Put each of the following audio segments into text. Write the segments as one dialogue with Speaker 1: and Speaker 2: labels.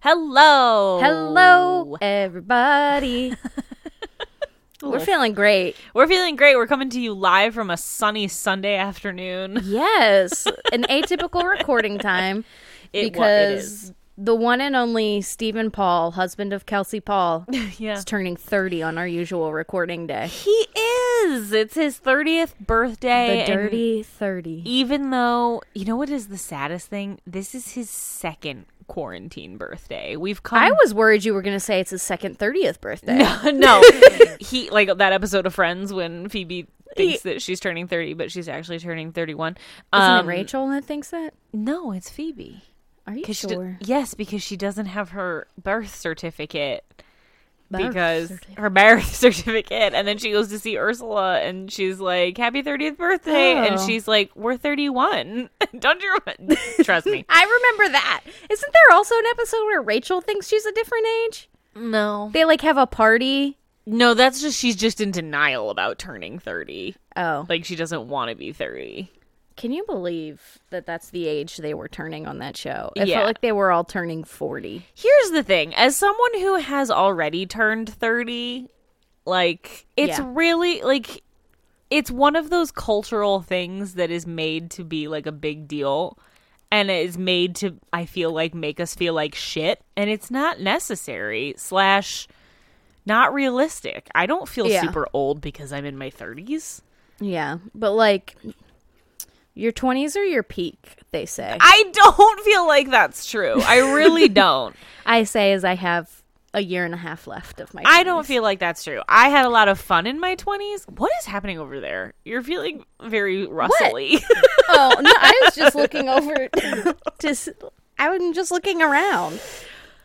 Speaker 1: Hello.
Speaker 2: Hello, everybody. We're feeling great.
Speaker 1: We're feeling great. We're coming to you live from a sunny Sunday afternoon.
Speaker 2: Yes, an atypical recording time
Speaker 1: It wa- it
Speaker 2: because the one and only Stephen Paul, husband of Kelsey Paul,
Speaker 1: Yeah.
Speaker 2: is turning 30 on our usual recording day.
Speaker 1: He is. It's his 30th birthday.
Speaker 2: The
Speaker 1: and
Speaker 2: dirty 30.
Speaker 1: Even though, you know what is the saddest thing? This is his second quarantine birthday. We've come
Speaker 2: I was worried you were going to say it's his second 30th birthday.
Speaker 1: no, he like that episode of Friends when Phoebe thinks that she's turning thirty, but she's actually turning thirty-one.
Speaker 2: Isn't
Speaker 1: Um,
Speaker 2: it Rachel that thinks that?
Speaker 1: No, it's Phoebe.
Speaker 2: Are you
Speaker 1: 'Cause she do-
Speaker 2: sure?
Speaker 1: yes, because she doesn't have her birth certificate
Speaker 2: Birth
Speaker 1: because
Speaker 2: certificate.
Speaker 1: her birth certificate, and then she goes to see Ursula, and she's like, "Happy thirtieth birthday," and
Speaker 2: Oh.
Speaker 1: she's like, "We're thirty-one. Don't you rem- trust me?"
Speaker 2: I remember that. Isn't there also an episode where Rachel thinks she's a different age?
Speaker 1: No,
Speaker 2: They like have a party.
Speaker 1: no, that's just she's just in denial about turning thirty.
Speaker 2: Oh.
Speaker 1: Like she doesn't want to be thirty.
Speaker 2: Can you believe that that's the age they were turning on that show? It
Speaker 1: Yeah.
Speaker 2: felt like they were all turning 40.
Speaker 1: Here's the thing as someone who has already turned 30, like, it's
Speaker 2: Yeah.
Speaker 1: really, like, it's one of those cultural things that is made to be, like, a big deal. And it is made to, I feel like, make us feel like shit. And it's not necessary, slash, not realistic. I don't feel
Speaker 2: Yeah.
Speaker 1: super old because I'm in my 30s.
Speaker 2: Yeah. But like your 20s are your peak, they say. I,
Speaker 1: I don't feel like that's true. I really don't.
Speaker 2: say as I have a year and a half left of my
Speaker 1: I don't
Speaker 2: 20s.
Speaker 1: feel like that's true. I had a lot of fun in my 20s. What is happening over there? You're feeling very rustly.
Speaker 2: Oh, no, I was just looking over to s- I was just looking around.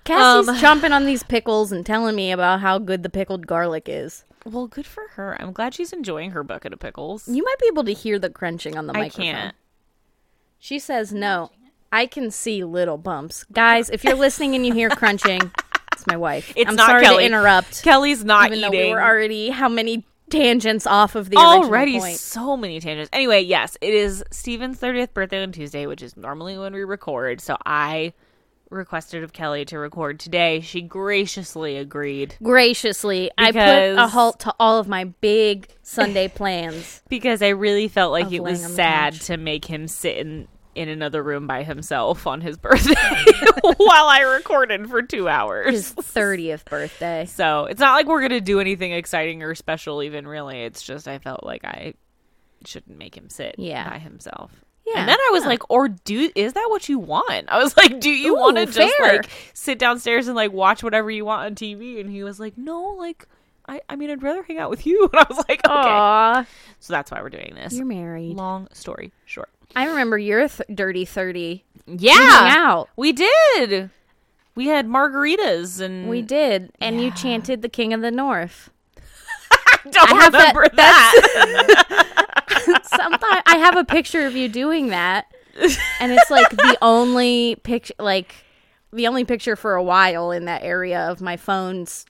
Speaker 2: Cassie's
Speaker 1: Um,
Speaker 2: chomping on these pickles and telling me about how good the pickled garlic is.
Speaker 1: well, good for her. I'm glad she's enjoying her bucket of pickles.
Speaker 2: You might be able to hear the crunching on the
Speaker 1: I
Speaker 2: microphone.
Speaker 1: can't.
Speaker 2: She says no. I can see little bumps. Guys, if you're listening and you hear crunching, it's my wife.
Speaker 1: It's
Speaker 2: I'm
Speaker 1: not
Speaker 2: sorry
Speaker 1: Kelly.
Speaker 2: to interrupt.
Speaker 1: Kelly's not
Speaker 2: even though
Speaker 1: eating.
Speaker 2: we were already how many tangents off of the original
Speaker 1: Already
Speaker 2: point.
Speaker 1: so many tangents. Anyway, yes, it is Steven's 30th birthday on Tuesday, which is normally when we record. So I requested of Kelly to record today. She graciously agreed
Speaker 2: Graciously, I put a
Speaker 1: Because-
Speaker 2: halt to all of my big Sunday plans.
Speaker 1: because I really felt like it was
Speaker 2: laying on the
Speaker 1: sad
Speaker 2: couch.
Speaker 1: to make him sit in in another room by himself on his birthday while I recorded for two
Speaker 2: His
Speaker 1: hours.
Speaker 2: 30th birthday.
Speaker 1: So it's not like we're gonna do anything exciting or special, even really. It's just I felt like I shouldn't make him sit
Speaker 2: Yeah.
Speaker 1: by himself.
Speaker 2: Yeah,
Speaker 1: And then I was like, or do is that what you want? I was like, do you
Speaker 2: Ooh,
Speaker 1: want to just
Speaker 2: fair.
Speaker 1: like sit downstairs and like watch whatever you want on TV? And he was like, no, like I, I mean, I'd rather hang out with you. And I was like, okay.
Speaker 2: Aw,
Speaker 1: So that's why we're doing this.
Speaker 2: you're married.
Speaker 1: Long story short.
Speaker 2: I remember your th- dirty 30.
Speaker 1: Yeah.
Speaker 2: hung out.
Speaker 1: We did. We had margaritas and
Speaker 2: We did, and you chanted the King of the North.
Speaker 1: don't
Speaker 2: have that-
Speaker 1: remember that.
Speaker 2: Sometimes I have a picture of you doing that, and it's like the only picture, like the only picture for a while in that area of my phone's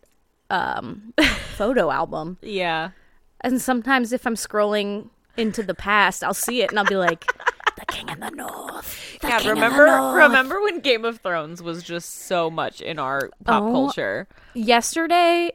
Speaker 2: um, photo album.
Speaker 1: yeah.
Speaker 2: And sometimes if I'm scrolling into the past, I'll see it and I'll be like, "The King of the North." The
Speaker 1: God,
Speaker 2: King of the
Speaker 1: remember
Speaker 2: North."
Speaker 1: remember when Game of Thrones was just so much in our pop
Speaker 2: Oh.
Speaker 1: culture.
Speaker 2: yesterday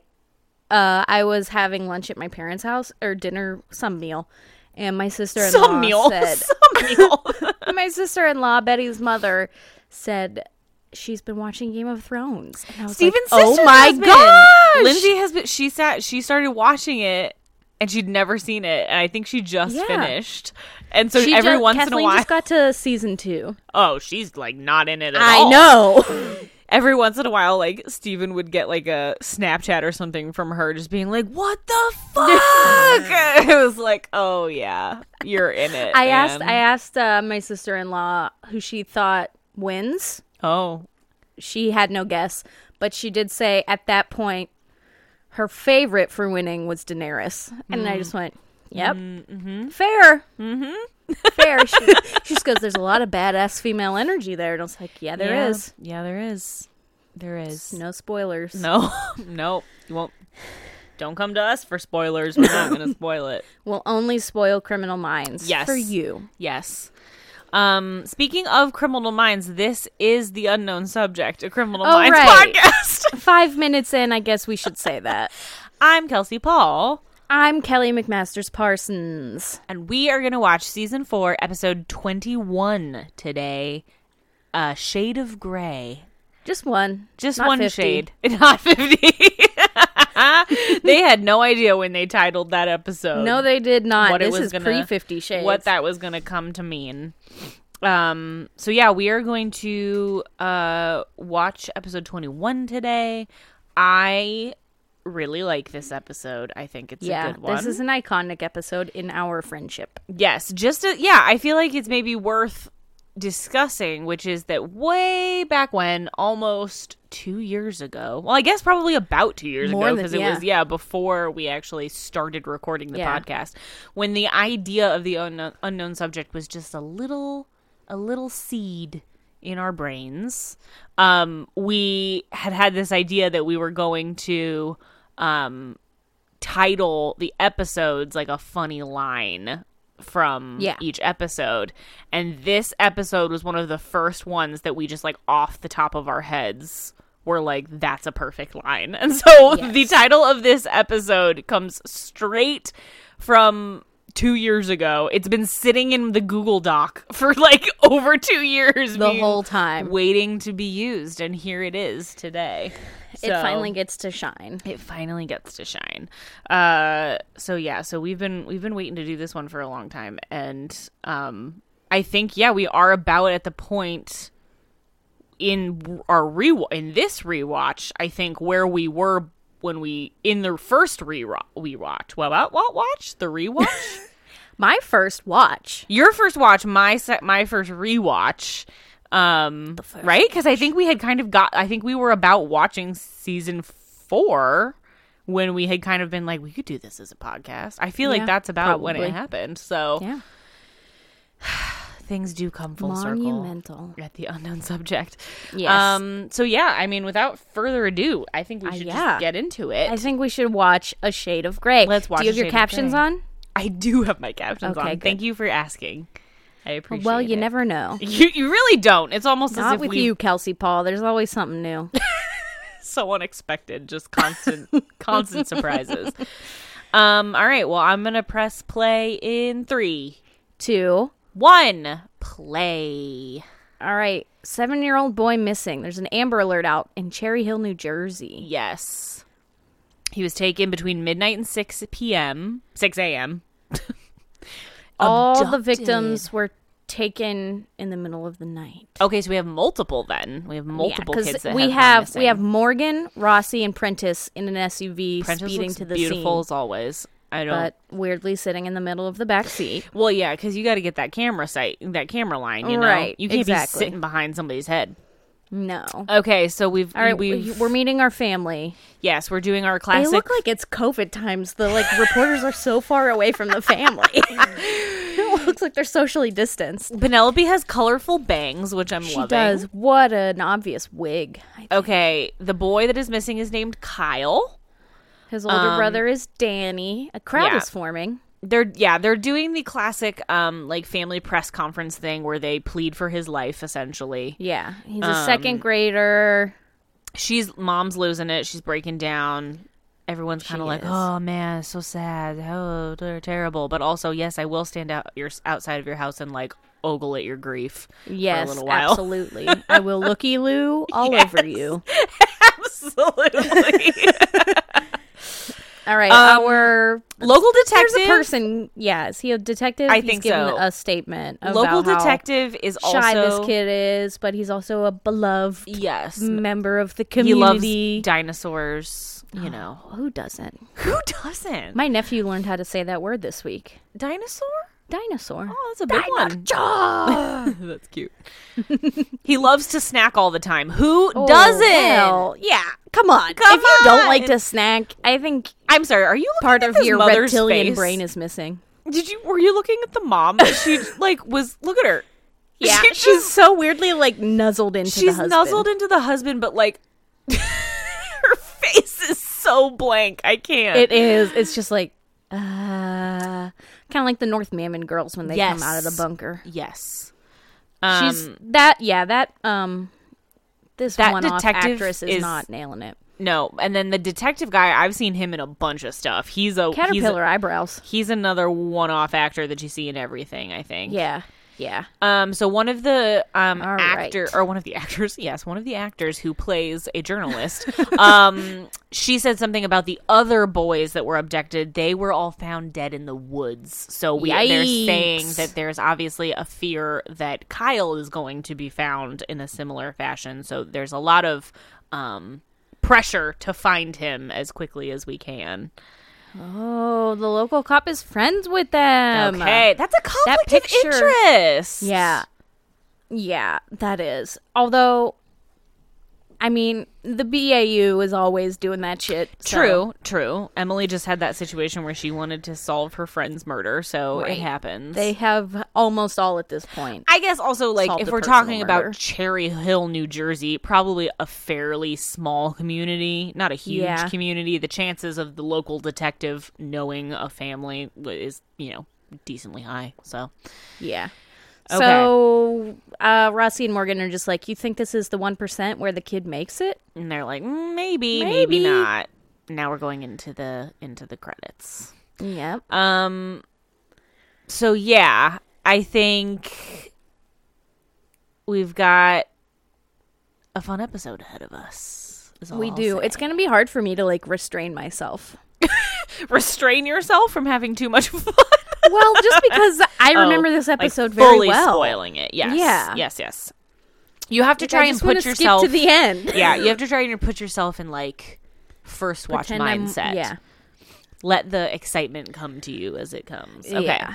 Speaker 2: uh, I was having lunch at my parents' house or dinner, some meal, and my sister in
Speaker 1: Some
Speaker 2: law
Speaker 1: meal.
Speaker 2: said.
Speaker 1: Some meal.
Speaker 2: my sister in law, Betty's mother, said she's been watching Game of Thrones. And I was
Speaker 1: Steven's
Speaker 2: like,
Speaker 1: sister
Speaker 2: oh my
Speaker 1: has been.
Speaker 2: gosh!
Speaker 1: Lindsay has been she sat she started watching it and she'd never seen it and I think she just
Speaker 2: Yeah.
Speaker 1: finished. And so
Speaker 2: She
Speaker 1: every
Speaker 2: just,
Speaker 1: once
Speaker 2: Kathleen
Speaker 1: in a while
Speaker 2: just got to season two.
Speaker 1: Oh, she's like not in it at all.
Speaker 2: I know.
Speaker 1: every once in a while, like Steven would get like a Snapchat or something from her, just being like, "What the fuck?" it was like, "Oh yeah, you're in it."
Speaker 2: I asked.
Speaker 1: man."
Speaker 2: I asked uh, my sister in law who she thought wins,
Speaker 1: oh,
Speaker 2: she had no guess, but she did say at that point her favorite for winning was Daenerys, and I
Speaker 1: Mm.
Speaker 2: just went, "Yep, fair, mm-hmm. fair." She, she just goes, "There's a lot of badass female energy there," and I was like, "Yeah, there is.
Speaker 1: yeah. Yeah, there is. There is.
Speaker 2: No spoilers.
Speaker 1: No, no, you won't. Don't come to us for spoilers. We're not going to spoil it.
Speaker 2: We'll only spoil Criminal Minds
Speaker 1: Yes.
Speaker 2: for you.
Speaker 1: Yes. Um, speaking of Criminal Minds, this is the unknown subject, a Criminal
Speaker 2: Oh,
Speaker 1: Minds
Speaker 2: right.
Speaker 1: podcast.
Speaker 2: Five minutes in, I guess we should say that.
Speaker 1: I'm Kelsey Paul,
Speaker 2: I'm Kelly McMasters Parsons.
Speaker 1: and we are going to watch season four, episode 21 today. A shade of gray.
Speaker 2: Just one.
Speaker 1: Just
Speaker 2: Not
Speaker 1: one
Speaker 2: 50.
Speaker 1: shade. Not 50. they had no idea when they titled that episode.
Speaker 2: No, they did not.
Speaker 1: What it
Speaker 2: this
Speaker 1: was
Speaker 2: is
Speaker 1: gonna-
Speaker 2: pre Fifty Shades.
Speaker 1: what that was going to come to mean. Um, so yeah, we are going to uh, watch episode 21 today. I really like this episode. I think it's a
Speaker 2: Yeah,
Speaker 1: good one.
Speaker 2: this is an iconic episode in our friendship.
Speaker 1: yes, just a, yeah, I feel like it's maybe worth discussing, which is that way back when, almost two years ago. Well, I guess probably about two years
Speaker 2: More
Speaker 1: ago
Speaker 2: than-
Speaker 1: because it
Speaker 2: yeah.
Speaker 1: was yeah before we actually started recording the
Speaker 2: Yeah.
Speaker 1: podcast. When the idea of the unknown, unknown subject was just a little, a little seed in our brains, um, we had had this idea that we were going to. Um, title the episodes like a funny line from
Speaker 2: Yeah.
Speaker 1: each episode. And this episode was one of the first ones that we just like off the top of our heads were like, that's a perfect line. And so the title of this episode comes straight from two years ago. It's been sitting in the Google Doc for like over two years.
Speaker 2: The
Speaker 1: being-
Speaker 2: whole time.
Speaker 1: Waiting to be used, and here it is today.
Speaker 2: It
Speaker 1: So-
Speaker 2: finally gets to shine.
Speaker 1: it finally gets to shine uh so yeah so we've been we've been waiting to do this one for a long time and um i think yeah we are about at the point in w- our re in this rewatch i think where we were when we in the first rewatch we watch well what what watch the rewatch
Speaker 2: My first watch.
Speaker 1: your first watch my se- my first rewatch um right because i think we had kind of got i think we were about watching season four when we had kind of been like we could do this as a podcast i feel like
Speaker 2: Yeah,
Speaker 1: that's about when it
Speaker 2: probably.
Speaker 1: happened so
Speaker 2: Yeah.
Speaker 1: things do come full circle
Speaker 2: Monumental.
Speaker 1: at the unknown subject
Speaker 2: Yes.
Speaker 1: um so yeah i mean without further ado i think we should
Speaker 2: yeah.
Speaker 1: just get into it
Speaker 2: I think we should watch A Shade of Grey.
Speaker 1: Let's watch
Speaker 2: Do you
Speaker 1: A
Speaker 2: have your
Speaker 1: Shade of
Speaker 2: captions
Speaker 1: Grey.
Speaker 2: on?
Speaker 1: i do have my captions
Speaker 2: Okay,
Speaker 1: on
Speaker 2: good.
Speaker 1: thank you for asking i appreciate
Speaker 2: Well, you
Speaker 1: it.
Speaker 2: never know.
Speaker 1: you, you really don't it's almost as
Speaker 2: Not
Speaker 1: if
Speaker 2: with
Speaker 1: we
Speaker 2: you, Kelsey Paul. There's always something new.
Speaker 1: so unexpected just constant constant surprises um all right well i'm gonna press play in three
Speaker 2: Two.
Speaker 1: one play
Speaker 2: All right. Seven year old boy missing. There's an Amber Alert out in Cherry Hill, New Jersey.
Speaker 1: yes he was taken between midnight and 6 p.m 6 a.m
Speaker 2: All the
Speaker 1: Abducted.
Speaker 2: victims were taken in the middle of the night.
Speaker 1: okay so we have multiple then we have multiple
Speaker 2: because
Speaker 1: kids that have,
Speaker 2: we
Speaker 1: gone
Speaker 2: have
Speaker 1: missing.
Speaker 2: we have Morgan, Rossi, and Prentice in an SUV
Speaker 1: Prentice
Speaker 2: speeding
Speaker 1: looks
Speaker 2: to the
Speaker 1: beautiful
Speaker 2: scene,
Speaker 1: as always i don't
Speaker 2: but weirdly sitting in the middle of the back seat.
Speaker 1: well yeah because you got to get that camera sight that camera line you know
Speaker 2: Right,
Speaker 1: you can't
Speaker 2: exactly.
Speaker 1: be sitting behind somebody's head
Speaker 2: No.
Speaker 1: okay so we've
Speaker 2: All right, we,
Speaker 1: we've,
Speaker 2: we're meeting our family.
Speaker 1: yes we're doing our
Speaker 2: They
Speaker 1: classic
Speaker 2: look like it's COVID times. The like reporters are so far away from the family. it looks like they're socially distanced.
Speaker 1: Penelope has colorful bangs, which I'm
Speaker 2: She
Speaker 1: loving. Uh,
Speaker 2: does. What an obvious wig. I-
Speaker 1: Okay, the boy that is missing is named Kyle.
Speaker 2: His older brother is Danny. A crowd
Speaker 1: um, yeah.
Speaker 2: is forming.
Speaker 1: They're yeah, they're doing the classic um like family press conference thing where they plead for his life essentially.
Speaker 2: Yeah, he's
Speaker 1: Um,
Speaker 2: a second grader.
Speaker 1: She's mom's losing it. She's breaking down. Everyone's kind of like,
Speaker 2: is.
Speaker 1: "Oh man, it's so sad. Oh, they're terrible." But also, yes, I will stand out your outside of your house and like ogle at your grief
Speaker 2: Yes,
Speaker 1: for a little while.
Speaker 2: absolutely. I will looky loo all over you.
Speaker 1: Absolutely.
Speaker 2: All right,
Speaker 1: Um,
Speaker 2: our
Speaker 1: Local detective
Speaker 2: there's a person. Yeah, is he a detective?
Speaker 1: I
Speaker 2: He's
Speaker 1: think
Speaker 2: given
Speaker 1: so.
Speaker 2: A statement. About
Speaker 1: Local
Speaker 2: how
Speaker 1: detective is
Speaker 2: Shy
Speaker 1: also
Speaker 2: this kid is, but he's also a beloved
Speaker 1: Yes,
Speaker 2: member of the
Speaker 1: he loves
Speaker 2: community. Oh,
Speaker 1: dinosaurs. You know
Speaker 2: Who doesn't?
Speaker 1: who doesn't?
Speaker 2: My nephew learned how to say that word this week.
Speaker 1: dinosaur?
Speaker 2: Dinosaur.
Speaker 1: Oh, that's a big one.
Speaker 2: Dinosaur!
Speaker 1: that's cute. he loves to snack all the time. Who
Speaker 2: Oh,
Speaker 1: doesn't?
Speaker 2: well, yeah. Come on.
Speaker 1: Come
Speaker 2: if you don't
Speaker 1: on.
Speaker 2: like to snack, I think
Speaker 1: I'm sorry. Are you looking
Speaker 2: part
Speaker 1: at
Speaker 2: of
Speaker 1: this
Speaker 2: your
Speaker 1: mother's
Speaker 2: reptilian
Speaker 1: face?
Speaker 2: brain is missing.
Speaker 1: Did you? Were you looking at the mom? She like was. Look at her.
Speaker 2: Yeah,
Speaker 1: She
Speaker 2: she's so weirdly like nuzzled into the
Speaker 1: she's
Speaker 2: husband.
Speaker 1: nuzzled into the husband, but like her face is so blank. I can't.
Speaker 2: It is. It's just like uh, kind of like the North Mammon girls when they come out of the
Speaker 1: Yes.
Speaker 2: bunker.
Speaker 1: yes. Um,
Speaker 2: she's that. Yeah, that. Um, this
Speaker 1: that
Speaker 2: one-off
Speaker 1: detective
Speaker 2: actress is,
Speaker 1: is-
Speaker 2: not nailing it.
Speaker 1: no, and then the detective guy. I've seen him in a bunch of stuff. He's a He's,
Speaker 2: Caterpillar
Speaker 1: a-
Speaker 2: eyebrows.
Speaker 1: he's another one-off actor that you see in everything. I think.
Speaker 2: Yeah, yeah.
Speaker 1: Um, so one of the um,
Speaker 2: All
Speaker 1: actor
Speaker 2: right.
Speaker 1: or one of the actors, yes, one of the actors who plays a journalist, um, she said something about the other boys that were abducted. They were all found dead in the woods. So we they're
Speaker 2: Yikes.
Speaker 1: saying that there's obviously a fear that Kyle is going to be found in a similar fashion. So there's a lot of um, pressure to find him as quickly as we can.
Speaker 2: Oh, the local cop is friends with them.
Speaker 1: Okay, that's a conflict
Speaker 2: picture-
Speaker 1: of interest.
Speaker 2: Yeah. Yeah, that is. Although, I mean, the BAU is always doing that shit. so-
Speaker 1: True, true. Emily just had that situation where she wanted to solve her friend's murder, so
Speaker 2: Right.
Speaker 1: it happens.
Speaker 2: They have almost all at this point.
Speaker 1: I guess also like
Speaker 2: Solved
Speaker 1: if
Speaker 2: a
Speaker 1: we're
Speaker 2: personal
Speaker 1: talking
Speaker 2: murder.
Speaker 1: about Cherry Hill, New Jersey, probably a fairly small community, not a huge
Speaker 2: Yeah.
Speaker 1: community. The chances of the local detective knowing a family is, you know, decently high. So
Speaker 2: Yeah.
Speaker 1: Okay.
Speaker 2: So, uh, Rossi and Morgan are just like, you think this is the 1% where the kid makes it?
Speaker 1: and they're like, "Mm, maybe,
Speaker 2: Maybe.
Speaker 1: maybe not. Now we're going into the into the credits.
Speaker 2: Yep.
Speaker 1: Um so yeah, I think we've got a fun episode ahead of us. is all
Speaker 2: we
Speaker 1: I'll
Speaker 2: do.
Speaker 1: say.
Speaker 2: It's going to be hard for me to, like, restrain myself.
Speaker 1: restrain yourself from having too much fun.
Speaker 2: well, just because I
Speaker 1: Oh,
Speaker 2: remember this
Speaker 1: like,
Speaker 2: episode very
Speaker 1: fully
Speaker 2: well.
Speaker 1: spoiling it. Yes.
Speaker 2: Yeah.
Speaker 1: Yes, yes. You have to
Speaker 2: Like, I
Speaker 1: try and
Speaker 2: just wanna
Speaker 1: put yourself
Speaker 2: skip to the end.
Speaker 1: Yeah, you have to try and put yourself in like first watch
Speaker 2: Pretend I'm-
Speaker 1: mindset.
Speaker 2: yeah.
Speaker 1: Let the excitement come to you as it comes. Okay.
Speaker 2: Yeah.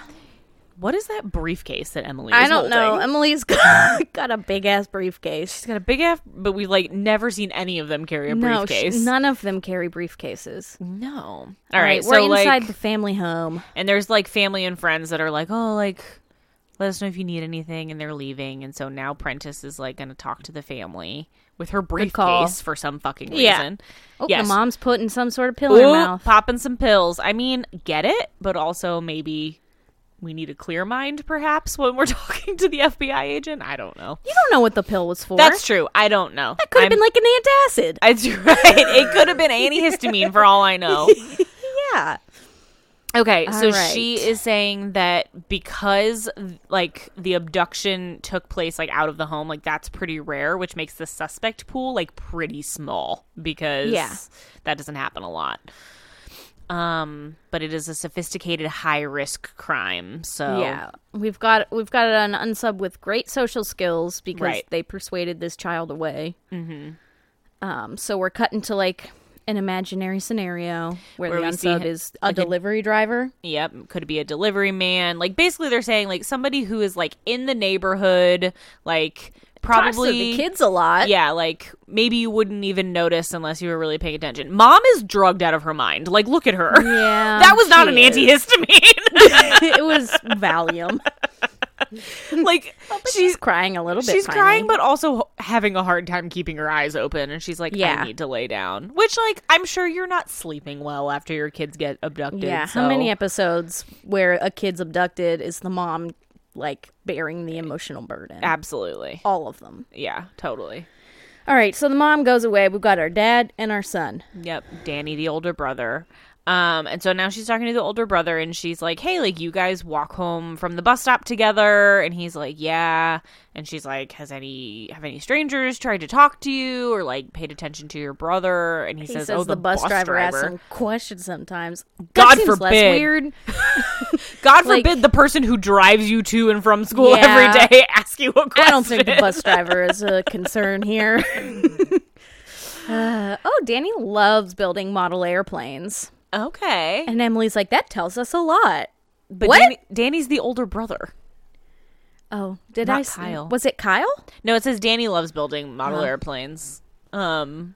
Speaker 1: What is that briefcase that Emily
Speaker 2: I
Speaker 1: is
Speaker 2: don't know.
Speaker 1: holding?
Speaker 2: Emily's got, got a big ass briefcase.
Speaker 1: She's got a big F, but we've like never seen any of them carry a
Speaker 2: No, sh-
Speaker 1: briefcase.
Speaker 2: none of them carry briefcases.
Speaker 1: no. All
Speaker 2: All
Speaker 1: right,
Speaker 2: we're
Speaker 1: so
Speaker 2: inside
Speaker 1: like,
Speaker 2: the family home.
Speaker 1: and there's like family and friends that are like, oh, like, let us know if you need anything, and they're leaving, and so now Prentice is like going to talk to the family with her
Speaker 2: call.
Speaker 1: briefcase for some fucking
Speaker 2: Yeah.
Speaker 1: reason.
Speaker 2: Oh,
Speaker 1: Yes.
Speaker 2: the mom's putting some sort of pill in her
Speaker 1: Ooh,
Speaker 2: mouth.
Speaker 1: popping some pills. I mean, get it, but also maybe we need a clear mind, perhaps, when we're talking to the FBI agent. I don't know.
Speaker 2: You don't know what the pill was for.
Speaker 1: That's true. I don't know. That
Speaker 2: could have been like an antacid.
Speaker 1: That's right. It could have been antihistamine for all I know.
Speaker 2: yeah.
Speaker 1: Okay, so
Speaker 2: All right.
Speaker 1: she is saying that because like the abduction took place like out of the home, like that's pretty rare, which makes the suspect pool like pretty small because
Speaker 2: Yeah.
Speaker 1: that doesn't happen a lot. Um, but it is a sophisticated high risk crime. So
Speaker 2: Yeah. We've got we've got an unsub with great social skills because
Speaker 1: Right.
Speaker 2: they persuaded this child away. Mm-hmm. Um, so we're cutting to like an imaginary scenario where,
Speaker 1: Where
Speaker 2: the
Speaker 1: we see
Speaker 2: unsub
Speaker 1: him-
Speaker 2: is a delivery driver.
Speaker 1: Yep, could be a delivery man. Like basically they're saying like somebody who is like in the neighborhood, like
Speaker 2: Talks to
Speaker 1: probably
Speaker 2: the kids a lot.
Speaker 1: yeah, like maybe you wouldn't even notice unless you were really paying attention. Mom is drugged out of her mind. Like, look at her.
Speaker 2: Yeah,
Speaker 1: that was not an
Speaker 2: she is.
Speaker 1: antihistamine.
Speaker 2: it was Valium.
Speaker 1: like,
Speaker 2: She's
Speaker 1: she's
Speaker 2: crying a little bit.
Speaker 1: she's
Speaker 2: finally.
Speaker 1: crying, but also having a hard time keeping her eyes open. And she's like,
Speaker 2: Yeah.
Speaker 1: I need to lay down. Which, like, I'm sure you're not sleeping well after your kids get abducted.
Speaker 2: yeah.
Speaker 1: so-
Speaker 2: How many episodes where a kid's abducted is the mom like bearing the emotional burden?
Speaker 1: Absolutely.
Speaker 2: All of them.
Speaker 1: Yeah, totally.
Speaker 2: All right, so the mom goes away. We've got our dad and our son.
Speaker 1: Yep, Danny, the older brother. Um, and so now she's talking to the older brother, and she's like, "Hey, like you guys walk home from the bus stop together?" And he's like, "Yeah." And she's like, "Has any have any strangers tried to talk to you or like paid attention to your brother?" And he,
Speaker 2: He
Speaker 1: says,
Speaker 2: says,
Speaker 1: "Oh,
Speaker 2: the, bus, driver, asks some questions sometimes.
Speaker 1: God
Speaker 2: that seems Less
Speaker 1: forbid.
Speaker 2: weird.
Speaker 1: God
Speaker 2: like-
Speaker 1: forbid the person who drives you to and from school
Speaker 2: Yeah.
Speaker 1: every day ask you a question."
Speaker 2: I don't think the bus driver is a concern here. uh, oh, Danny loves building model airplanes,
Speaker 1: Okay.
Speaker 2: and Emily's like, that tells us a lot.
Speaker 1: But
Speaker 2: What?
Speaker 1: Danny, Danny's the older brother.
Speaker 2: Oh, did
Speaker 1: Not
Speaker 2: I? s-
Speaker 1: Kyle.
Speaker 2: Was it Kyle?
Speaker 1: No, it says Danny loves building model
Speaker 2: Oh.
Speaker 1: airplanes. Um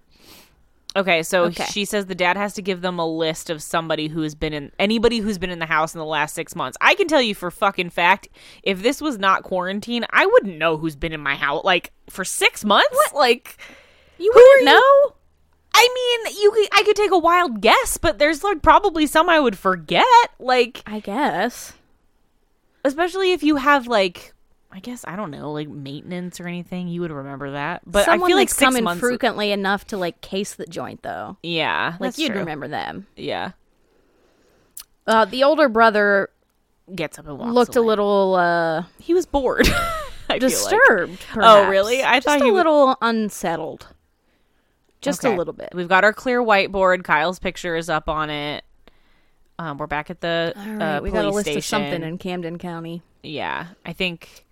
Speaker 1: Okay, so
Speaker 2: Okay.
Speaker 1: she says the dad has to give them a list of somebody who has been in anybody who's been in the house in the last 6 months. I can tell you for fucking fact, if this was not quarantine, I wouldn't know who's been in my house like for 6 months. Like
Speaker 2: You
Speaker 1: who
Speaker 2: wouldn't
Speaker 1: are you-
Speaker 2: know.
Speaker 1: I mean, you could, I could take a wild guess, but there's like probably some I would forget. Like
Speaker 2: I guess.
Speaker 1: especially if you have like I guess I don't know, like maintenance or anything, you would remember that. But I
Speaker 2: Someone
Speaker 1: feel like
Speaker 2: that's
Speaker 1: 6
Speaker 2: coming
Speaker 1: months
Speaker 2: frequently enough to like case the joint, though.
Speaker 1: Yeah,
Speaker 2: Like
Speaker 1: that's
Speaker 2: you'd
Speaker 1: true.
Speaker 2: remember them.
Speaker 1: Yeah,
Speaker 2: Uh, the older brother
Speaker 1: gets up and walks.
Speaker 2: looked a
Speaker 1: away.
Speaker 2: little uh,
Speaker 1: He was bored. I feel like.
Speaker 2: disturbed.
Speaker 1: Oh,
Speaker 2: perhaps.
Speaker 1: really? I
Speaker 2: Just
Speaker 1: thought
Speaker 2: a
Speaker 1: he would-
Speaker 2: little unsettled. Just
Speaker 1: Okay.
Speaker 2: a little bit.
Speaker 1: We've got our clear whiteboard. Kyle's picture is up on it. Um, we're back at the
Speaker 2: All right,
Speaker 1: uh,
Speaker 2: we
Speaker 1: police
Speaker 2: got a list
Speaker 1: station.
Speaker 2: of something in Camden County.
Speaker 1: yeah, I think.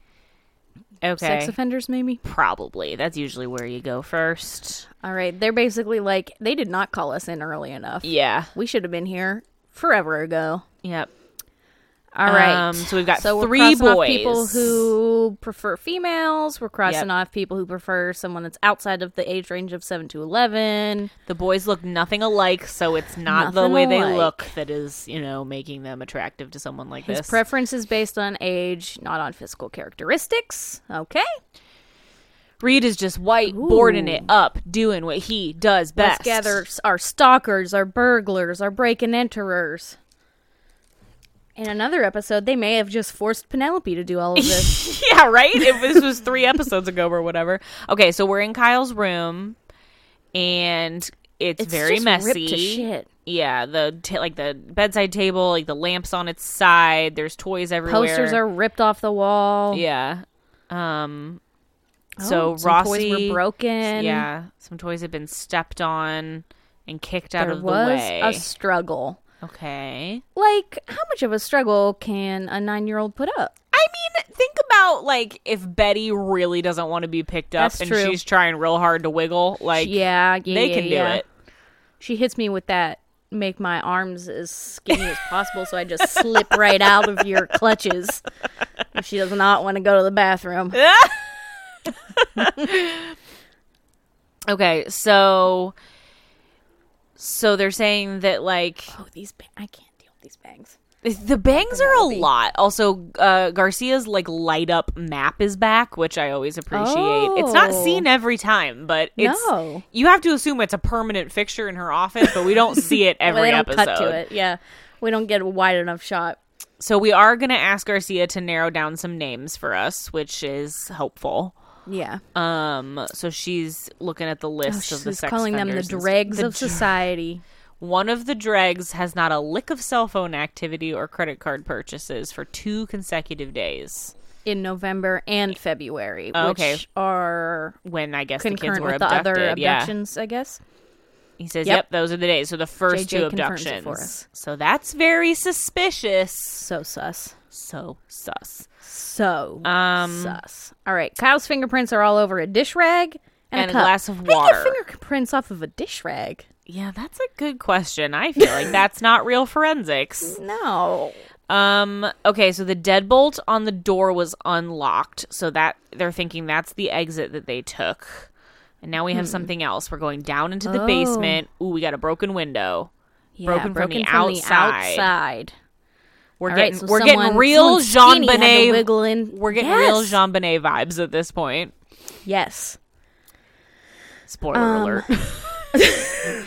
Speaker 1: Okay,
Speaker 2: Sex offenders, maybe.
Speaker 1: probably. That's usually where you go first.
Speaker 2: All right, they're basically like they did not call us in early enough.
Speaker 1: Yeah.
Speaker 2: We should have been here forever ago.
Speaker 1: Yep.
Speaker 2: All right.
Speaker 1: Um, so we've got
Speaker 2: we're
Speaker 1: three
Speaker 2: crossing off
Speaker 1: boys.
Speaker 2: people who prefer females. We're crossing
Speaker 1: Yep.
Speaker 2: off people who prefer someone that's outside of the age range of seven to eleven.
Speaker 1: The boys look nothing alike, so it's not the
Speaker 2: Nothing
Speaker 1: way they
Speaker 2: alike.
Speaker 1: look that is, you know, making them attractive to someone like
Speaker 2: His
Speaker 1: this.
Speaker 2: preference is based on age, not on physical characteristics. Okay,
Speaker 1: Reed is just white, boarding it
Speaker 2: Ooh.
Speaker 1: up, doing what he does best.
Speaker 2: let's gather s- our stalkers, our burglars, our break and enterers. In another episode, they may have just forced Penelope to do all of this.
Speaker 1: yeah, right? If this was three episodes ago or whatever. Okay, so we're in Kyle's room and it's,
Speaker 2: It's
Speaker 1: very
Speaker 2: just
Speaker 1: messy.
Speaker 2: ripped to shit.
Speaker 1: Yeah, the ta like the bedside table, like the lamps on its side, there's toys everywhere.
Speaker 2: Posters are ripped off the wall. Oh,
Speaker 1: Yeah. Um so
Speaker 2: some
Speaker 1: Rossi
Speaker 2: toys were broken.
Speaker 1: Yeah, some toys have been stepped on and kicked out
Speaker 2: there
Speaker 1: of
Speaker 2: was
Speaker 1: the way.
Speaker 2: a struggle.
Speaker 1: okay.
Speaker 2: Like, how much of a struggle can a nine-year-old put up?
Speaker 1: I mean, think about like if Betty really doesn't want to be picked up
Speaker 2: That's
Speaker 1: and
Speaker 2: true.
Speaker 1: she's trying real hard to wiggle, like
Speaker 2: Yeah, yeah,
Speaker 1: they
Speaker 2: yeah,
Speaker 1: can do
Speaker 2: yeah.
Speaker 1: it.
Speaker 2: She hits me with that. Make my arms as skinny as possible, so I just slip right out of your clutches. If she does not want to go to the bathroom,
Speaker 1: Okay, so so they're saying that like
Speaker 2: oh, these ba- I can't deal with these bangs.
Speaker 1: the bangs are a lot. Also, uh, Garcia's like light up map is back, which I always appreciate. It's not
Speaker 2: Oh.
Speaker 1: seen every time, but it's
Speaker 2: No.
Speaker 1: you have to assume it's a permanent fixture in her office, but we don't see it every
Speaker 2: Well, they don't
Speaker 1: episode.
Speaker 2: cut to it. Yeah, we don't get a wide enough shot.
Speaker 1: So we are going to ask Garcia to narrow down some names for us, which is helpful.
Speaker 2: Yeah,
Speaker 1: Um, so she's looking at the list of the
Speaker 2: Oh, she's
Speaker 1: sex
Speaker 2: calling them the
Speaker 1: offenders and-
Speaker 2: dregs
Speaker 1: the
Speaker 2: of society.
Speaker 1: One of the dregs has not a lick of cell phone activity or credit card purchases for two consecutive days.
Speaker 2: in November and February,
Speaker 1: Oh, okay.
Speaker 2: which are
Speaker 1: When I guess the kids
Speaker 2: concurrent
Speaker 1: were
Speaker 2: with
Speaker 1: abducted.
Speaker 2: the other
Speaker 1: yeah.
Speaker 2: abductions, I guess.
Speaker 1: He says,
Speaker 2: Yep.
Speaker 1: yep. those are the days." So the first two
Speaker 2: JJ confirms it for
Speaker 1: abductions.
Speaker 2: us.
Speaker 1: So that's very suspicious.
Speaker 2: So sus.
Speaker 1: So sus.
Speaker 2: So
Speaker 1: Um,
Speaker 2: sus. All right. Kyle's fingerprints are all over a dish rag and,
Speaker 1: and a
Speaker 2: cup.
Speaker 1: glass of
Speaker 2: How do you
Speaker 1: water.
Speaker 2: get fingerprints off of a dish rag?
Speaker 1: Yeah, that's a good question. I feel like that's not real forensics.
Speaker 2: No.
Speaker 1: Um, okay, so the deadbolt on the door was unlocked, so that they're thinking that's the exit that they took. And now we have something else. We're going down into the
Speaker 2: Hmm. Oh.
Speaker 1: basement. Ooh, we got a broken window.
Speaker 2: Yeah,
Speaker 1: Broken from the outside.
Speaker 2: outside.
Speaker 1: We're
Speaker 2: All right,
Speaker 1: getting
Speaker 2: so
Speaker 1: we're
Speaker 2: someone-
Speaker 1: getting real
Speaker 2: someone skinny
Speaker 1: Jean
Speaker 2: had to
Speaker 1: Bonnet.
Speaker 2: wiggle in.
Speaker 1: We're getting
Speaker 2: Yes.
Speaker 1: real Jean Bonnet vibes at this point.
Speaker 2: Yes.
Speaker 1: Spoiler alert.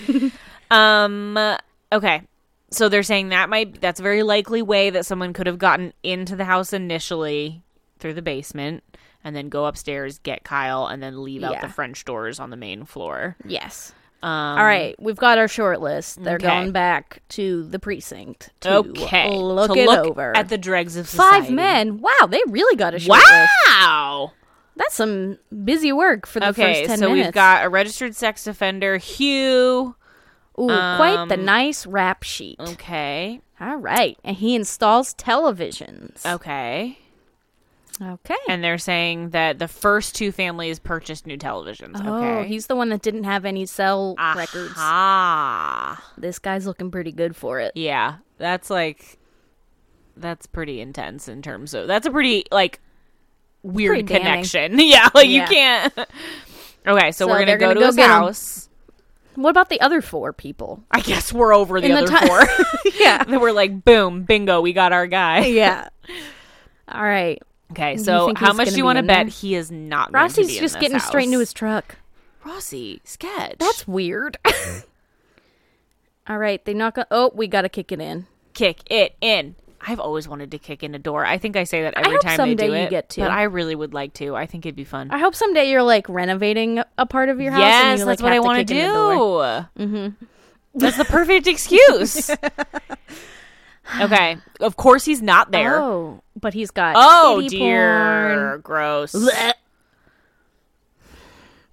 Speaker 1: um okay. So they're saying that might that's a very likely way that someone could have gotten into the house initially through the basement and then go upstairs, get Kyle, and then leave out
Speaker 2: Yeah.
Speaker 1: the French doors on the main floor.
Speaker 2: Yes.
Speaker 1: Um
Speaker 2: All right, we've got our short list. They're
Speaker 1: Okay.
Speaker 2: going back to the precinct to
Speaker 1: Okay.
Speaker 2: look
Speaker 1: to
Speaker 2: it
Speaker 1: look
Speaker 2: over.
Speaker 1: At the dregs of society.
Speaker 2: Five men. Wow, they really got a short list.
Speaker 1: Wow.
Speaker 2: That's some busy work for the
Speaker 1: Okay,
Speaker 2: first ten
Speaker 1: so
Speaker 2: minutes.
Speaker 1: we've got a registered sex offender, Hugh.
Speaker 2: Ooh, quite the nice rap sheet.
Speaker 1: Um, Okay.
Speaker 2: All right, and he installs televisions.
Speaker 1: Okay.
Speaker 2: Okay.
Speaker 1: Oh, and they're saying that the first two families purchased new televisions.
Speaker 2: Oh,
Speaker 1: okay.
Speaker 2: he's the one that didn't have any cell records.
Speaker 1: Ah,
Speaker 2: This guy's looking pretty good for it.
Speaker 1: yeah. That's like that's pretty intense in terms of that's a pretty like weird
Speaker 2: Pretty damning.
Speaker 1: connection. yeah, like
Speaker 2: Yeah.
Speaker 1: you can't. okay, so,
Speaker 2: So
Speaker 1: we're gonna
Speaker 2: they're
Speaker 1: go
Speaker 2: gonna
Speaker 1: to
Speaker 2: go
Speaker 1: his
Speaker 2: get 'em.
Speaker 1: house.
Speaker 2: What about the other four people?
Speaker 1: I guess we're over the
Speaker 2: In the
Speaker 1: other
Speaker 2: ti-
Speaker 1: four.
Speaker 2: Yeah.
Speaker 1: then we're like, boom, bingo, we got our guy.
Speaker 2: yeah. All right.
Speaker 1: Okay,
Speaker 2: You
Speaker 1: so
Speaker 2: think
Speaker 1: how
Speaker 2: he's
Speaker 1: much
Speaker 2: gonna
Speaker 1: do you
Speaker 2: be
Speaker 1: want to
Speaker 2: in
Speaker 1: bet
Speaker 2: there?
Speaker 1: he is not? going to be
Speaker 2: Rossi's
Speaker 1: in
Speaker 2: just
Speaker 1: this
Speaker 2: getting straight into
Speaker 1: house?
Speaker 2: his truck.
Speaker 1: Rossi sketch.
Speaker 2: That's weird. All right. They knock on. Oh, we got to kick it in.
Speaker 1: kick it in. I've always wanted to kick in a door. I think I say that every
Speaker 2: hope
Speaker 1: time they
Speaker 2: someday
Speaker 1: do
Speaker 2: you
Speaker 1: it.
Speaker 2: get to.
Speaker 1: But I really would like to. I think it'd be fun.
Speaker 2: I hope someday you're like renovating a part of your house. and
Speaker 1: Yes,
Speaker 2: you, like,
Speaker 1: that's what I
Speaker 2: have to
Speaker 1: want
Speaker 2: kick
Speaker 1: to
Speaker 2: in the door. Mm-hmm.
Speaker 1: do. That's the perfect excuse. okay. Of course he's not there. Oh,
Speaker 2: Oh, but he's got. kitty
Speaker 1: dear. Gross.
Speaker 2: porn. Blech.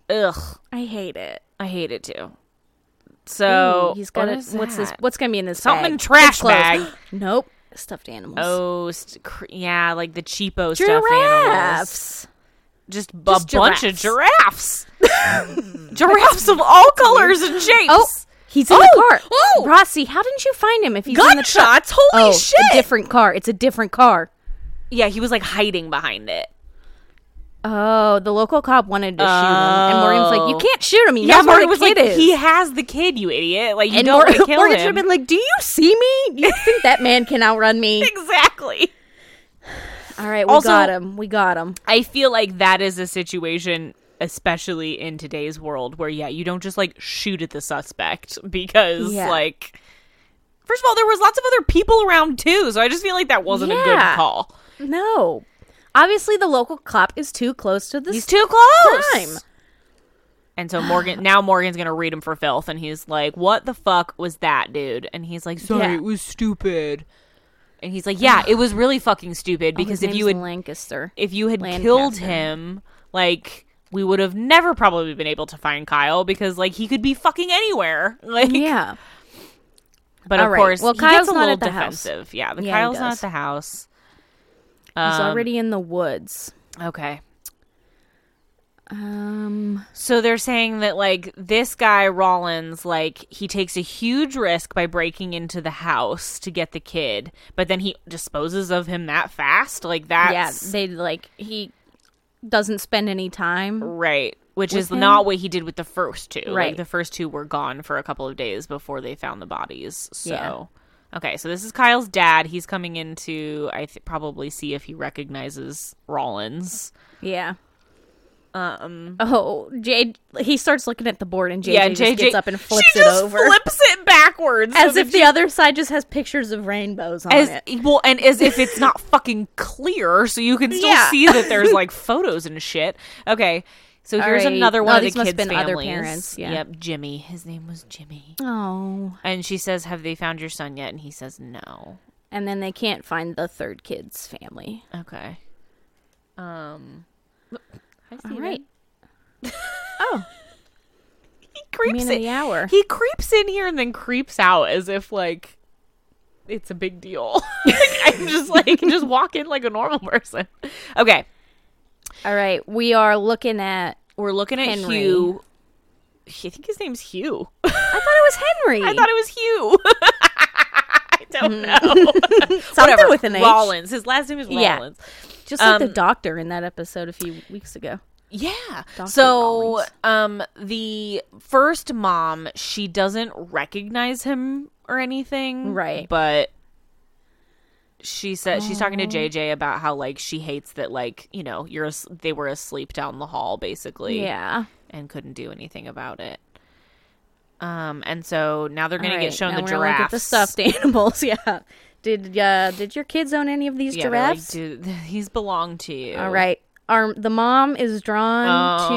Speaker 1: Ugh.
Speaker 2: I hate it.
Speaker 1: I hate it too. So
Speaker 2: Ooh, he's got
Speaker 1: what
Speaker 2: a,
Speaker 1: is
Speaker 2: what's this?
Speaker 1: that?
Speaker 2: What's gonna be in this?
Speaker 1: Something
Speaker 2: bag?
Speaker 1: in trash
Speaker 2: Kids' clothes.
Speaker 1: bag.
Speaker 2: nope. Stuffed animals.
Speaker 1: Oh, st- cr- yeah, like the cheapo stuff animals.
Speaker 2: Giraffes.
Speaker 1: Just a
Speaker 2: Just
Speaker 1: bunch of giraffes. giraffes of all colors and shapes.
Speaker 2: Oh, he's in
Speaker 1: Oh,
Speaker 2: the car.
Speaker 1: oh!
Speaker 2: Rossi, how didn't you find him? If he's in the truck.
Speaker 1: gunshots! Holy
Speaker 2: Oh,
Speaker 1: shit!
Speaker 2: a different car. It's a different car.
Speaker 1: yeah, he was like hiding behind it.
Speaker 2: Oh, the local cop wanted to shoot him, and Morgan's like, "You
Speaker 1: Oh.
Speaker 2: can't shoot him. He
Speaker 1: Yeah,
Speaker 2: knows where
Speaker 1: Morgan
Speaker 2: the
Speaker 1: was
Speaker 2: kid
Speaker 1: like,
Speaker 2: is."
Speaker 1: he has the kid, you idiot. Like, you
Speaker 2: and
Speaker 1: don't
Speaker 2: Mor-
Speaker 1: want to kill
Speaker 2: Morgan should have
Speaker 1: him.
Speaker 2: been like, "Do you see me? You think that man can outrun me?"
Speaker 1: exactly.
Speaker 2: All right, we
Speaker 1: Also-
Speaker 2: got him. We got him.
Speaker 1: I feel like that is a situation, especially in today's world, where, yeah, you don't just like shoot at the suspect because,
Speaker 2: Yeah.
Speaker 1: like, first of all, there was lots of other people around too, so I just feel like that wasn't a good
Speaker 2: Yeah.
Speaker 1: call.
Speaker 2: No, obviously the local cop is too close to this
Speaker 1: He's too close.
Speaker 2: crime.
Speaker 1: And so Morgan now Morgan's gonna read him for filth, and he's like, "What the fuck was that, dude?" And he's like, "Sorry,
Speaker 2: Yeah.
Speaker 1: it was stupid." And he's like, "Yeah, it was really fucking stupid because
Speaker 2: Oh,
Speaker 1: if
Speaker 2: His
Speaker 1: you
Speaker 2: name's
Speaker 1: had
Speaker 2: Lancaster,
Speaker 1: if you had killed
Speaker 2: Lancaster.
Speaker 1: him, like we would have never probably been able to find Kyle because like he could be fucking anywhere." Like,
Speaker 2: yeah,
Speaker 1: but
Speaker 2: All
Speaker 1: of
Speaker 2: right.
Speaker 1: course,
Speaker 2: Well,
Speaker 1: he
Speaker 2: Kyle's
Speaker 1: gets a
Speaker 2: not
Speaker 1: little
Speaker 2: at the house.
Speaker 1: defensive. Yeah, the
Speaker 2: Yeah, he
Speaker 1: Kyle's not
Speaker 2: does.
Speaker 1: at the house.
Speaker 2: he's
Speaker 1: Um,
Speaker 2: already in the woods.
Speaker 1: okay.
Speaker 2: Um,
Speaker 1: So they're saying that like this guy Rollins like he takes a huge risk by breaking into the house to get the kid, but then he disposes of him that fast. Like that's
Speaker 2: yeah, they like he doesn't spend any
Speaker 1: Oh.
Speaker 2: time.
Speaker 1: right, which is
Speaker 2: him?
Speaker 1: not what he did with the first two. Like,
Speaker 2: Right.
Speaker 1: the first two were gone for a couple of days before they found the bodies. So
Speaker 2: Yeah.
Speaker 1: Okay, so this is Kyle's dad. He's coming in to I th- probably see if he recognizes Rollins.
Speaker 2: Yeah.
Speaker 1: Um
Speaker 2: Oh, Jay, he starts looking at the board, and JJ,
Speaker 1: yeah,
Speaker 2: just
Speaker 1: JJ
Speaker 2: gets up and flips
Speaker 1: she
Speaker 2: it
Speaker 1: just
Speaker 2: over,
Speaker 1: Flips it backwards so
Speaker 2: as
Speaker 1: that
Speaker 2: if the other side just has pictures of rainbows on
Speaker 1: as
Speaker 2: it.
Speaker 1: well and as if it's not fucking clear so you can still
Speaker 2: Yeah.
Speaker 1: see that there's like photos and shit okay so
Speaker 2: All
Speaker 1: here's
Speaker 2: right.
Speaker 1: another one
Speaker 2: Oh,
Speaker 1: of the
Speaker 2: these must
Speaker 1: kids
Speaker 2: been other
Speaker 1: families.
Speaker 2: parents, yeah.
Speaker 1: yep jimmy his name was jimmy
Speaker 2: Oh,
Speaker 1: and she says have they found your son yet and he says no
Speaker 2: and then they can't find the third kid's family.
Speaker 1: okay um hi,
Speaker 2: All
Speaker 1: Steven.
Speaker 2: right. oh,
Speaker 1: he creeps
Speaker 2: man of
Speaker 1: in
Speaker 2: the hour.
Speaker 1: he creeps in here and then creeps out as if like it's a big deal Like, i'm just like just walk in like a normal person okay
Speaker 2: All right, we are looking at.
Speaker 1: We're looking at
Speaker 2: Henry.
Speaker 1: Hugh. I think his name's Hugh. I
Speaker 2: I thought it was Henry.
Speaker 1: thought it was Hugh. I don't know.
Speaker 2: Mm-hmm. something
Speaker 1: Whatever.
Speaker 2: with an H.
Speaker 1: Rollins. His last name is
Speaker 2: Yeah.
Speaker 1: Rollins.
Speaker 2: Just like the
Speaker 1: Um,
Speaker 2: doctor in that episode a few weeks ago.
Speaker 1: Yeah.
Speaker 2: Dr.
Speaker 1: So,
Speaker 2: Rollins.
Speaker 1: um, the first mom, she doesn't recognize him or anything,
Speaker 2: Right.
Speaker 1: But she said she's talking to JJ about how like she hates that like you know you're as- they were asleep down the hall basically,
Speaker 2: Yeah.
Speaker 1: and couldn't do anything about it. Um, and so now they're gonna
Speaker 2: All
Speaker 1: get
Speaker 2: right,
Speaker 1: shown
Speaker 2: now
Speaker 1: the
Speaker 2: we're gonna look
Speaker 1: giraffes.
Speaker 2: at the stuffed animals. Yeah. Did uh, did your kids own any of these
Speaker 1: Yeah, they're
Speaker 2: giraffes?
Speaker 1: Like, Dude, these belong to you.
Speaker 2: All right. Our, the mom is drawn
Speaker 1: Oh.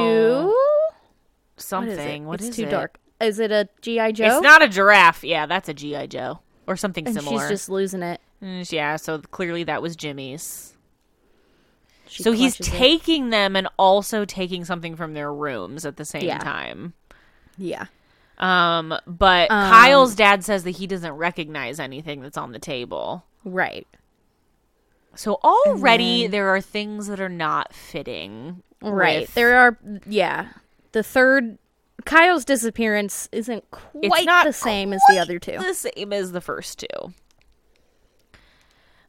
Speaker 2: to. What is
Speaker 1: something.
Speaker 2: it?
Speaker 1: What
Speaker 2: it's
Speaker 1: is
Speaker 2: too
Speaker 1: it?
Speaker 2: dark. Is it a GI Joe?
Speaker 1: It's not a giraffe. Yeah, that's a GI Joe or something
Speaker 2: and
Speaker 1: similar.
Speaker 2: she's just losing it.
Speaker 1: Mm, yeah, so clearly that was Jimmy's.
Speaker 2: She
Speaker 1: so he's
Speaker 2: clutches it.
Speaker 1: taking them and also taking something from their rooms at the same
Speaker 2: Yeah.
Speaker 1: time.
Speaker 2: Yeah.
Speaker 1: Um, but
Speaker 2: Um,
Speaker 1: Kyle's dad says that he doesn't recognize anything that's on the table.
Speaker 2: Right.
Speaker 1: So already there are things that are not fitting.
Speaker 2: Right.
Speaker 1: with-
Speaker 2: There are. Yeah. The third. Kyle's disappearance isn't quite
Speaker 1: not
Speaker 2: the same as the other two.
Speaker 1: the same as the first two.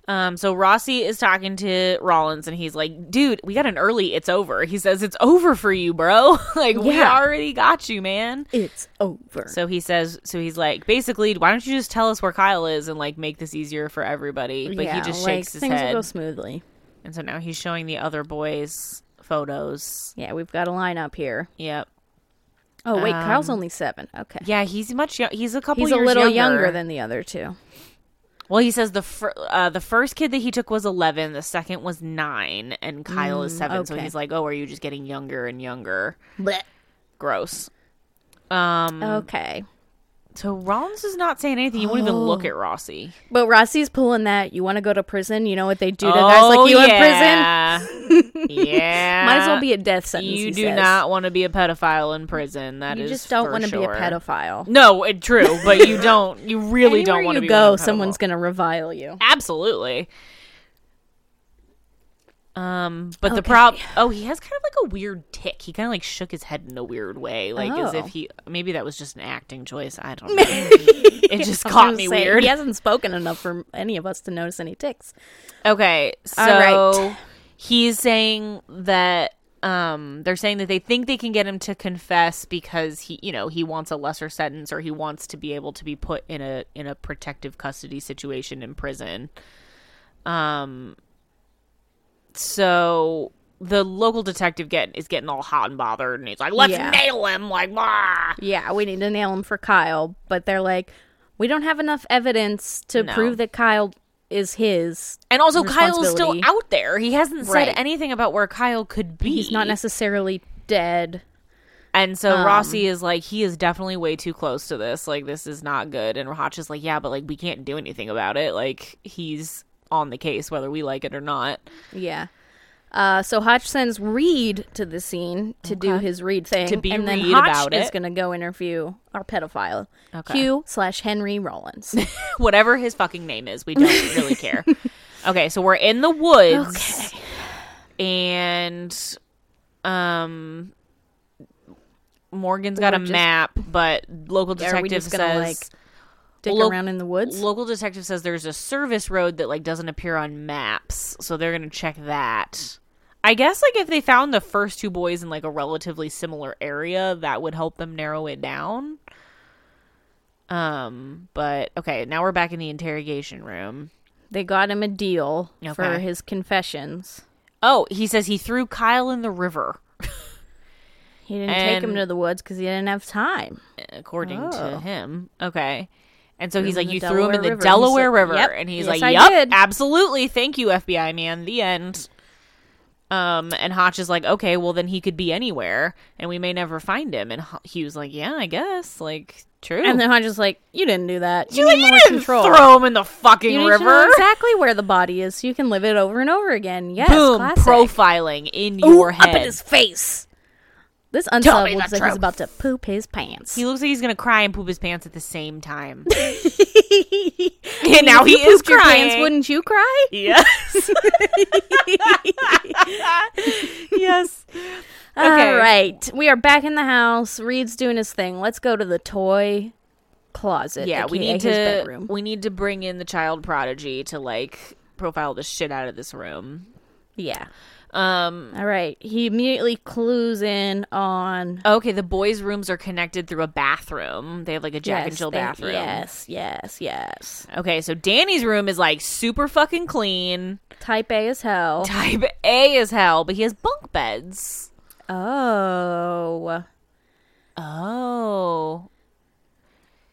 Speaker 1: Um, so Rossi is talking to Rollins and he's like, dude, we got an early it's over. He says, it's over for you, bro. like, we
Speaker 2: Yeah.
Speaker 1: already got you, man.
Speaker 2: It's over.
Speaker 1: So he says, so he's like, basically, why don't you just tell us where Kyle is and like make this easier for everybody? But he
Speaker 2: Yeah,
Speaker 1: just
Speaker 2: like,
Speaker 1: shakes his
Speaker 2: things
Speaker 1: head.
Speaker 2: will go smoothly.
Speaker 1: and so now he's showing the other boys photos.
Speaker 2: Yeah, we've got a lineup here.
Speaker 1: Yep.
Speaker 2: Oh wait, Kyle's only seven. Okay,
Speaker 1: Um, Yeah, he's much. Young- he's a couple.
Speaker 2: he's a
Speaker 1: years
Speaker 2: little younger.
Speaker 1: younger
Speaker 2: than the other two.
Speaker 1: Well, he says the fir- uh, the first kid that he took was eleven, the second was nine, and Kyle is seven. So
Speaker 2: Mm, okay.
Speaker 1: he's like, "Oh, are you just getting younger and younger?"
Speaker 2: Blech.
Speaker 1: Gross. Um.
Speaker 2: Oh. Okay,
Speaker 1: so Rollins is not saying anything. He won't even look
Speaker 2: Oh.
Speaker 1: at Rossi.
Speaker 2: but Rossi's pulling that. You want to go to prison? You know what they do to guys
Speaker 1: Oh,
Speaker 2: like you in
Speaker 1: in prison. Oh, yeah.
Speaker 2: prison? Might as well be a death sentence.
Speaker 1: You
Speaker 2: he
Speaker 1: do
Speaker 2: says.
Speaker 1: not want to be a pedophile in prison. That is
Speaker 2: You just don't
Speaker 1: want to
Speaker 2: be a pedophile.
Speaker 1: No, it, true, but you don't. You really don't
Speaker 2: Anywhere
Speaker 1: want to
Speaker 2: you
Speaker 1: be one
Speaker 2: go,
Speaker 1: of pedophile.
Speaker 2: someone's gonna revile you.
Speaker 1: Absolutely. Um, but the prop. Oh, he has kind of like a weird tick. He kind of like shook his head in a weird way, like as if
Speaker 2: Oh.
Speaker 1: he maybe that was just an acting choice. I don't know. it just caught me
Speaker 2: Say,
Speaker 1: weird.
Speaker 2: He hasn't spoken enough for any of us to notice any ticks.
Speaker 1: Okay, so
Speaker 2: All
Speaker 1: he's saying that um they're saying that they think they can get him to confess because he you know he wants a lesser sentence or he wants to be able to be put in a in a protective custody situation in prison. Um so the local detective get is getting all hot and bothered and he's like let's
Speaker 2: Yeah.
Speaker 1: nail him like blah.
Speaker 2: Yeah, we need to nail him for Kyle, but they're like, we don't have enough evidence to
Speaker 1: No.
Speaker 2: prove that Kyle is his.
Speaker 1: And also Kyle's still
Speaker 2: Responsibility.
Speaker 1: out there. He hasn't said
Speaker 2: Right.
Speaker 1: anything about where Kyle could be.
Speaker 2: He's not necessarily dead.
Speaker 1: And so Rossi
Speaker 2: Um,
Speaker 1: is like, he is definitely way too close to this. Like, this is not good. And Rahach is like, yeah, but like, we can't do anything about it. Like, he's on the case, whether we like it or not.
Speaker 2: Yeah. Uh, so Hotch sends Reed to the scene to do his Reed thing,
Speaker 1: To be
Speaker 2: and then
Speaker 1: Reed
Speaker 2: Hotch
Speaker 1: about
Speaker 2: is
Speaker 1: it.
Speaker 2: going to go interview our pedophile,
Speaker 1: Okay.
Speaker 2: Hugh slash Henry Rollins.
Speaker 1: Whatever his fucking name is, we don't really care. Okay, so we're in the woods.
Speaker 2: Okay.
Speaker 1: And, um,. Morgan's got a
Speaker 2: We're just-
Speaker 1: map, but local
Speaker 2: Are we
Speaker 1: detective
Speaker 2: just gonna,
Speaker 1: says
Speaker 2: like, Dig
Speaker 1: Look-
Speaker 2: around in the woods.
Speaker 1: local detective says there's a service road that like doesn't appear on maps so they're gonna check that i guess like if they found the first two boys in like a relatively similar area that would help them narrow it down um but okay now we're back in the interrogation room
Speaker 2: they got him a deal for
Speaker 1: Okay.
Speaker 2: his confessions.
Speaker 1: oh he says he threw kyle in the river
Speaker 2: He didn't take him
Speaker 1: And-
Speaker 2: to the woods because he didn't have time.
Speaker 1: according
Speaker 2: Oh.
Speaker 1: to him okay and so he's
Speaker 2: him
Speaker 1: like,
Speaker 2: in
Speaker 1: you
Speaker 2: the
Speaker 1: threw him in
Speaker 2: Delaware
Speaker 1: the
Speaker 2: River." He's
Speaker 1: Delaware
Speaker 2: like,
Speaker 1: River,
Speaker 2: "Yep.
Speaker 1: and he's
Speaker 2: Yes,
Speaker 1: like,
Speaker 2: I
Speaker 1: "Yep,
Speaker 2: did."
Speaker 1: absolutely, thank you, FBI man." The end. Um, and Hotch is like, "Okay, well then he could be anywhere, and we may never find him." And Ho- Hugh's like, "Yeah, I guess, like, true."
Speaker 2: And then Hotch is like, "You didn't do that.
Speaker 1: She's like,
Speaker 2: need
Speaker 1: "You
Speaker 2: more
Speaker 1: didn't throw him in the fucking
Speaker 2: you need to know
Speaker 1: river."
Speaker 2: exactly where the body is, so you can live it over and over again." Yes,
Speaker 1: Boom,
Speaker 2: classic.
Speaker 1: profiling in your
Speaker 2: Ooh,
Speaker 1: head.
Speaker 2: Up in his face. This
Speaker 1: Tell
Speaker 2: unsub
Speaker 1: me the
Speaker 2: looks like
Speaker 1: truth.
Speaker 2: he's about to poop his pants.
Speaker 1: he looks like he's gonna cry and poop his pants at the same time. and now he is
Speaker 2: Pooped your
Speaker 1: crying.
Speaker 2: pants, wouldn't you cry?
Speaker 1: Yes. yes.
Speaker 2: All right. We are back in the house. Reed's doing his thing. Let's go to the toy closet.
Speaker 1: Yeah, we
Speaker 2: aka
Speaker 1: need
Speaker 2: his
Speaker 1: to
Speaker 2: bedroom.
Speaker 1: we need to bring in the child prodigy to like profile the shit out of this room.
Speaker 2: Yeah.
Speaker 1: Um
Speaker 2: All right. He immediately clues in on
Speaker 1: okay, the boys' rooms are connected through a bathroom. They have like a Jack and
Speaker 2: Yes,
Speaker 1: Jill
Speaker 2: they-
Speaker 1: bathroom.
Speaker 2: Yes, yes, yes.
Speaker 1: Okay, so Danny's room is like super fucking clean.
Speaker 2: Type A as hell.
Speaker 1: Type A as hell, but he has bunk beds.
Speaker 2: Oh.
Speaker 1: Oh.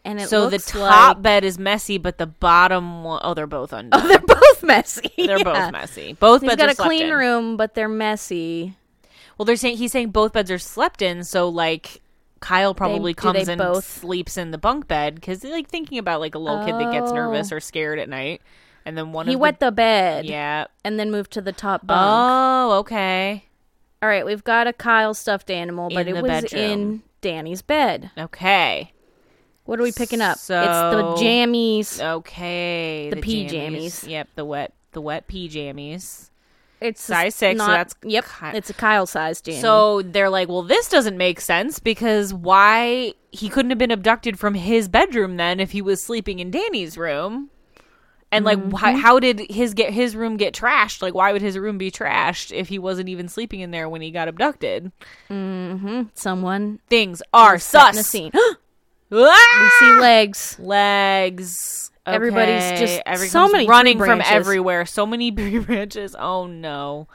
Speaker 2: And it
Speaker 1: So the
Speaker 2: looks
Speaker 1: top
Speaker 2: like-
Speaker 1: bed is messy, but the bottom one oh, they're both undone.
Speaker 2: they're both messy.
Speaker 1: They're
Speaker 2: Yeah.
Speaker 1: both messy. Both
Speaker 2: He's
Speaker 1: beds
Speaker 2: got
Speaker 1: are
Speaker 2: a
Speaker 1: slept
Speaker 2: clean
Speaker 1: in.
Speaker 2: room, but they're messy.
Speaker 1: Well, they're saying he's saying both beds are slept in, so like Kyle probably
Speaker 2: do
Speaker 1: comes
Speaker 2: they
Speaker 1: and
Speaker 2: both-
Speaker 1: sleeps in the bunk bed because like thinking about like a little kid that gets nervous
Speaker 2: Oh.
Speaker 1: or scared at night, and then one
Speaker 2: He
Speaker 1: of
Speaker 2: wet the
Speaker 1: the
Speaker 2: bed
Speaker 1: yeah.
Speaker 2: and then moved to the top bunk.
Speaker 1: Oh, okay,
Speaker 2: All right, we've got a Kyle stuffed animal, but
Speaker 1: In the
Speaker 2: it was in
Speaker 1: bedroom.
Speaker 2: Danny's bed.
Speaker 1: okay,
Speaker 2: What are we picking up?
Speaker 1: So- uh,
Speaker 2: It's the jammies.
Speaker 1: okay.
Speaker 2: The pee jammies.
Speaker 1: Yep, the wet the wet pee jammies.
Speaker 2: It's a
Speaker 1: size six, so
Speaker 2: not-
Speaker 1: that's
Speaker 2: yep.
Speaker 1: Ky-
Speaker 2: It's a Kyle size jammy.
Speaker 1: So they're like, well, this doesn't make sense because why he couldn't have been abducted from his bedroom then if he was sleeping in Danny's room. And like, why,
Speaker 2: Mm-hmm.
Speaker 1: how did his get his room get trashed? Like, why would his room be trashed if he wasn't even sleeping in there when he got abducted?
Speaker 2: Someone
Speaker 1: Things are
Speaker 2: setting a
Speaker 1: sus.
Speaker 2: scene.
Speaker 1: Ah!
Speaker 2: we see legs.
Speaker 1: legs.
Speaker 2: Everybody's
Speaker 1: Okay,
Speaker 2: just- so
Speaker 1: everything's
Speaker 2: many tree
Speaker 1: running from
Speaker 2: branches.
Speaker 1: everywhere. So many tree branches. Oh no!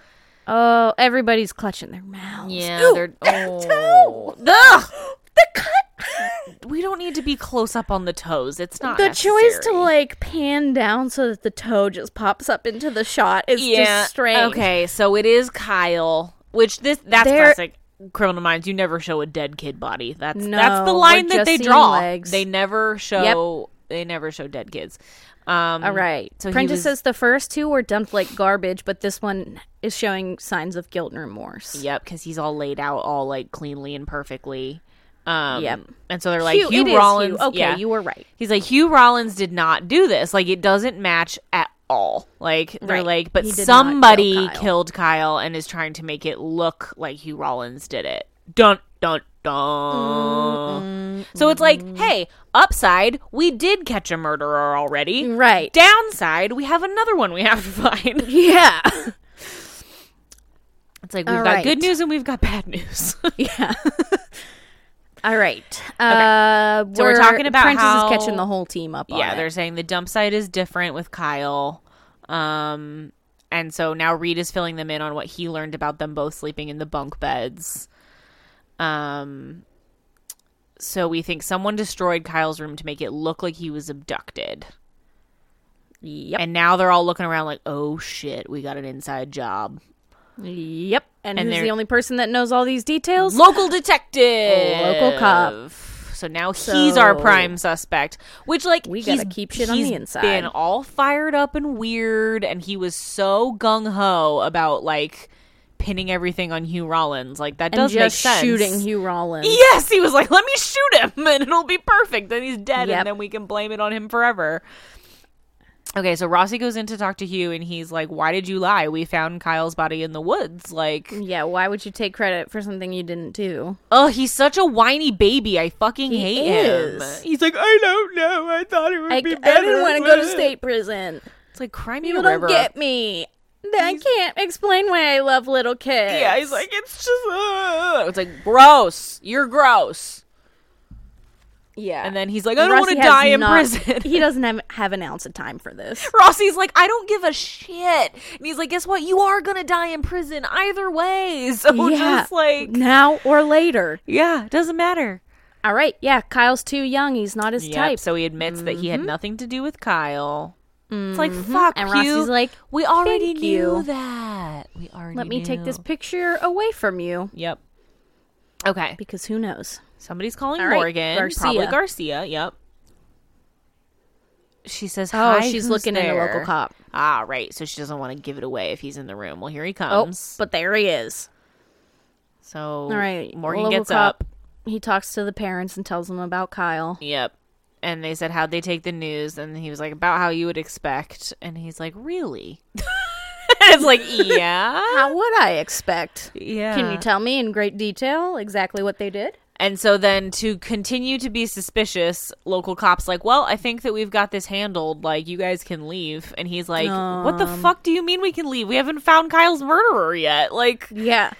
Speaker 2: Oh, everybody's clutching their mouths.
Speaker 1: they're oh. Ugh!
Speaker 2: the cut.
Speaker 1: We don't need to be close up on the toes. It's not
Speaker 2: The choice to
Speaker 1: necessary.
Speaker 2: like pan down so that the toe just pops up into the shot is just strange.
Speaker 1: Okay, so it is Kyle, which this that's
Speaker 2: They're-
Speaker 1: classic Criminal Minds. You never show a dead kid body. That's that's the
Speaker 2: No,
Speaker 1: line
Speaker 2: we're
Speaker 1: that
Speaker 2: just
Speaker 1: they
Speaker 2: seeing
Speaker 1: draw.
Speaker 2: legs.
Speaker 1: They never show they never show dead kids. Um,
Speaker 2: All right.
Speaker 1: So he
Speaker 2: Mm. Prentice
Speaker 1: was-
Speaker 2: says the first two were dumped like garbage, but this one is showing signs of guilt and remorse.
Speaker 1: Yep, because he's all laid out all like cleanly and perfectly. Um,
Speaker 2: Yep.
Speaker 1: And so they're like
Speaker 2: Hugh-
Speaker 1: Hugh
Speaker 2: it is
Speaker 1: Rollins.
Speaker 2: Okay,
Speaker 1: yeah.
Speaker 2: you were right.
Speaker 1: He's like Hugh Rollins did not do this. Like it doesn't match at all. Like they're
Speaker 2: Right.
Speaker 1: like, but
Speaker 2: He did not
Speaker 1: somebody
Speaker 2: kill Kyle.
Speaker 1: killed Kyle and is trying to make it look like Hugh Rollins did it. Dun dun dun. So it's like, hey, upside, we did catch a murderer already.
Speaker 2: Right.
Speaker 1: Downside, we have another one we have to find.
Speaker 2: yeah.
Speaker 1: It's like we've
Speaker 2: All
Speaker 1: got
Speaker 2: right.
Speaker 1: good news and we've got bad news.
Speaker 2: yeah. All right. Uh,
Speaker 1: So we're talking about
Speaker 2: Prentice
Speaker 1: how-
Speaker 2: is catching the whole team up. on
Speaker 1: yeah
Speaker 2: it.
Speaker 1: they're saying the dump site is different with kyle um and so now reed is filling them in on what he learned about them both sleeping in the bunk beds um so we think someone destroyed kyle's room to make it look like he was abducted
Speaker 2: Yep.
Speaker 1: and now they're all looking around like oh shit we got an inside job
Speaker 2: Yep. And,
Speaker 1: And
Speaker 2: who's
Speaker 1: they're-
Speaker 2: the only person that knows all these details?
Speaker 1: local detective
Speaker 2: Oh, Local cop.
Speaker 1: so now he's our
Speaker 2: So-
Speaker 1: prime suspect which like
Speaker 2: We
Speaker 1: he's-
Speaker 2: gotta keep shit on the
Speaker 1: he's
Speaker 2: inside.
Speaker 1: been all fired up and weird and he was so gung-ho about like pinning everything on hugh rollins like that
Speaker 2: and
Speaker 1: does
Speaker 2: just
Speaker 1: make sense
Speaker 2: shooting Hugh Rollins.
Speaker 1: yes he was like let me shoot him and it'll be perfect then he's dead
Speaker 2: Yep.
Speaker 1: and then we can blame it on him forever okay so rossi goes in to talk to hugh and he's like why did you lie we found kyle's body in the woods like
Speaker 2: Yeah, why would you take credit for something you didn't do?
Speaker 1: Oh, he's such a whiny baby. I fucking hate
Speaker 2: is.
Speaker 1: him. He's like, I don't know. I thought it would
Speaker 2: I,
Speaker 1: be
Speaker 2: I
Speaker 1: better.
Speaker 2: didn't want to go to state prison.
Speaker 1: It's like, cry me
Speaker 2: You
Speaker 1: a
Speaker 2: don't
Speaker 1: river.
Speaker 2: get me. I can't explain why I love little kids.
Speaker 1: yeah, he's like, it's just. Uh. It's like, gross. You're gross.
Speaker 2: yeah.
Speaker 1: And then he's like, I don't want
Speaker 2: Rossi
Speaker 1: to
Speaker 2: has
Speaker 1: die in
Speaker 2: not-
Speaker 1: prison.
Speaker 2: he doesn't have, have an ounce of time for this.
Speaker 1: Rossi's like, I don't give a shit. And he's like, guess what? You are going to die in prison either way. So just like,
Speaker 2: now or later.
Speaker 1: yeah, it doesn't matter.
Speaker 2: All right, yeah. Kyle's too young. He's not his
Speaker 1: Yep,
Speaker 2: type.
Speaker 1: So he admits that he had nothing to do with Kyle. It's like fuck.
Speaker 2: Mm-hmm. And
Speaker 1: Hugh.
Speaker 2: Rossi's like,
Speaker 1: we already
Speaker 2: "Thank
Speaker 1: knew
Speaker 2: you.
Speaker 1: that. We already.
Speaker 2: Let me take this
Speaker 1: knew."
Speaker 2: picture away from you
Speaker 1: Yep. Okay.
Speaker 2: because who knows?
Speaker 1: Somebody's calling
Speaker 2: All right,
Speaker 1: Morgan. Probably
Speaker 2: Garcia.
Speaker 1: Garcia. Yep. She says
Speaker 2: Oh,
Speaker 1: hi.
Speaker 2: she's
Speaker 1: who's
Speaker 2: looking at a
Speaker 1: there?"
Speaker 2: local cop.
Speaker 1: Ah, right. So she doesn't want to give it away if he's in the room. Well, here he
Speaker 2: Oh,
Speaker 1: comes.
Speaker 2: but there he is.
Speaker 1: so
Speaker 2: All right,
Speaker 1: Oh, Morgan
Speaker 2: local
Speaker 1: gets
Speaker 2: cop.
Speaker 1: up.
Speaker 2: He talks to the parents and tells them about Kyle.
Speaker 1: Yep. And they said how'd they take the news, and he was like about how you would expect, and he's like really. it's like yeah,
Speaker 2: How would I expect?
Speaker 1: yeah.
Speaker 2: Can you tell me in great detail exactly what they did?
Speaker 1: And so then to continue to be suspicious, local cops like, "Well, I think that we've got this handled. Like, you guys can leave." And he's like, "What
Speaker 2: Um,
Speaker 1: the fuck do you mean we can leave? We haven't found Kyle's murderer yet." Like,
Speaker 2: Yeah.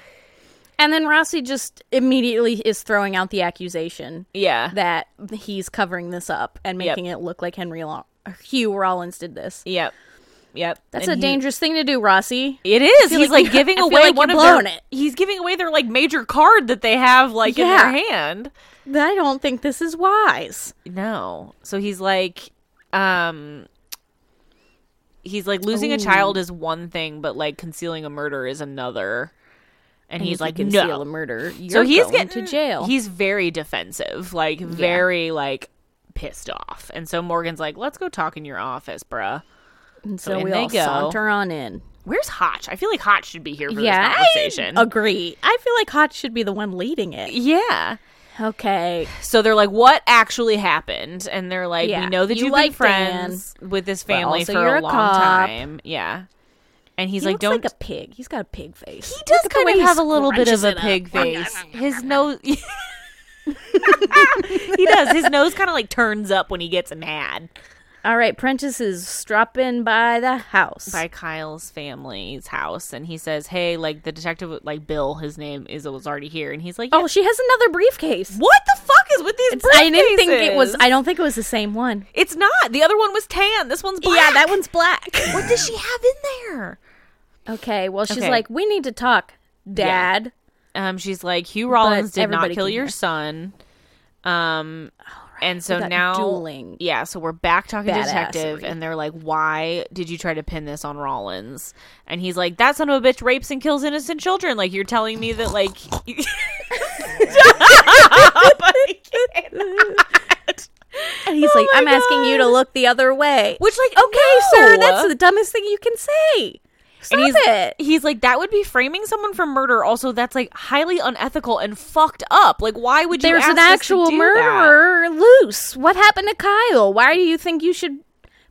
Speaker 2: And then Rossi just immediately is throwing out the accusation
Speaker 1: yeah.
Speaker 2: that he's covering this up and
Speaker 1: Yep.
Speaker 2: making it look like Henry Law- Hugh Rollins did this.
Speaker 1: yep. Yep.
Speaker 2: That's
Speaker 1: And
Speaker 2: a
Speaker 1: he-
Speaker 2: dangerous thing to do, Rossi.
Speaker 1: It is.
Speaker 2: feel
Speaker 1: He's
Speaker 2: like
Speaker 1: like,
Speaker 2: you-
Speaker 1: giving
Speaker 2: I feel
Speaker 1: away
Speaker 2: like
Speaker 1: one
Speaker 2: you're
Speaker 1: of their.
Speaker 2: blowing it.
Speaker 1: He's giving away their like major card that they have like
Speaker 2: Yeah.
Speaker 1: in their hand.
Speaker 2: I don't think this is wise.
Speaker 1: No. So he's like, um, he's like losing a child is one thing, but like concealing a murder is another. And, he's like,
Speaker 2: you
Speaker 1: no.
Speaker 2: conceal a murder. You're
Speaker 1: so he's
Speaker 2: going
Speaker 1: getting
Speaker 2: to jail.
Speaker 1: He's very defensive, like very like pissed off. And so Morgan's like, let's go talk in your office, bruh.
Speaker 2: and so
Speaker 1: in
Speaker 2: we
Speaker 1: they
Speaker 2: all
Speaker 1: go.
Speaker 2: saunter on in.
Speaker 1: Where's Hotch? I feel like Hotch should be here for
Speaker 2: Yeah,
Speaker 1: this conversation.
Speaker 2: I agree. I feel like Hotch should be the one leading it.
Speaker 1: yeah.
Speaker 2: Okay,
Speaker 1: So they're like, "What actually happened?" And they're like,
Speaker 2: Yeah.
Speaker 1: "We know that
Speaker 2: You
Speaker 1: you've
Speaker 2: like
Speaker 1: been friends with this family
Speaker 2: also
Speaker 1: for
Speaker 2: you're
Speaker 1: a
Speaker 2: a
Speaker 1: long
Speaker 2: cop."
Speaker 1: time." Yeah. And he's
Speaker 2: he
Speaker 1: like,
Speaker 2: looks
Speaker 1: "Don't."
Speaker 2: like a pig. He's got a pig face.
Speaker 1: he does kind of have a little bit of a pig face. His nose. he does. His nose kind of like turns up when he gets mad.
Speaker 2: All right, Prentice is stropping by the house.
Speaker 1: by Kyle's family's house and he says, "Hey, like the detective like Bill, his name is was already here." And he's like,
Speaker 2: Oh, she has another briefcase.
Speaker 1: "What the fuck is with these
Speaker 2: I didn't think it was.
Speaker 1: briefcases?"
Speaker 2: I don't think it was the same one.
Speaker 1: It's not. The other one was tan. This one's black.
Speaker 2: Yeah, that one's black.
Speaker 1: What does she have in there?
Speaker 2: okay, well, she's
Speaker 1: Okay.
Speaker 2: like, we need to talk, Dad.
Speaker 1: Um, she's like, Hugh Rollins did not
Speaker 2: everybody
Speaker 1: kill
Speaker 2: can
Speaker 1: your
Speaker 2: hear.
Speaker 1: son. Um, and so
Speaker 2: we got
Speaker 1: now,
Speaker 2: dueling
Speaker 1: yeah. So we're back talking to detective,
Speaker 2: badassery.
Speaker 1: and they're like, "Why did you try to pin this on Rollins?" And he's like, "That son of a bitch rapes and kills innocent children. Like you're telling me that like." Stop! I can't.
Speaker 2: And he's like,
Speaker 1: Oh my
Speaker 2: I'm asking you to look the other way.
Speaker 1: Which, like,
Speaker 2: okay, sir,
Speaker 1: no.
Speaker 2: that's the dumbest thing you can say. Stop
Speaker 1: he's,
Speaker 2: it.
Speaker 1: He's like, that would be framing someone for murder. Also, that's like highly unethical and fucked up. Like, why would you?
Speaker 2: There's
Speaker 1: ask
Speaker 2: an
Speaker 1: us to
Speaker 2: actual
Speaker 1: do that?
Speaker 2: murderer loose. What happened to Kyle? Why do you think you should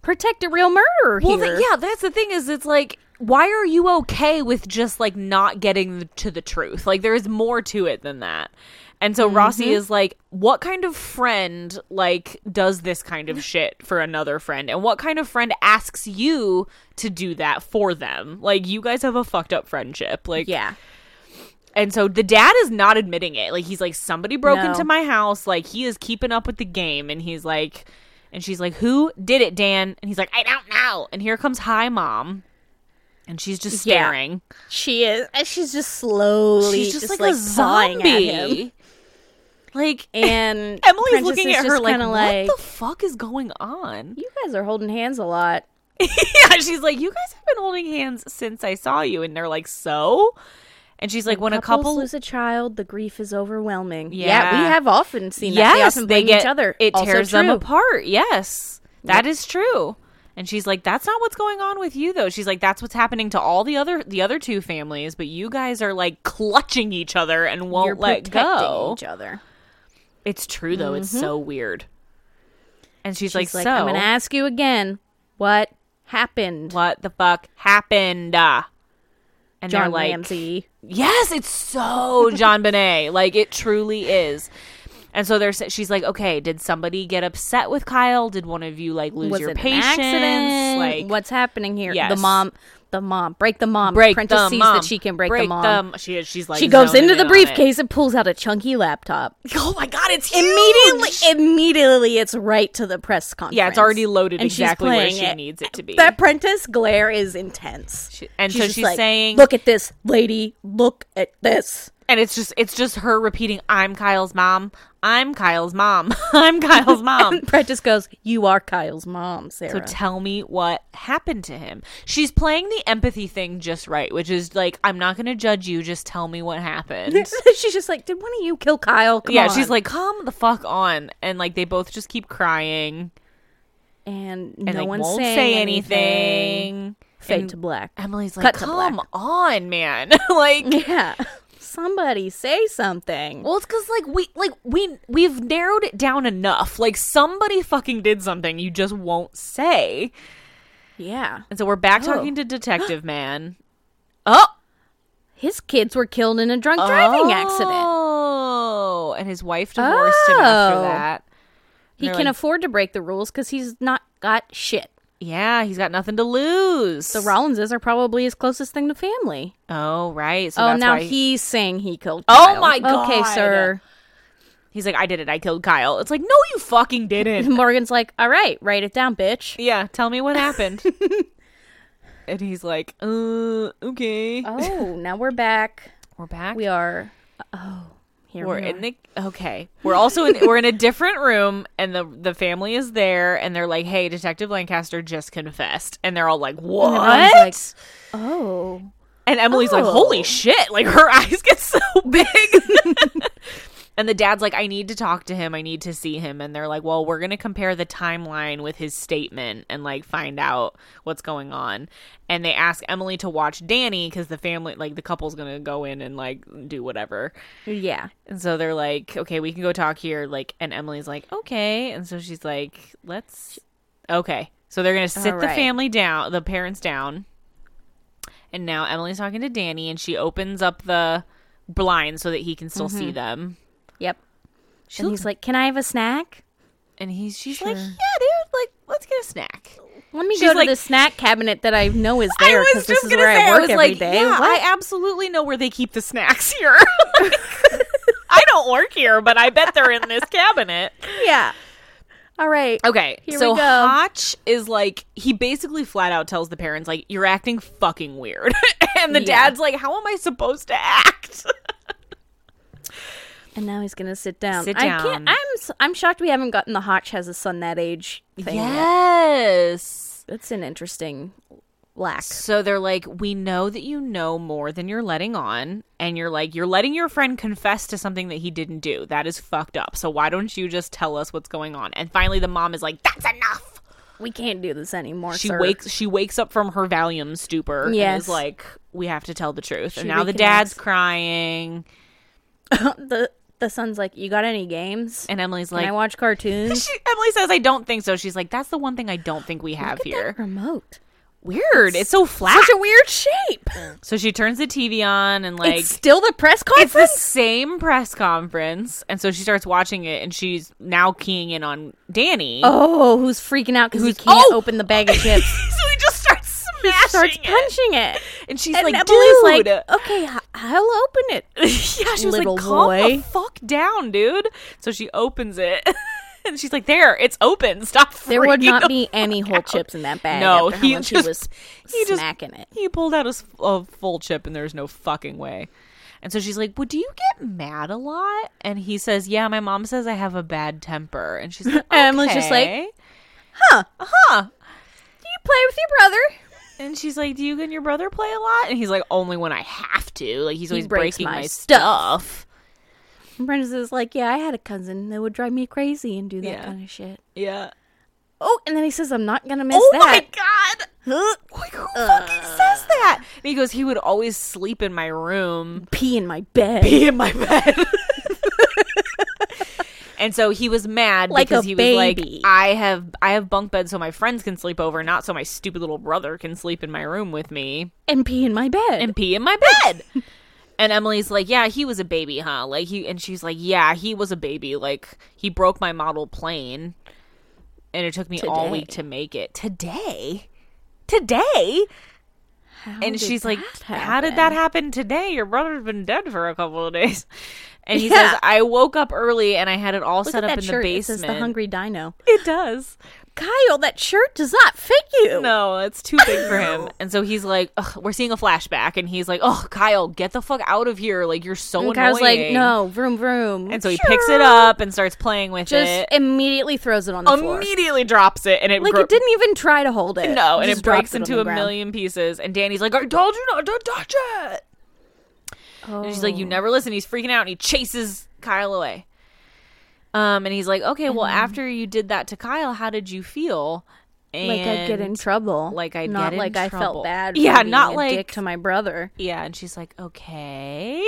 Speaker 2: protect a real murderer
Speaker 1: Well,
Speaker 2: here?
Speaker 1: th- yeah, that's the thing is, it's like, why are you okay with just like not getting th- to the truth? Like, there is more to it than that. And so Rossi
Speaker 2: Mm-hmm.
Speaker 1: is like, what kind of friend like does this kind of shit for another friend, and what kind of friend asks you to do that for them? Like, you guys have a fucked up friendship. Like,
Speaker 2: yeah.
Speaker 1: And so the dad is not admitting it. Like he's like, somebody broke
Speaker 2: No.
Speaker 1: into my house. Like he is keeping up with the game. And he's like, and she's like, who did it, Dan? And he's like, I don't know. And here comes hi mom, and she's just
Speaker 2: Yeah.
Speaker 1: staring.
Speaker 2: She is. and She's just slowly,
Speaker 1: She's just, like, a
Speaker 2: pawing at him.
Speaker 1: zombie. Like
Speaker 2: And
Speaker 1: Emily's
Speaker 2: Prentice
Speaker 1: looking
Speaker 2: is
Speaker 1: at her
Speaker 2: just
Speaker 1: like,
Speaker 2: kinda
Speaker 1: what the fuck is going on?
Speaker 2: you guys are holding hands a lot.
Speaker 1: yeah, she's like, you guys have been holding hands since I saw you, and they're like, so. And she's like, when a couple
Speaker 2: lose a child, the grief is overwhelming. Yeah,
Speaker 1: Yeah.
Speaker 2: we have often seen that. They
Speaker 1: Yes,
Speaker 2: often
Speaker 1: they
Speaker 2: blame
Speaker 1: get
Speaker 2: each other.
Speaker 1: It
Speaker 2: Also
Speaker 1: tears them
Speaker 2: true.
Speaker 1: apart. Yes, that is true. And she's like, "That's not what's going on with you, though." She's like, "That's what's happening to all the other the other two families, but you guys are like clutching each other and won't
Speaker 2: You're
Speaker 1: let
Speaker 2: protecting
Speaker 1: go."
Speaker 2: each other.
Speaker 1: It's true, though. It's so weird. Mm-hmm. And she's, like,
Speaker 2: She's like,
Speaker 1: "So,
Speaker 2: I'm gonna ask you again. What happened,
Speaker 1: what the fuck happened?" Uh, And they're
Speaker 2: John
Speaker 1: like,
Speaker 2: Ramsey?
Speaker 1: Yes, it's so John Bonet. Like it truly is. And so there's she's like, okay, did somebody get upset with Kyle? Did one of you like lose
Speaker 2: Was
Speaker 1: your
Speaker 2: it
Speaker 1: patience?
Speaker 2: an accident?
Speaker 1: Like
Speaker 2: What's happening here? The
Speaker 1: Yes.
Speaker 2: mom, the mom, break the mom.
Speaker 1: break
Speaker 2: Prentice
Speaker 1: the
Speaker 2: sees
Speaker 1: mom.
Speaker 2: that she can break, the mom.
Speaker 1: She is. She's like
Speaker 2: She goes
Speaker 1: zoning
Speaker 2: into
Speaker 1: in
Speaker 2: the
Speaker 1: on it.
Speaker 2: briefcase and pulls out a chunky laptop.
Speaker 1: Oh my god, it's huge.
Speaker 2: Immediately, immediately, it's right to the press conference.
Speaker 1: Yeah, it's already loaded
Speaker 2: And she's
Speaker 1: exactly where
Speaker 2: playing
Speaker 1: she
Speaker 2: it.
Speaker 1: needs it to be.
Speaker 2: That Prentice glare is intense.
Speaker 1: She- and so
Speaker 2: just
Speaker 1: she's saying-
Speaker 2: "Look at this, lady. Look at this."
Speaker 1: and it's just it's just her repeating, "I'm Kyle's mom. I'm Kyle's mom. I'm Kyle's mom."
Speaker 2: Prentice goes, "You are Kyle's mom,
Speaker 1: Um, So
Speaker 2: Sarah."
Speaker 1: tell me what happened to him. She's playing the empathy thing just right, which is like, I'm not going to judge you. Just tell me what happened.
Speaker 2: she's just like, "Did one of you kill Kyle?" Come
Speaker 1: yeah,
Speaker 2: on."
Speaker 1: she's like, calm the fuck on. And like, they both just keep crying
Speaker 2: and
Speaker 1: and
Speaker 2: no
Speaker 1: like,
Speaker 2: one
Speaker 1: won't
Speaker 2: saying
Speaker 1: say anything.
Speaker 2: Fade
Speaker 1: And
Speaker 2: to black.
Speaker 1: Emily's like,
Speaker 2: Cut to
Speaker 1: come on, man. like,
Speaker 2: yeah, somebody say something.
Speaker 1: well, it's because like we like we we've narrowed it down enough. Like somebody fucking did something you just won't say.
Speaker 2: yeah,
Speaker 1: And so we're back
Speaker 2: Oh.
Speaker 1: talking to Detective Man. Oh,
Speaker 2: his kids were killed in a drunk driving accident.
Speaker 1: Oh, and his wife divorced him after
Speaker 2: Oh.
Speaker 1: that.
Speaker 2: He
Speaker 1: they're
Speaker 2: can
Speaker 1: like-
Speaker 2: afford to break the rules because he's not got shit.
Speaker 1: Yeah, he's got nothing to lose.
Speaker 2: The Rollinses are probably his closest thing to family.
Speaker 1: Oh, right. So
Speaker 2: oh,
Speaker 1: that's
Speaker 2: now
Speaker 1: why
Speaker 2: he's saying he killed.
Speaker 1: Oh
Speaker 2: Kyle.
Speaker 1: my
Speaker 2: Okay,
Speaker 1: God.
Speaker 2: sir.
Speaker 1: he's like, I did it. I killed Kyle. It's like, no, you fucking didn't.
Speaker 2: Morgan's like, all right, write it down, bitch.
Speaker 1: yeah, tell me what happened. and he's like, uh, okay.
Speaker 2: Oh, now we're back.
Speaker 1: we're back.
Speaker 2: We are. Oh, here
Speaker 1: We're
Speaker 2: we are.
Speaker 1: in the okay. We're also in we're in a different room, and the the family is there, and they're like, "Hey, Detective Lancaster just confessed," and they're all like, "What?"
Speaker 2: everyone's like, oh,
Speaker 1: And Emily's like,
Speaker 2: Oh.
Speaker 1: holy shit. Like, her eyes get so big. and the dad's like, I need to talk to him. I need to see him. And they're like, well, we're going to compare the timeline with his statement and, like, find out what's going on. And they ask Emily to watch Danny because the family, like, the couple's going to go in and, like, do whatever.
Speaker 2: yeah.
Speaker 1: And so they're like, okay, we can go talk here. Like, and Emily's like, okay. And so she's like, let's, okay. So they're going to sit
Speaker 2: All
Speaker 1: the
Speaker 2: right.
Speaker 1: family down, the parents down. And now Emily's talking to Danny and she opens up the blind so that he can still see them.
Speaker 2: Yep. and he's like, can I have a snack?
Speaker 1: And he's, she's like, yeah,
Speaker 2: Sure.
Speaker 1: dude, like, let's get a snack.
Speaker 2: Let me
Speaker 1: She's
Speaker 2: go to
Speaker 1: like-
Speaker 2: the snack cabinet that I know is there because this is where I work every day.
Speaker 1: yeah,
Speaker 2: What?
Speaker 1: I absolutely know where they keep the snacks here. Like, I don't work here, but I bet they're in this cabinet.
Speaker 2: yeah. All right.
Speaker 1: Okay,
Speaker 2: Here
Speaker 1: so
Speaker 2: we go.
Speaker 1: Hotch is like he basically flat out tells the parents like you're acting fucking weird, and the
Speaker 2: Yeah.
Speaker 1: dad's like, how am I supposed to act?
Speaker 2: And now he's gonna sit down.
Speaker 1: Sit
Speaker 2: I
Speaker 1: down.
Speaker 2: can't. I'm. s- I'm shocked we haven't gotten the Hotch has a son that age thing. yet.
Speaker 1: Yes.
Speaker 2: That's an interesting lack.
Speaker 1: So they're like, we know that you know more than you're letting on, and you're like, you're letting your friend confess to something that he didn't do. That is fucked up. So why don't you just tell us what's going on? And finally, the mom is like, that's enough.
Speaker 2: We can't do this anymore.
Speaker 1: She
Speaker 2: sir.
Speaker 1: wakes she wakes up from her Valium stupor and
Speaker 2: Yes.
Speaker 1: is like, we have to tell the truth.
Speaker 2: She
Speaker 1: and now the dad's
Speaker 2: reconnects.
Speaker 1: crying,
Speaker 2: the the son's like, "You got any games?
Speaker 1: and Emily's
Speaker 2: Can
Speaker 1: like,
Speaker 2: I watch cartoons?"
Speaker 1: she, Emily says, I don't think so. She's like, that's the one thing I don't think we have here.
Speaker 2: Remote.
Speaker 1: Weird. It's so flat.
Speaker 2: Such a weird shape.
Speaker 1: So she turns the TV on and like
Speaker 2: it's still the press
Speaker 1: it's the
Speaker 2: conference.
Speaker 1: same press conference and so she starts watching it and she's now keying in on danny
Speaker 2: oh, who's freaking out because he can't
Speaker 1: Oh!
Speaker 2: open the bag of
Speaker 1: so
Speaker 2: chips.
Speaker 1: he just starts
Speaker 2: he
Speaker 1: smashing
Speaker 2: starts
Speaker 1: it.
Speaker 2: punching it,
Speaker 1: and she's
Speaker 2: and
Speaker 1: like
Speaker 2: Emily's
Speaker 1: dude oh
Speaker 2: like, "Okay, h- I'll open
Speaker 1: yeah
Speaker 2: it."
Speaker 1: she was
Speaker 2: little
Speaker 1: like calm the
Speaker 2: boy."
Speaker 1: fuck down dude so she opens it and she's like there it's open stop
Speaker 2: There would
Speaker 1: freaking
Speaker 2: not
Speaker 1: the
Speaker 2: be
Speaker 1: fuck
Speaker 2: any whole
Speaker 1: out."
Speaker 2: chips in that bag.
Speaker 1: No,
Speaker 2: after how
Speaker 1: he
Speaker 2: much
Speaker 1: just-
Speaker 2: he was
Speaker 1: he just-
Speaker 2: smacking it.
Speaker 1: he pulled out a, s- a full chip and there's no fucking way and so she's like well do you get mad a lot and he says yeah my mom says i have a bad temper and she's like okay.
Speaker 2: And Emily's just like, Do you play with your brother?
Speaker 1: And she's like, "Do you and your brother play a lot?" And he's like, "Only when I have to. Like he's always
Speaker 2: breaks
Speaker 1: breaking my,
Speaker 2: my
Speaker 1: stuff."
Speaker 2: And Brenda's is like, yeah, I had a cousin that would drive me crazy and do that
Speaker 1: Yeah.
Speaker 2: kind of shit.
Speaker 1: Yeah.
Speaker 2: Oh, and then he says, I'm not gonna miss
Speaker 1: oh
Speaker 2: that.
Speaker 1: my god! Like who fucking says that? And he goes, "He would always sleep in my room,
Speaker 2: Pee in my bed.
Speaker 1: be in my bed." and so he was mad
Speaker 2: Like
Speaker 1: because
Speaker 2: a
Speaker 1: he was like,
Speaker 2: baby.
Speaker 1: "I have I have bunk beds so my friends can sleep over, not so my stupid little brother can sleep in my room with me."
Speaker 2: and pee in my bed.
Speaker 1: and pee in my bed. and Emily's like, "Yeah, he was a baby, huh?" Like he and she's like, "Yeah, he was a baby. Like he broke my model plane." And it took me all
Speaker 2: Today.
Speaker 1: week to make it. Today. Today.
Speaker 2: How
Speaker 1: and
Speaker 2: did
Speaker 1: she's like,
Speaker 2: that
Speaker 1: "How did that
Speaker 2: happen?"
Speaker 1: happen today? Your brother's been dead for a couple of days." And he
Speaker 2: Yeah.
Speaker 1: says, "I woke up early and I had it all
Speaker 2: Look
Speaker 1: set
Speaker 2: at
Speaker 1: up
Speaker 2: that
Speaker 1: in
Speaker 2: shirt.
Speaker 1: the
Speaker 2: It says
Speaker 1: basement."
Speaker 2: the hungry dino.
Speaker 1: it does.
Speaker 2: Kyle, that shirt does not fit you.
Speaker 1: No, it's too big for him. And so he's like, Ugh, "We're seeing a flashback," and he's like, "Oh, Kyle, get the fuck out of here! Like you're so
Speaker 2: And
Speaker 1: annoying."
Speaker 2: Kyle's like, no, vroom vroom.
Speaker 1: And so he picks
Speaker 2: Sure.
Speaker 1: it up and starts playing with
Speaker 2: just
Speaker 1: it.
Speaker 2: immediately throws it on the floor.
Speaker 1: Immediately drops it, and it
Speaker 2: Like
Speaker 1: gro-
Speaker 2: it didn't even try to hold it.
Speaker 1: no, and
Speaker 2: just
Speaker 1: it breaks
Speaker 2: drops on
Speaker 1: into
Speaker 2: the
Speaker 1: a
Speaker 2: ground.
Speaker 1: million pieces. And Danny's like, "I told you not to touch it."
Speaker 2: Oh.
Speaker 1: And she's like, "You never listen." He's freaking out, and he chases Kyle away. Um, and he's like, "Okay, well, after you did that to Kyle, how did you feel?" And
Speaker 2: like I'd get in trouble.
Speaker 1: like I'd
Speaker 2: not
Speaker 1: get in
Speaker 2: like I
Speaker 1: trouble.
Speaker 2: felt bad. For
Speaker 1: Yeah,
Speaker 2: being
Speaker 1: not
Speaker 2: a
Speaker 1: like-
Speaker 2: dick to my brother.
Speaker 1: Yeah, and she's like, "Okay."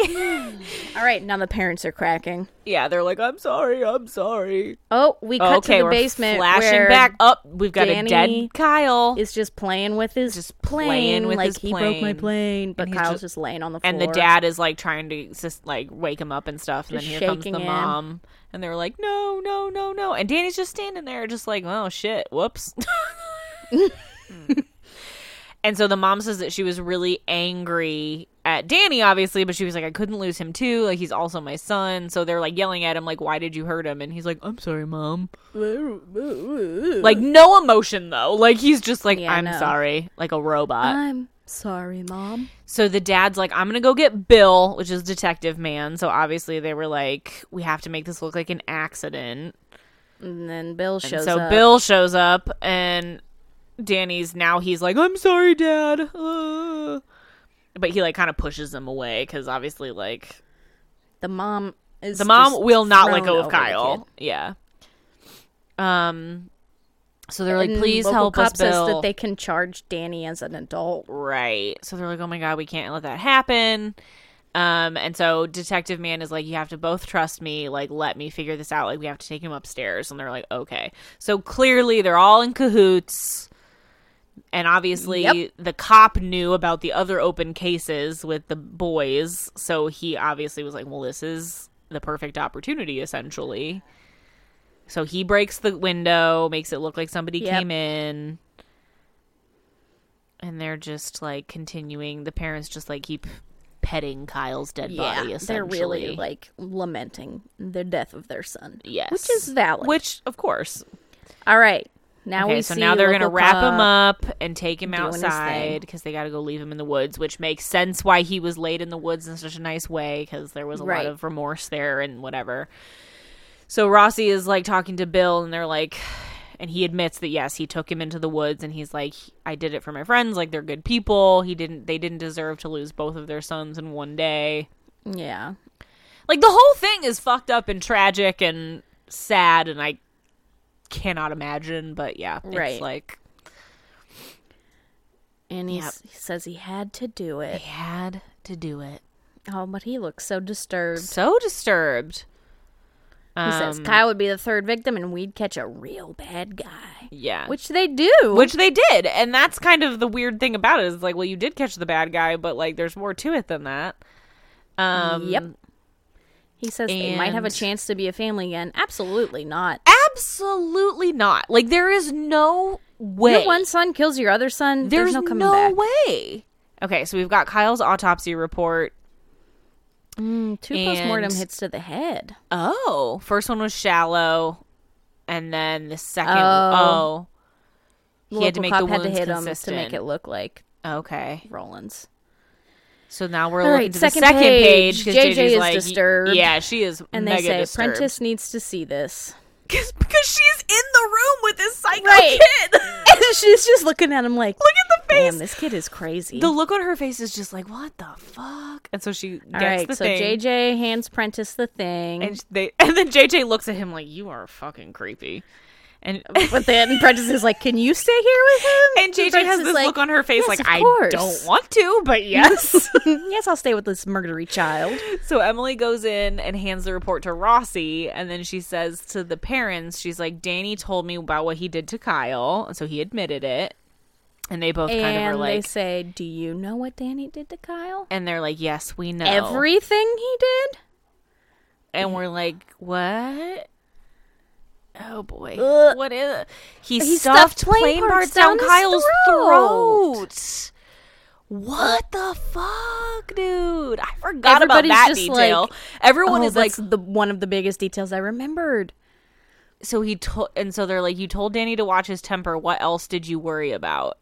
Speaker 2: All right, now the parents are cracking.
Speaker 1: yeah, they're like, "I'm sorry, I'm sorry."
Speaker 2: Oh, we cut
Speaker 1: okay,
Speaker 2: to the
Speaker 1: we're
Speaker 2: basement.
Speaker 1: flashing
Speaker 2: where
Speaker 1: back up. We've got a
Speaker 2: Danny
Speaker 1: dead Kyle.
Speaker 2: Is just playing with his
Speaker 1: Just
Speaker 2: plane.
Speaker 1: playing with
Speaker 2: like
Speaker 1: his
Speaker 2: he broke my
Speaker 1: plane.
Speaker 2: plane, but
Speaker 1: And he's
Speaker 2: Kyle's
Speaker 1: just-
Speaker 2: just, laying on the floor.
Speaker 1: and the dad is like trying to sus- like wake him up and stuff and
Speaker 2: Just
Speaker 1: then here comes the
Speaker 2: shaking him.
Speaker 1: mom and they were like no no no no and danny's just standing there just like oh shit whoops Hmm. and so the mom says that she was really angry at danny obviously but she was like i couldn't lose him too like he's also my son so they're like yelling at him like why did you hurt him and he's like i'm sorry mom like no emotion though like he's just like
Speaker 2: Yeah,
Speaker 1: i'm
Speaker 2: no.
Speaker 1: sorry like a robot
Speaker 2: I'm sorry, mom.
Speaker 1: so the dad's like, I'm going to go get Bill, which is detective man. So obviously they were like, we have to make this look like an accident.
Speaker 2: And then Bill
Speaker 1: And
Speaker 2: shows
Speaker 1: so
Speaker 2: up.
Speaker 1: Bill shows up and Danny's now he's like, I'm sorry, dad. Uh." But he like kind of pushes him away cuz obviously like
Speaker 2: the mom is
Speaker 1: the mom
Speaker 2: just
Speaker 1: will not let
Speaker 2: thrown
Speaker 1: go
Speaker 2: over
Speaker 1: of
Speaker 2: the
Speaker 1: Kyle. Yeah. Um so they're like,
Speaker 2: kid. And
Speaker 1: please
Speaker 2: local
Speaker 1: help
Speaker 2: cop
Speaker 1: us, Bill.
Speaker 2: Says that they can charge Danny as an adult.
Speaker 1: Right. So they're like, oh my God, we can't let that happen. Um, and so Detective Man is like, you have to both trust me. Like, let me figure this out. Like, we have to take him upstairs. And they're like, okay. So clearly they're all in cahoots. And obviously
Speaker 2: Yep.
Speaker 1: the cop knew about the other open cases with the boys. So he obviously was like, well, this is the perfect opportunity, essentially. So he breaks the window, makes it look like somebody
Speaker 2: Yep.
Speaker 1: came in. And they're just like continuing. The parents just like keep petting Kyle's dead body.
Speaker 2: Yeah, they're
Speaker 1: Essentially,
Speaker 2: really like lamenting the death of their son.
Speaker 1: yes,
Speaker 2: which is valid.
Speaker 1: Which, of course.
Speaker 2: All right, now
Speaker 1: Okay,
Speaker 2: we
Speaker 1: so
Speaker 2: see
Speaker 1: now they're
Speaker 2: local
Speaker 1: gonna wrap him up
Speaker 2: cop.
Speaker 1: and take him
Speaker 2: doing his thing.
Speaker 1: outside because they gotta go leave him in the woods, which makes sense why he was laid in the woods in such a nice way because there was a
Speaker 2: Right.
Speaker 1: lot of remorse there and whatever. So Rossi is like talking to Bill, and they're like, and he admits that yes, he took him into the woods, and he's like, I did it for my friends, like they're good people. He didn't, they didn't deserve to lose both of their sons in one day.
Speaker 2: Yeah,
Speaker 1: Like the whole thing is fucked up and tragic and sad, and I cannot imagine. But yeah,
Speaker 2: Right.
Speaker 1: it's like
Speaker 2: and he's,
Speaker 1: Yep.
Speaker 2: he says he had to do it.
Speaker 1: he had to do it.
Speaker 2: Oh, but he looks so disturbed.
Speaker 1: So disturbed.
Speaker 2: He says
Speaker 1: Um,
Speaker 2: Kyle would be the third victim, and we'd catch a real bad guy,
Speaker 1: yeah,
Speaker 2: which they do.
Speaker 1: which they did, and that's kind of the weird thing about it is like, well, you did catch the bad guy, but like, there's more to it than that. Um,
Speaker 2: yep. He says they might have a
Speaker 1: and-
Speaker 2: chance to be a family again. Absolutely not.
Speaker 1: absolutely not. Like, there is no way.
Speaker 2: Your one son kills your other son. There's, no coming back.
Speaker 1: way. Okay, so we've got Kyle's autopsy report.
Speaker 2: Mm, two postmortem
Speaker 1: And-
Speaker 2: hits to the head.
Speaker 1: Oh, first one was shallow, and then the second. Oh,
Speaker 2: Oh. The
Speaker 1: he had to
Speaker 2: local
Speaker 1: make the
Speaker 2: cop
Speaker 1: wounds
Speaker 2: had to hit him to
Speaker 1: consistent.
Speaker 2: make it look like
Speaker 1: oh, Okay,
Speaker 2: Rollins.
Speaker 1: So now we're
Speaker 2: All
Speaker 1: looking
Speaker 2: right,
Speaker 1: to
Speaker 2: second
Speaker 1: the second
Speaker 2: page.
Speaker 1: page. 'cause
Speaker 2: JJ
Speaker 1: JJ's
Speaker 2: is
Speaker 1: like,
Speaker 2: disturbed.
Speaker 1: Yeah, she is.
Speaker 2: And they
Speaker 1: mega
Speaker 2: say
Speaker 1: disturbed.
Speaker 2: Prentice needs to see this.
Speaker 1: because she's in the room with this psycho
Speaker 2: Right.
Speaker 1: kid. Look
Speaker 2: And she's just looking at him like,
Speaker 1: at the
Speaker 2: damn,
Speaker 1: face.
Speaker 2: this kid is crazy.
Speaker 1: the look on her face is just like, what the fuck? And so she gets
Speaker 2: All right,
Speaker 1: the
Speaker 2: so
Speaker 1: thing,
Speaker 2: JJ hands Prentice the thing,
Speaker 1: and they, and then JJ looks at him like, you are fucking creepy. And
Speaker 2: but then Prentice is like, "Can you stay here with him?"
Speaker 1: and JJ has
Speaker 2: Prentice is
Speaker 1: this look on her face
Speaker 2: "Yes,
Speaker 1: like,
Speaker 2: of
Speaker 1: I
Speaker 2: course."
Speaker 1: don't want to, but yes.
Speaker 2: yes, I'll stay with this murdery child.
Speaker 1: So Emily goes in and hands the report to Rossi, and then she says to the parents, she's like, Danny told me about what he did to Kyle, and so he admitted it. And they both kind of are
Speaker 2: and they
Speaker 1: like,
Speaker 2: say, "Do you know what Danny did to Kyle?"
Speaker 1: and they're like, yes, we know.
Speaker 2: Everything he did.
Speaker 1: and we're like, what? Oh boy,
Speaker 2: Ugh.
Speaker 1: what is? It? He,
Speaker 2: He
Speaker 1: stuffed,
Speaker 2: stuffed
Speaker 1: playing parts down,
Speaker 2: his
Speaker 1: Kyle's
Speaker 2: throat.
Speaker 1: throat. What the fuck, dude? I forgot
Speaker 2: Everybody's
Speaker 1: about that
Speaker 2: just like,
Speaker 1: detail. Everyone
Speaker 2: oh,
Speaker 1: is like,
Speaker 2: that's the one of the biggest details I remembered.
Speaker 1: so he told and so they're like you told danny to watch his temper what else did you worry about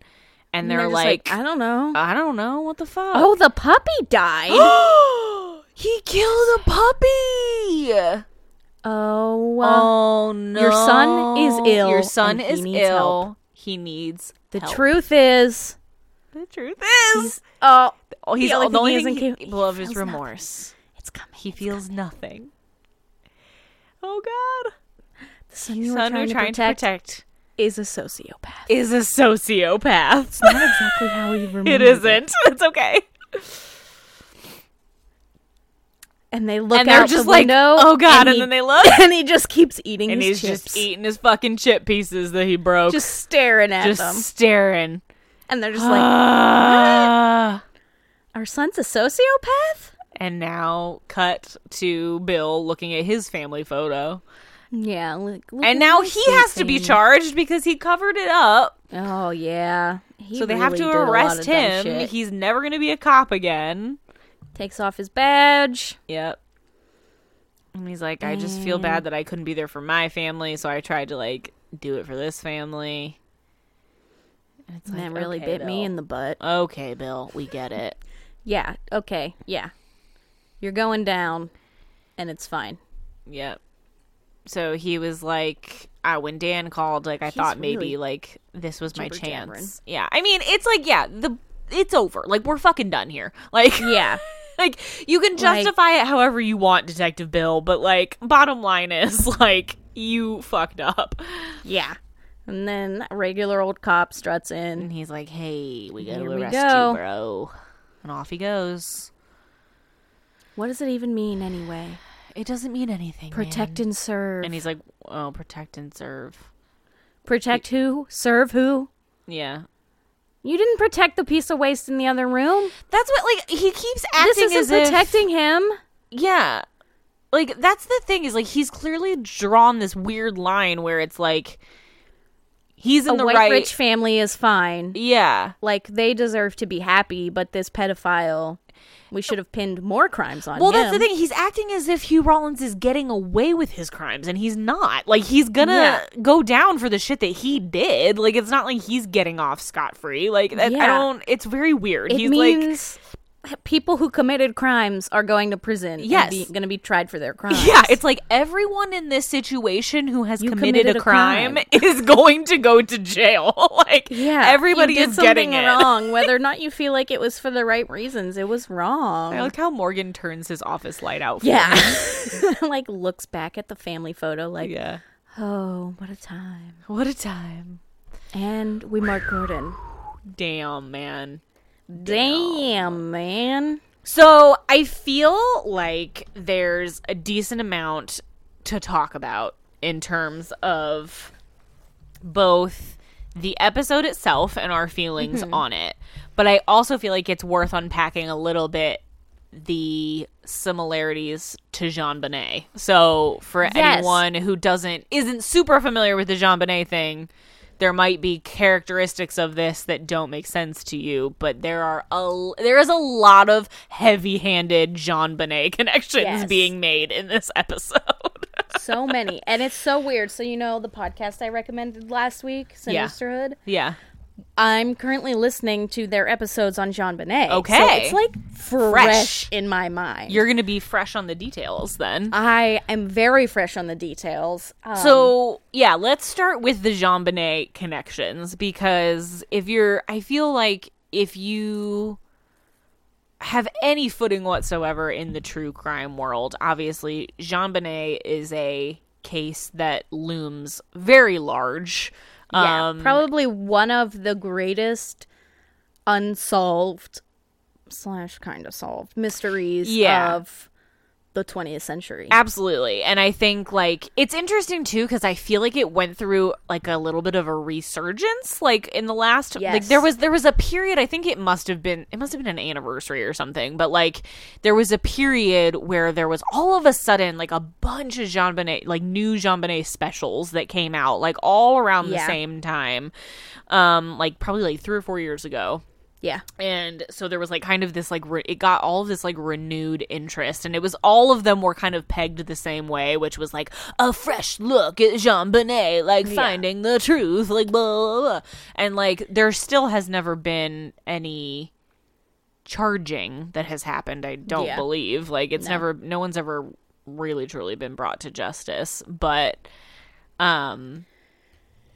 Speaker 1: and they're,
Speaker 2: And just
Speaker 1: like, uh,
Speaker 2: I don't know.
Speaker 1: I, don't know what the fuck
Speaker 2: oh, the puppy died.
Speaker 1: he killed a puppy
Speaker 2: oh, uh,
Speaker 1: oh no
Speaker 2: your son is ill
Speaker 1: your son
Speaker 2: and he
Speaker 1: is
Speaker 2: needs
Speaker 1: ill
Speaker 2: help.
Speaker 1: he needs
Speaker 2: the
Speaker 1: help.
Speaker 2: truth is,
Speaker 1: the truth is
Speaker 2: oh,
Speaker 1: oh, he's
Speaker 2: the only
Speaker 1: the only
Speaker 2: thing
Speaker 1: thing
Speaker 2: he
Speaker 1: he,
Speaker 2: isn't cap-
Speaker 1: well, of
Speaker 2: he
Speaker 1: his
Speaker 2: feels nothing.
Speaker 1: remorse
Speaker 2: it's coming.
Speaker 1: he feels nothing oh god
Speaker 2: the son you were
Speaker 1: son
Speaker 2: trying,
Speaker 1: we're trying
Speaker 2: to, protect
Speaker 1: to protect
Speaker 2: is a sociopath.
Speaker 1: is a sociopath
Speaker 2: Not exactly how we remember
Speaker 1: it isn't it's okay
Speaker 2: And they look
Speaker 1: and
Speaker 2: out
Speaker 1: they're just
Speaker 2: the
Speaker 1: like,
Speaker 2: window.
Speaker 1: oh god, and,
Speaker 2: he-
Speaker 1: then they look,
Speaker 2: and he just keeps eating
Speaker 1: and
Speaker 2: his
Speaker 1: he's
Speaker 2: chips,
Speaker 1: just eating his fucking chip pieces that he broke, just,
Speaker 2: just staring at them.
Speaker 1: staring.
Speaker 2: And they're just like,
Speaker 1: Ah.
Speaker 2: our son's a sociopath.
Speaker 1: and now cut to Bill looking at his family photo,
Speaker 2: Yeah, look, look
Speaker 1: and
Speaker 2: at
Speaker 1: now
Speaker 2: this
Speaker 1: he has to be
Speaker 2: thing.
Speaker 1: charged because he covered it up.
Speaker 2: Oh yeah, He
Speaker 1: so they have
Speaker 2: really
Speaker 1: to
Speaker 2: did a lot
Speaker 1: arrest
Speaker 2: of dumb
Speaker 1: him.
Speaker 2: shit.
Speaker 1: He's never going to be a cop again.
Speaker 2: takes off his badge.
Speaker 1: Yep. And he's like, I just feel bad that I couldn't be there for my family, so I tried to like do it for this family. And it's
Speaker 2: And
Speaker 1: like,
Speaker 2: that really
Speaker 1: okay,
Speaker 2: bit me
Speaker 1: Bill.
Speaker 2: in the butt.
Speaker 1: Okay, Bill, we get it.
Speaker 2: Yeah. Okay. Yeah. You're going down, and it's fine.
Speaker 1: yep. So he was like, uh, when Dan called, like I thought maybe
Speaker 2: really
Speaker 1: like this was my chance.
Speaker 2: jibber-jabbering.
Speaker 1: Yeah, I mean, it's like yeah, the it's over. Like we're fucking done here. Like
Speaker 2: Yeah.
Speaker 1: like you can
Speaker 2: Like-
Speaker 1: justify it however you want, Detective Bill, but like bottom line is like you fucked up.
Speaker 2: yeah. And then regular old cop struts in.
Speaker 1: And he's like, "Hey, we gotta
Speaker 2: Here we
Speaker 1: arrest
Speaker 2: go.
Speaker 1: you, bro." And off he goes.
Speaker 2: What does it even mean anyway?
Speaker 1: It doesn't mean anything. man.
Speaker 2: Protect and serve.
Speaker 1: And he's like, "Oh, protect and serve."
Speaker 2: protect who? Serve who?
Speaker 1: Yeah,
Speaker 2: You didn't protect the piece of waste in the other room.
Speaker 1: That's what like he keeps acting
Speaker 2: This isn't
Speaker 1: as if
Speaker 2: protecting him.
Speaker 1: yeah. like that's the thing is like he's clearly drawn this weird line where it's like he's in
Speaker 2: A
Speaker 1: the
Speaker 2: white
Speaker 1: right
Speaker 2: rich family is fine.
Speaker 1: yeah
Speaker 2: Like they deserve to be happy, but this pedophile, we should have pinned more crimes on
Speaker 1: well
Speaker 2: him.
Speaker 1: that's the thing he's acting as if hugh rollins is getting away with his crimes and he's not like he's gonna
Speaker 2: Yeah.
Speaker 1: go down for the shit that he did like it's not like he's getting off scot-free like that, i
Speaker 2: Yeah.
Speaker 1: don't it's very weird
Speaker 2: It
Speaker 1: he's like
Speaker 2: means people who committed crimes are going to prison.
Speaker 1: Yes.
Speaker 2: and going to be tried for their crimes.
Speaker 1: yeah, it's like everyone in this situation who has
Speaker 2: uh, You
Speaker 1: committed,
Speaker 2: committed
Speaker 1: a,
Speaker 2: a
Speaker 1: crime,
Speaker 2: crime.
Speaker 1: is going to go to jail. like
Speaker 2: Yeah,
Speaker 1: everybody
Speaker 2: you did
Speaker 1: is
Speaker 2: something
Speaker 1: getting it.
Speaker 2: wrong, whether or not you feel like it was for the right reasons. It was wrong.
Speaker 1: I like how Morgan turns his office light out. For
Speaker 2: yeah,
Speaker 1: him.
Speaker 2: like looks back at the family photo, like,
Speaker 1: yeah.
Speaker 2: oh, what a time.
Speaker 1: What a time.
Speaker 2: And we marked Gordon.
Speaker 1: Damn, man.
Speaker 2: Damn, man.
Speaker 1: So I feel like there's a decent amount to talk about in terms of both the episode itself and our feelings
Speaker 2: Mm-hmm.
Speaker 1: on it. But I also feel like it's worth unpacking a little bit the similarities to Jean Bonnet. So for
Speaker 2: Yes.
Speaker 1: anyone who doesn't isn't super familiar with the Jean Bonnet thing, there might be characteristics of this that don't make sense to you, but there are a l- there is a lot of heavy-handed Jean Bonnet connections
Speaker 2: Yes.
Speaker 1: being made in this episode.
Speaker 2: So many. and it's so weird. So, you know, the podcast I recommended last week,
Speaker 1: Yeah.
Speaker 2: Sinisterhood?
Speaker 1: yeah.
Speaker 2: I'm currently listening to their episodes on Jean Bonnet. So
Speaker 1: Okay.
Speaker 2: it's like fresh,
Speaker 1: Fresh.
Speaker 2: in my mind.
Speaker 1: You're going to be fresh on the details then.
Speaker 2: I am very fresh on the details. Um,
Speaker 1: So yeah, let's start with the Jean Bonnet connections because if you're, I feel like if you have any footing whatsoever in the true crime world, obviously Jean Bonnet is a case that looms very large.
Speaker 2: yeah,
Speaker 1: um,
Speaker 2: probably one of the greatest unsolved slash kind of solved mysteries
Speaker 1: Yeah.
Speaker 2: of the 20th century.
Speaker 1: Absolutely. And I think like it's interesting too cuz I feel like it went through like a little bit of a resurgence like in the last like
Speaker 2: Yes.
Speaker 1: there was there was a period I think it must have been it must have been an anniversary or something but like there was a period where there was all of a sudden like a bunch of Jean Bonnet like new Jean Bonnet specials that came out like all around the
Speaker 2: Yeah.
Speaker 1: same time um like probably like 3 or 4 years ago
Speaker 2: yeah.
Speaker 1: and so there was like kind of this like re- it got all of this like renewed interest and it was all of them were kind of pegged the same way which was like a fresh look at Jean Bonnet like finding the truth like blah, blah blah and like there still has never been any charging that has happened I don't
Speaker 2: Yeah.
Speaker 1: believe like it's never no one's ever really truly been brought to justice but um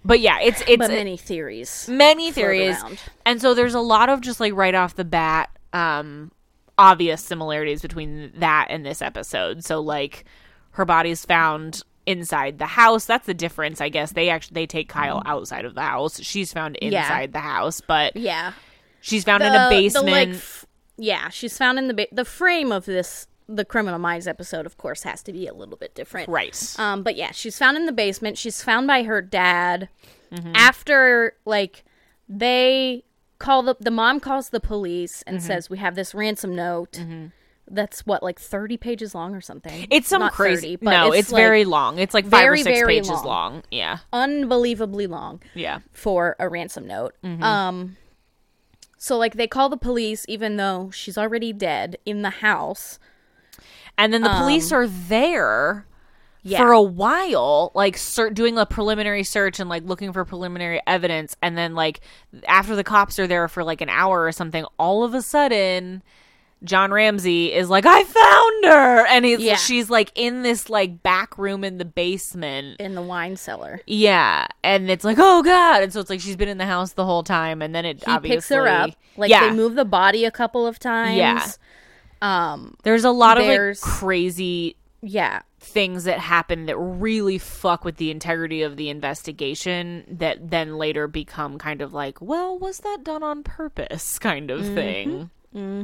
Speaker 1: but yeah it's it's
Speaker 2: But many theories.
Speaker 1: many theories
Speaker 2: around.
Speaker 1: and so there's a lot of just like right off the bat um obvious similarities between that and this episode so like her body's found inside the house that's the difference i guess they actually they take kyle outside of the house she's found
Speaker 2: Mm-hmm. Yeah.
Speaker 1: inside the house but
Speaker 2: Yeah.
Speaker 1: she's found in a basement
Speaker 2: like, f- yeah, she's found in the ba- the frame of this the Criminal Minds episode. Of course, has to be a little bit different,
Speaker 1: right
Speaker 2: Um, but yeah, she's found in the basement. She's found by her dad
Speaker 1: Mm-hmm.
Speaker 2: after like they call the the mom calls the police and
Speaker 1: Mm-hmm.
Speaker 2: says we have this ransom note. That's what like thirty pages long or something.
Speaker 1: it's some
Speaker 2: Not
Speaker 1: crazy
Speaker 2: 30, but
Speaker 1: no it's,
Speaker 2: like,
Speaker 1: very long it's like five or
Speaker 2: very,
Speaker 1: six
Speaker 2: very
Speaker 1: pages long.
Speaker 2: long.
Speaker 1: yeah
Speaker 2: unbelievably long.
Speaker 1: yeah
Speaker 2: for a ransom note.
Speaker 1: Mm-hmm.
Speaker 2: Um so like they call the police even though she's already dead in the house.
Speaker 1: and then the police
Speaker 2: Um,
Speaker 1: are there
Speaker 2: Yeah.
Speaker 1: for a while, like ser- doing a preliminary search and like looking for preliminary evidence, and then like after the cops are there for like an hour or something, all of a sudden, John Ramsey is like, "I found her," and he's
Speaker 2: Yeah.
Speaker 1: she's like in this like back room in the basement.
Speaker 2: in the wine cellar.
Speaker 1: Yeah, and it's like, oh god, and so it's like she's been in the house the whole time, and then it
Speaker 2: He
Speaker 1: obviously
Speaker 2: picks her up. Like
Speaker 1: yeah,
Speaker 2: they move the body a couple of times.
Speaker 1: Yeah.
Speaker 2: Um
Speaker 1: there's a lot of like
Speaker 2: There's-
Speaker 1: crazy
Speaker 2: yeah.
Speaker 1: things that happen that really fuck with the integrity of the investigation that then later become kind of like, well, was that done on purpose kind of thing.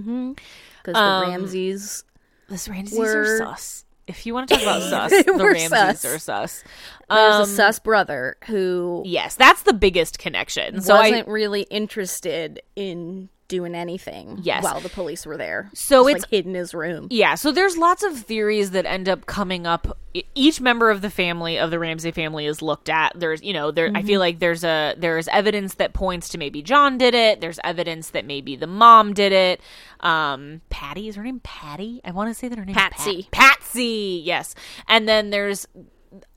Speaker 2: Cuz
Speaker 1: Um,
Speaker 2: the Ramses
Speaker 1: This Ramses are
Speaker 2: Were-
Speaker 1: sus. If you want to talk about sus,
Speaker 2: They
Speaker 1: the
Speaker 2: were
Speaker 1: Ramses
Speaker 2: sus.
Speaker 1: are sus.
Speaker 2: there's
Speaker 1: Um,
Speaker 2: a sus brother who
Speaker 1: yes, that's the biggest connection. So I
Speaker 2: wasn't really interested in doing anything
Speaker 1: Yes.
Speaker 2: while the police were there.
Speaker 1: So
Speaker 2: Just,
Speaker 1: it's-
Speaker 2: like, hid in his room.
Speaker 1: Yeah, so there's lots of theories that end up coming up. E- Each member of the family of the Ramsey family is looked at. There's, you know, there. I feel like there's a there's evidence that points to maybe John did it. There's evidence that maybe the mom did it. Um, Patty is her name. Patty. I want to say that her name.
Speaker 2: Patsy.
Speaker 1: Patsy. Yes. And then there's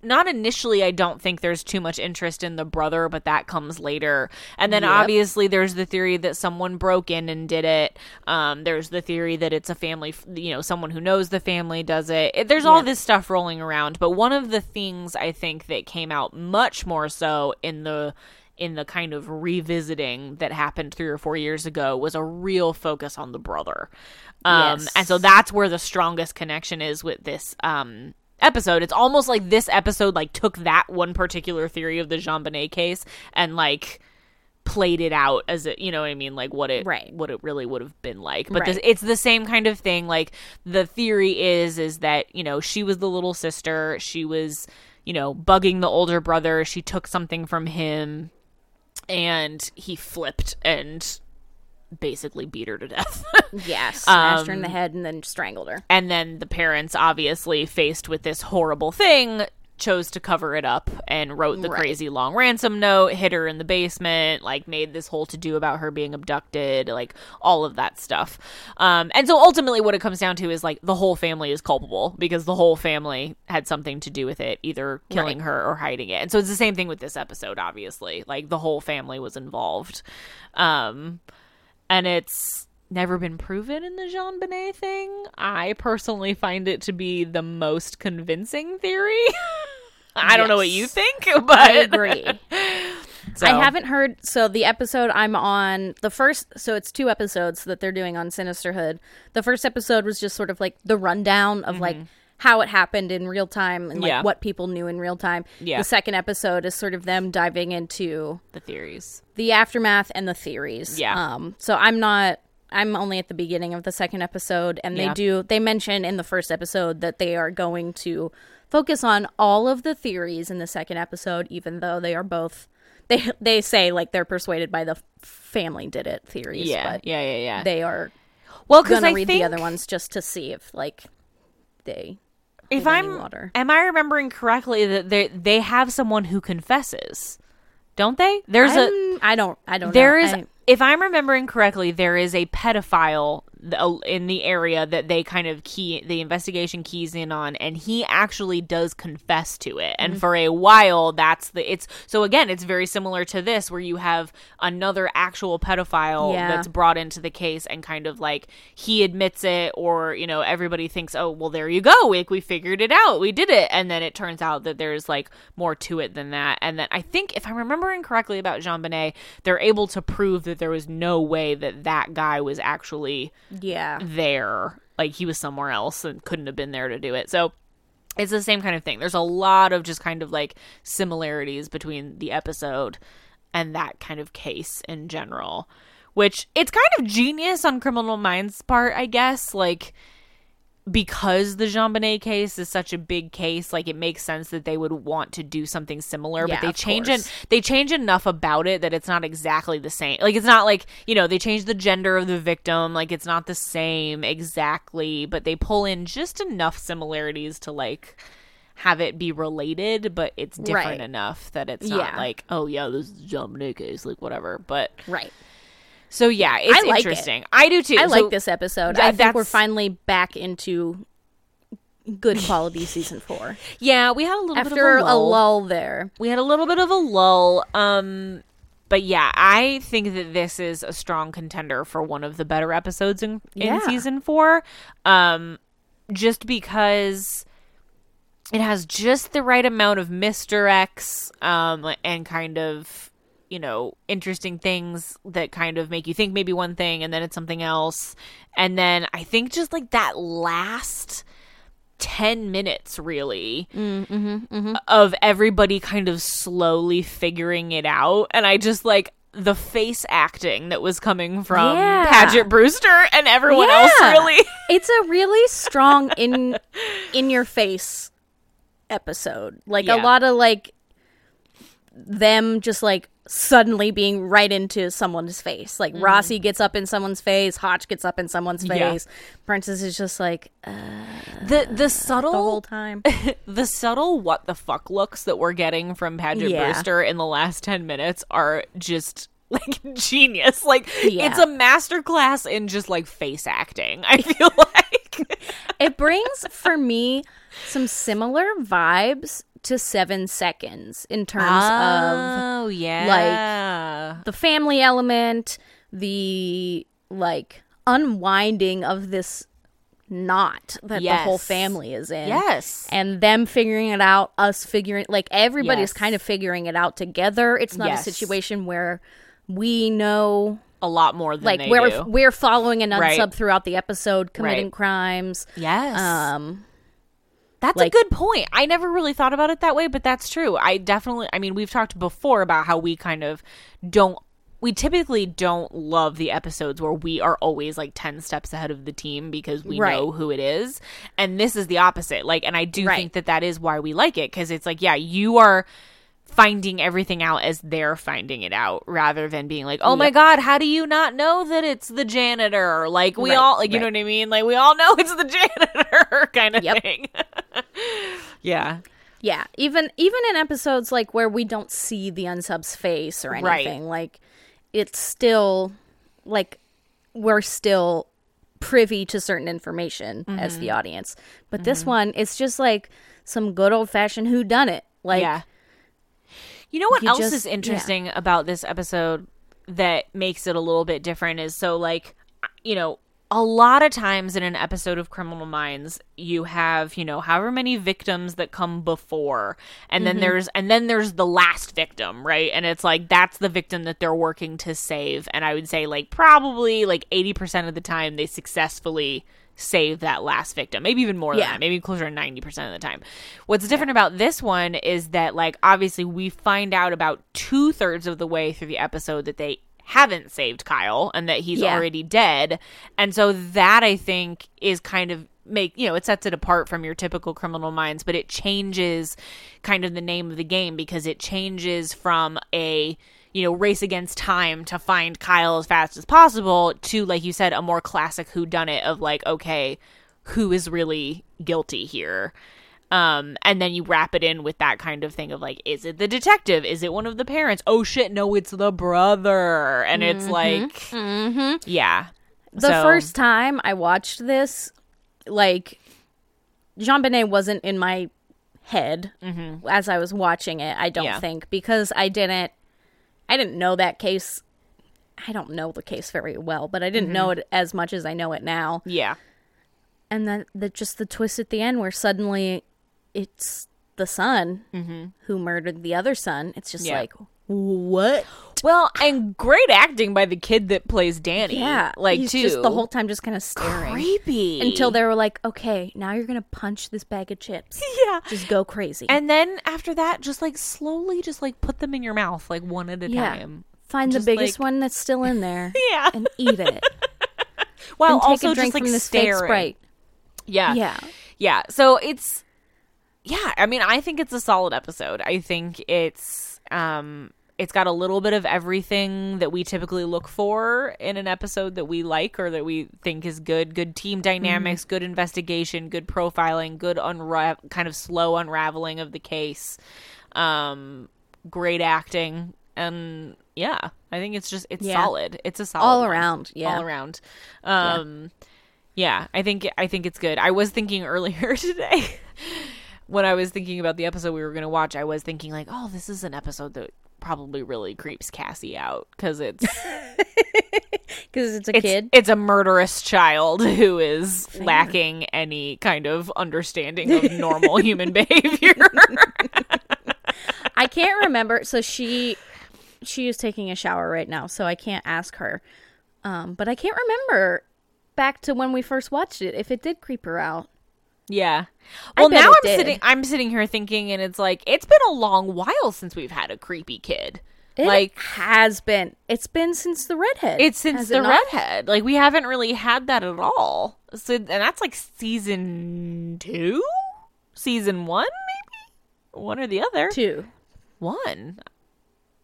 Speaker 1: not initially i don't think there's too much interest in the brother but that comes later and then obviously there's the theory that someone broke in and did it um, there's the theory that it's a family f- you know someone who knows the family does it, It- there's all this stuff rolling around but one of the things i think that came out much more so in the in the kind of revisiting that happened three or four years ago was a real focus on the brother um,
Speaker 2: Yes.
Speaker 1: and so that's where the strongest connection is with this um, episode. It's almost like this episode like took that one particular theory of the Jean Bonnet case and like played it out as it you know what I mean like what it
Speaker 2: Right.
Speaker 1: what it really would have been like but
Speaker 2: Right.
Speaker 1: this, it's the same kind of thing like the theory is is that you know she was the little sister she was you know bugging the older brother she took something from him and he flipped and basically beat her to death
Speaker 2: Yeah, smashed her in
Speaker 1: Um,
Speaker 2: the head and then strangled her.
Speaker 1: and then the parents obviously faced with this horrible thing chose to cover it up and wrote the
Speaker 2: Right.
Speaker 1: crazy long ransom note hid her in the basement like made this whole to do about her being abducted like all of that stuff um, and so ultimately what it comes down to is like the whole family is culpable because the whole family had something to do with it either killing her or hiding it and so it's the same thing with this episode obviously like the whole family was involved um, and it's never been proven in the Jean Bonnet thing. I personally find it to be the most convincing theory. I don't know what you
Speaker 2: Yes.
Speaker 1: think, but I
Speaker 2: I agree.
Speaker 1: So,
Speaker 2: I haven't heard. So the episode I'm on, the first, so it's two episodes that they're doing on Sinisterhood. The first episode was just sort of like the rundown of like how it happened in real time and like
Speaker 1: Mm-hmm. Yeah.
Speaker 2: what people knew in real time.
Speaker 1: Yeah.
Speaker 2: The second episode is sort of them diving into
Speaker 1: the theories.
Speaker 2: the aftermath and the theories.
Speaker 1: Yeah.
Speaker 2: Um. So I'm not. I'm only at the beginning of the second episode, and they
Speaker 1: Yeah.
Speaker 2: do. They mention in the first episode that they are going to focus on all of the theories in the second episode, even though they are both. They they say like they're persuaded by the f- family did it theories.
Speaker 1: Yeah,
Speaker 2: But
Speaker 1: yeah, yeah, yeah.
Speaker 2: They are
Speaker 1: well, because
Speaker 2: gonna
Speaker 1: I
Speaker 2: read
Speaker 1: think
Speaker 2: the other ones just to see if like they.
Speaker 1: if
Speaker 2: with any
Speaker 1: I'm,
Speaker 2: water.
Speaker 1: am I remembering correctly that they they have someone who confesses, don't they? There's a
Speaker 2: I'm- I don't. I don't.
Speaker 1: There
Speaker 2: know.
Speaker 1: is,
Speaker 2: I-
Speaker 1: if I'm remembering correctly, there is a pedophile th- uh, in the area that they kind of key the investigation keys in on, and he actually does confess to it.
Speaker 2: Mm-hmm.
Speaker 1: And for a while, that's the it's so again, it's very similar to this where you have another actual pedophile
Speaker 2: Yeah.
Speaker 1: that's brought into the case and kind of like he admits it, or you know, everybody thinks, oh, well, there you go, we we figured it out, we did it, and then it turns out that there's like more to it than that. And then I think if I'm remembering correctly about Jean Bonnet, they're able to prove that there was no way that that guy was actually
Speaker 2: yeah.
Speaker 1: there. Like he was somewhere else and couldn't have been there to do it. So it's the same kind of thing. There's a lot of just kind of like similarities between the episode and that kind of case in general, which it's kind of genius on Criminal Minds' part, I guess. Like because the Jean Bonnet case is such a big case, like it makes sense that they would want to do something similar,
Speaker 2: Yeah,
Speaker 1: but they
Speaker 2: of
Speaker 1: change
Speaker 2: course.
Speaker 1: it they change enough about it that it's not exactly the same. Like it's not like, you know, they change the gender of the victim, like it's not the same exactly, but they pull in just enough similarities to like have it be related, but it's different
Speaker 2: Right.
Speaker 1: enough that it's not
Speaker 2: Yeah.
Speaker 1: like, oh yeah, this is Jean Bonnet case, like whatever. But
Speaker 2: Right.
Speaker 1: so yeah, it's
Speaker 2: like it.
Speaker 1: interesting. I do too.
Speaker 2: I
Speaker 1: So-
Speaker 2: like this episode.
Speaker 1: Yeah,
Speaker 2: I think we're
Speaker 1: that's-
Speaker 2: finally back into good quality season four
Speaker 1: Yeah, we had a little bit of
Speaker 2: after a
Speaker 1: lull.
Speaker 2: lull there.
Speaker 1: we had a little bit of a lull um but yeah i think that this is a strong contender for one of the better episodes in, in
Speaker 2: Yeah.
Speaker 1: season four um just because it has just the right amount of misdirects um and kind of you know interesting things that kind of make you think maybe one thing and then it's something else and then i think just like that last 10 minutes really of everybody kind of slowly figuring it out and i just like the face acting that was coming from
Speaker 2: Yeah.
Speaker 1: Paget Brewster and everyone else
Speaker 2: Yeah.
Speaker 1: really
Speaker 2: It's a really strong in in your face episode. Like
Speaker 1: Yeah.
Speaker 2: a lot of like them just like suddenly being right into someone's face. Like Rossi gets up in someone's face, Hotch gets up in someone's
Speaker 1: Mm-hmm. Yeah.
Speaker 2: face. Princess is just like uh,
Speaker 1: The the subtle
Speaker 2: the whole time.
Speaker 1: the subtle what the fuck looks that we're getting from Pageant
Speaker 2: Yeah.
Speaker 1: Brewster in the last 10 minutes are just like genius. Like
Speaker 2: Yeah.
Speaker 1: it's a masterclass in just like face acting. I feel like
Speaker 2: it brings for me some similar vibes to 7 seconds in terms of
Speaker 1: Ah. yeah.
Speaker 2: the family element, the like unwinding of this knot that the whole
Speaker 1: Yes.
Speaker 2: family is in.
Speaker 1: yes.
Speaker 2: And them figuring it out, us figuring like everybody's
Speaker 1: Yes.
Speaker 2: kind of figuring it out together. It's not
Speaker 1: Yes.
Speaker 2: a situation where we know
Speaker 1: a lot more than
Speaker 2: like
Speaker 1: they
Speaker 2: we're
Speaker 1: do.
Speaker 2: we're following an unsub
Speaker 1: Right.
Speaker 2: throughout the episode committing
Speaker 1: Right.
Speaker 2: crimes.
Speaker 1: yes.
Speaker 2: Um
Speaker 1: That's
Speaker 2: Like-
Speaker 1: a good point. I never really thought about it that way, but that's true. I definitely, I mean, we've talked before about how we kind of don't, we typically don't love the episodes where we are always like 10 steps ahead of the team because we
Speaker 2: Right.
Speaker 1: know who it is. And this is the opposite. Like, and I do
Speaker 2: Right.
Speaker 1: think that that is why we like it because it's like, yeah, you are finding everything out as they're finding it out rather than being like, oh my God, how do you not know that it's the janitor? Like, we
Speaker 2: Right,
Speaker 1: all, like, you
Speaker 2: right.
Speaker 1: know what I mean? Like, we all know it's the janitor kind of
Speaker 2: Yep.
Speaker 1: thing. Yeah.
Speaker 2: Yeah, even even in episodes like where we don't see the unsub's face or
Speaker 1: Right.
Speaker 2: anything, like it's still like we're still privy to certain information
Speaker 1: Mm-hmm.
Speaker 2: as the audience. But this one, it's just like some good old fashioned who done it. Like
Speaker 1: yeah. You know what
Speaker 2: you
Speaker 1: else
Speaker 2: just-
Speaker 1: is
Speaker 2: yeah.
Speaker 1: interesting about this episode that makes it a little bit different is so like you know a lot of times in an episode of Criminal Minds you have you know however many victims that come before and then
Speaker 2: Mm-hmm.
Speaker 1: there's and then there's the last victim right and it's like that's the victim that they're working to save and I would say like probably like 80% of the time they successfully save that last victim maybe even more than
Speaker 2: Yeah.
Speaker 1: that maybe closer to 90% of the time what's different about this one is that like obviously we find out about two-thirds of the way through the episode that they haven't saved kyle and that he's
Speaker 2: Yeah.
Speaker 1: already dead and so that i think is kind of make you know it sets it apart from your typical criminal minds but it changes kind of the name of the game because it changes from a you know race against time to find kyle as fast as possible to like you said a more classic who done it of like okay who is really guilty here um and then you wrap it in with that kind of thing of like is it the detective is it one of the parents oh shit no it's the brother and it's like yeah
Speaker 2: the
Speaker 1: So-
Speaker 2: first time I watched this, like Jean Benet wasn't in my head as I was watching it. I don't
Speaker 1: Mm-hmm. Yeah.
Speaker 2: think because I didn't, I didn't know that case. I don't know the case very well, but I didn't know
Speaker 1: Mm-hmm.
Speaker 2: it as much as I know it now.
Speaker 1: yeah
Speaker 2: And then the, just the twist at the end where suddenly it's the son who murdered the other son. It's just
Speaker 1: Mm-hmm. Yeah.
Speaker 2: like what?
Speaker 1: well and great acting by the kid that plays danny
Speaker 2: Yeah,
Speaker 1: like
Speaker 2: he's
Speaker 1: too
Speaker 2: just the whole time just kind of staring.
Speaker 1: creepy
Speaker 2: until they were like, okay, now you're gonna punch this bag of chips.
Speaker 1: yeah
Speaker 2: Just go crazy.
Speaker 1: and then after that just like slowly just like put them in your mouth like one at a
Speaker 2: yeah,
Speaker 1: time
Speaker 2: find the
Speaker 1: Just
Speaker 2: biggest
Speaker 1: like-
Speaker 2: one that's still in there
Speaker 1: yeah
Speaker 2: and eat it.
Speaker 1: while
Speaker 2: and take
Speaker 1: also
Speaker 2: a drink
Speaker 1: just like
Speaker 2: from this fake
Speaker 1: staring
Speaker 2: sprite.
Speaker 1: yeah
Speaker 2: Yeah,
Speaker 1: Yeah. So it's yeah, I mean, I think it's a solid episode. I think it's um it's got a little bit of everything that we typically look for in an episode that we like or that we think is good. Good team
Speaker 2: Mm-hmm.
Speaker 1: dynamics, good investigation, good profiling, good unra- kind of slow unraveling of the case. Um great acting and yeah, I think it's just it's
Speaker 2: Yeah.
Speaker 1: solid. It's a solid
Speaker 2: all
Speaker 1: one
Speaker 2: around. Yeah,
Speaker 1: all around. Um, yeah. I think I think it's good. I was thinking earlier today when I was thinking about the episode we were going to watch. I was thinking like, oh, this is an episode that probably really creeps Cassie out because it's
Speaker 2: because it's a
Speaker 1: it's,
Speaker 2: kid.
Speaker 1: it's a murderous child who is lacking any kind of understanding of normal human behavior.
Speaker 2: I can't remember. So she she is taking a shower right now, so I can't ask her. Um, but I can't remember back to when we first watched it if it did creep her out.
Speaker 1: yeah. Well,
Speaker 2: bet
Speaker 1: now
Speaker 2: it
Speaker 1: I'm
Speaker 2: did.
Speaker 1: sitting I'm sitting here thinking and it's like it's been a long while since we've had a creepy kid.
Speaker 2: It
Speaker 1: like
Speaker 2: has been. It's been since the redhead.
Speaker 1: It's since
Speaker 2: has
Speaker 1: the
Speaker 2: it not?
Speaker 1: redhead. Like we haven't really had that at all. So and that's like season two, season one, maybe one or the other.
Speaker 2: two.
Speaker 1: One.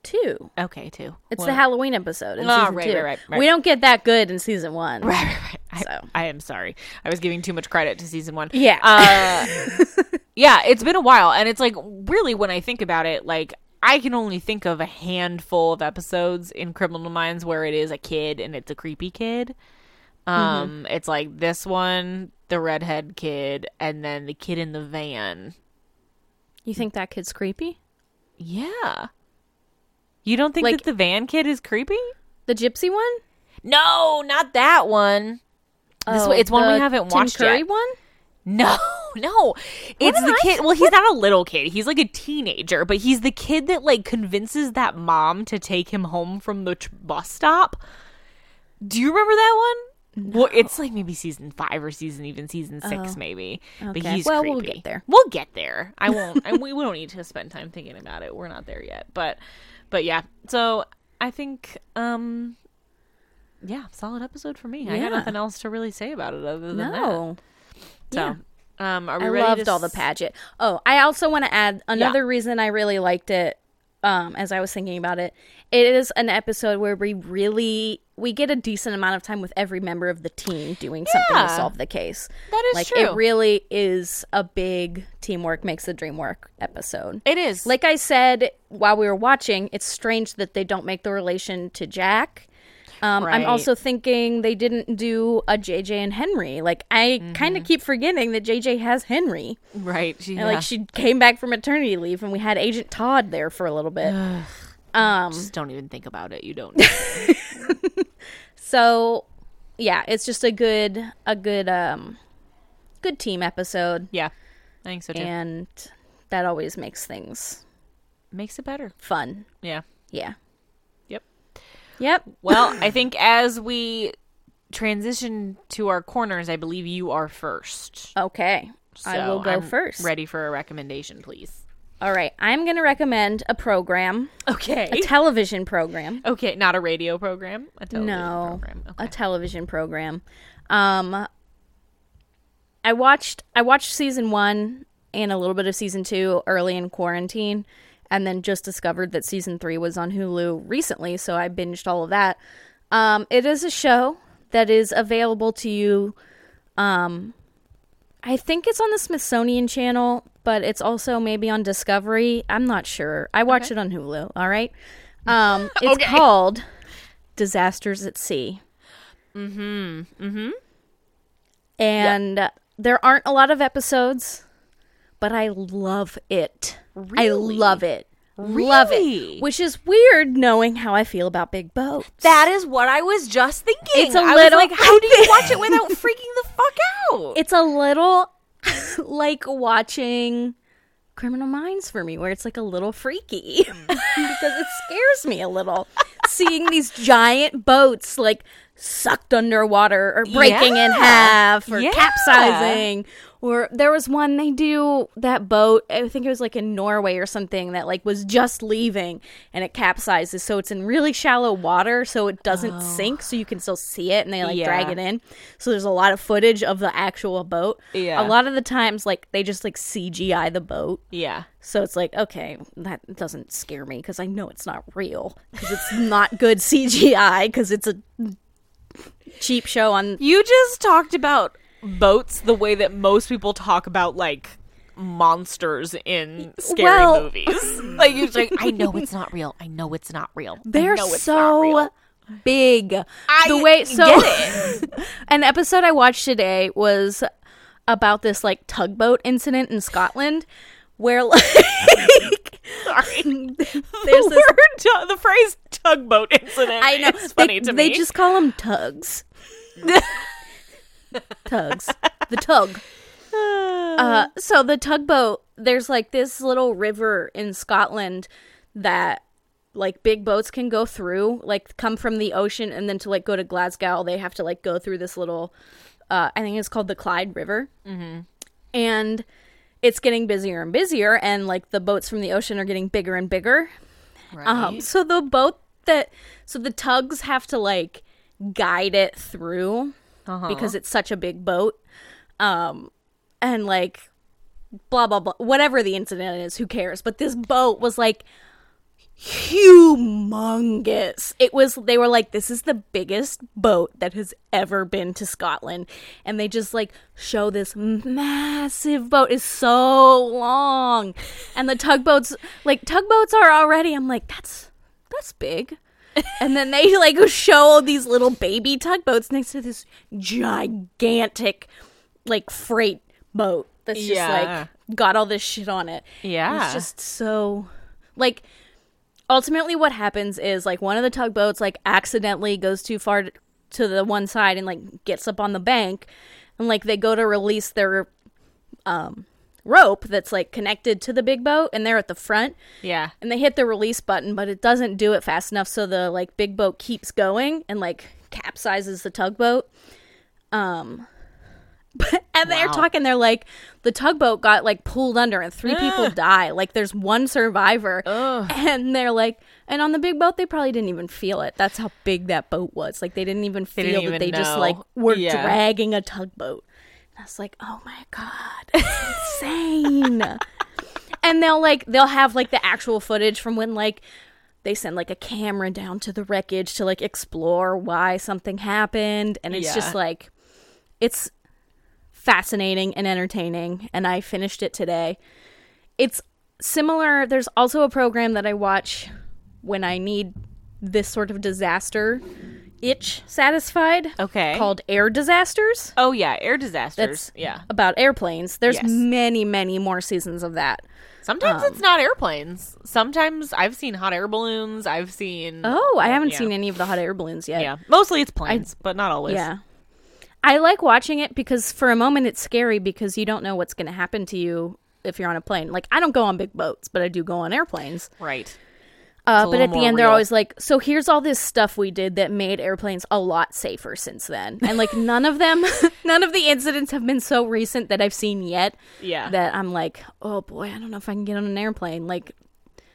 Speaker 2: Two. two.
Speaker 1: Okay, too.
Speaker 2: It's
Speaker 1: Well-
Speaker 2: the Halloween episode in
Speaker 1: Ah,
Speaker 2: season
Speaker 1: right,
Speaker 2: two.
Speaker 1: right, right, right.
Speaker 2: We don't get that good in season one.
Speaker 1: Right, right, right. I,
Speaker 2: So.
Speaker 1: I am sorry. I was giving too much credit to season one.
Speaker 2: Yeah.
Speaker 1: Uh, yeah, it's been a while. And it's like, really, when I think about it, like, I can only think of a handful of episodes in Criminal Minds where it is a kid and it's a creepy kid. Um, It's like this one, the redhead kid, and then the kid in the van.
Speaker 2: You think that kid's creepy?
Speaker 1: Yeah. You don't think
Speaker 2: Like-
Speaker 1: that the van kid is creepy?
Speaker 2: The gypsy one?
Speaker 1: No, not that one. This one- it's one we
Speaker 2: Oh, the
Speaker 1: haven't
Speaker 2: Tim
Speaker 1: watched
Speaker 2: Curry
Speaker 1: yet.
Speaker 2: one?
Speaker 1: No, no. It's
Speaker 2: did
Speaker 1: the
Speaker 2: I
Speaker 1: kid. Well, he's not a little kid. He's like a teenager, but he's the kid that like convinces that mom to take him home from the tr- bus stop. Do you remember that one? Well, it's like maybe season five or season even season six, maybe. But
Speaker 2: Oh. Okay.
Speaker 1: he's
Speaker 2: Well,
Speaker 1: creepy.
Speaker 2: we'll get there.
Speaker 1: We'll get there. I won't. and we, we don't need to spend time thinking about it. We're not there yet. But, but yeah. So I think, um, yeah, solid episode for me. I
Speaker 2: Yeah.
Speaker 1: got nothing else to really say about it other than that.
Speaker 2: No.
Speaker 1: So, um, are we
Speaker 2: I
Speaker 1: ready
Speaker 2: loved
Speaker 1: to
Speaker 2: all the
Speaker 1: s-
Speaker 2: pageant. Oh, I also want to add another reason I really liked it. Um, as I was thinking about it, it is an episode where we really we get a decent amount of time with every member of the team doing something to
Speaker 1: Yeah.
Speaker 2: solve the case.
Speaker 1: That is
Speaker 2: like
Speaker 1: true.
Speaker 2: it really is a big teamwork makes the dream work episode.
Speaker 1: It is
Speaker 2: Like I said while we were watching, it's strange that they don't make the relation to Jack. Um,
Speaker 1: Right.
Speaker 2: I'm also thinking they didn't do a JJ and Henry. Like I kind of keep forgetting that JJ has Henry.
Speaker 1: right. She,
Speaker 2: And,
Speaker 1: Mm-hmm. yeah.
Speaker 2: Like she came back from maternity leave, and we had Agent Todd there for a little bit. um,
Speaker 1: just don't even think about it. You don't.
Speaker 2: so yeah, it's just a good, a good, um, good team episode,
Speaker 1: yeah, I think so too.
Speaker 2: and that always makes things
Speaker 1: Makes it better.
Speaker 2: fun.
Speaker 1: Yeah.
Speaker 2: Yeah.
Speaker 1: Yep.
Speaker 2: Yep.
Speaker 1: Well, I think as we transition to our corners, I believe you are first.
Speaker 2: Okay. I
Speaker 1: So
Speaker 2: will go
Speaker 1: I'm
Speaker 2: first.
Speaker 1: Ready for a recommendation, please?
Speaker 2: All right. I'm going to recommend a program,
Speaker 1: Okay.
Speaker 2: a television program.
Speaker 1: okay, not a radio program. A television
Speaker 2: no,
Speaker 1: program.
Speaker 2: a
Speaker 1: Okay.
Speaker 2: television program. Um, I watched I watched season one and a little bit of season two early in quarantine, and then just discovered that season three was on Hulu recently, so I binged all of that. Um, it is a show that is available to you. Um, I think it's on the Smithsonian Channel, but it's also maybe on Discovery. I'm not sure. I watched it on Hulu. All right. Um, it's
Speaker 1: Okay.
Speaker 2: called Disasters at Sea. Mm-hmm. Mm-hmm. And uh, there aren't a lot of episodes, but I love it. I
Speaker 1: Really?
Speaker 2: love it. Love
Speaker 1: Really?
Speaker 2: it. Which is weird knowing how I feel about big boats.
Speaker 1: that is what I was just thinking.
Speaker 2: It's a
Speaker 1: I
Speaker 2: little-
Speaker 1: was like, how do you watch it without freaking the fuck out?
Speaker 2: it's a little like watching Criminal Minds for me, where it's like a little freaky because it scares me a little seeing these giant boats like sucked underwater or breaking in
Speaker 1: Yeah.
Speaker 2: half or
Speaker 1: Yeah.
Speaker 2: capsizing. Or there was one they do that boat, I think it was like in Norway or something, that like was just leaving and it capsizes. So it's in really shallow water, so it doesn't sink, so you can still see it and they like drag
Speaker 1: Oh. Yeah.
Speaker 2: it in. So there's a lot of footage of the actual boat.
Speaker 1: Yeah.
Speaker 2: A lot of the times, like they just like CGI the boat.
Speaker 1: yeah.
Speaker 2: So it's like, okay, that doesn't scare me because I know it's not real because it's not good CGI because it's a cheap show on.
Speaker 1: You just talked about boats the way that most people talk about like monsters in scary
Speaker 2: Well-
Speaker 1: movies. Like you're just like, I know it's not real. I know it's not real. I
Speaker 2: They're
Speaker 1: know it's not
Speaker 2: so
Speaker 1: real."
Speaker 2: big.
Speaker 1: I
Speaker 2: the way so
Speaker 1: get
Speaker 2: an episode I watched today was about this like tugboat incident in Scotland where like
Speaker 1: Sorry.
Speaker 2: there's
Speaker 1: the,
Speaker 2: this
Speaker 1: word tu- the phrase tugboat incident.
Speaker 2: I know.
Speaker 1: It's funny
Speaker 2: they,
Speaker 1: to
Speaker 2: they
Speaker 1: me.
Speaker 2: just call them tugs. tugs. The tug. Uh, so the tugboat, there's like this little river in Scotland that like big boats can go through, like come from the ocean and then to like go to Glasgow, they have to like go through this little, uh, I think it's called the Clyde River. Mm-hmm. And it's getting busier and busier, and like the boats from the ocean are getting bigger and bigger.
Speaker 1: right.
Speaker 2: Um, so the boat that so the tugs have to like guide it through
Speaker 1: Uh-huh.
Speaker 2: because it's such a big boat. Um, and like blah blah blah, whatever the incident is, who cares? But this boat was like humongous. It was they were like this is the biggest boat that has ever been to Scotland and they just like show this massive boat is so long and the tugboats like tugboats are already I'm like that's that's big. and then they like show all these little baby tugboats next to this gigantic like freight boat that's just
Speaker 1: Yeah.
Speaker 2: like got all this shit on it. And
Speaker 1: Yeah.
Speaker 2: It's just so like ultimately what happens is like one of the tugboats like accidentally goes too far t- to the one side and like gets up on the bank and like they go to release their um rope that's like connected to the big boat and they're at the front
Speaker 1: Yeah.
Speaker 2: and they hit the release button but it doesn't do it fast enough so the like big boat keeps going and like capsizes the tugboat um but, and they're
Speaker 1: Wow.
Speaker 2: talking they're like the tugboat got like pulled under and three people die like there's one survivor
Speaker 1: Ugh.
Speaker 2: and they're like and on the big boat they probably didn't even feel it that's how big that boat was like they didn't even feel
Speaker 1: didn't
Speaker 2: that
Speaker 1: even
Speaker 2: they just
Speaker 1: know.
Speaker 2: like were
Speaker 1: Yeah.
Speaker 2: dragging a tugboat and i was like oh my god insane and they'll like they'll have like the actual footage from when like they send like a camera down to the wreckage to like explore why something happened and it's
Speaker 1: Yeah.
Speaker 2: just like it's fascinating and entertaining and I finished it today. It's similar there's also a program that I watch when I need this sort of disaster itch satisfied
Speaker 1: Okay.
Speaker 2: called Air Disasters
Speaker 1: oh yeah, air disasters.
Speaker 2: That's-
Speaker 1: yeah.
Speaker 2: about airplanes. There's
Speaker 1: Yes.
Speaker 2: many many more seasons of that.
Speaker 1: Sometimes it's not airplanes. Sometimes I've seen hot air balloons. I've seen
Speaker 2: Oh, I haven't
Speaker 1: yeah.
Speaker 2: seen any of the hot air balloons yet.
Speaker 1: yeah. Mostly it's planes, but not always.
Speaker 2: Yeah. I like watching it because for a moment it's scary because you don't know what's going to happen to you if you're on a plane. Like I don't go on big boats, but I do go on airplanes.
Speaker 1: Right.
Speaker 2: Uh,
Speaker 1: a
Speaker 2: but
Speaker 1: little
Speaker 2: at the
Speaker 1: more
Speaker 2: end, they're
Speaker 1: real.
Speaker 2: always like, "So here's all this stuff we did that made airplanes a lot safer since then." And like none of them, none of the incidents have been so recent that I've seen yet.
Speaker 1: Yeah.
Speaker 2: That I'm like, oh boy, I don't know if I can get on an airplane. Like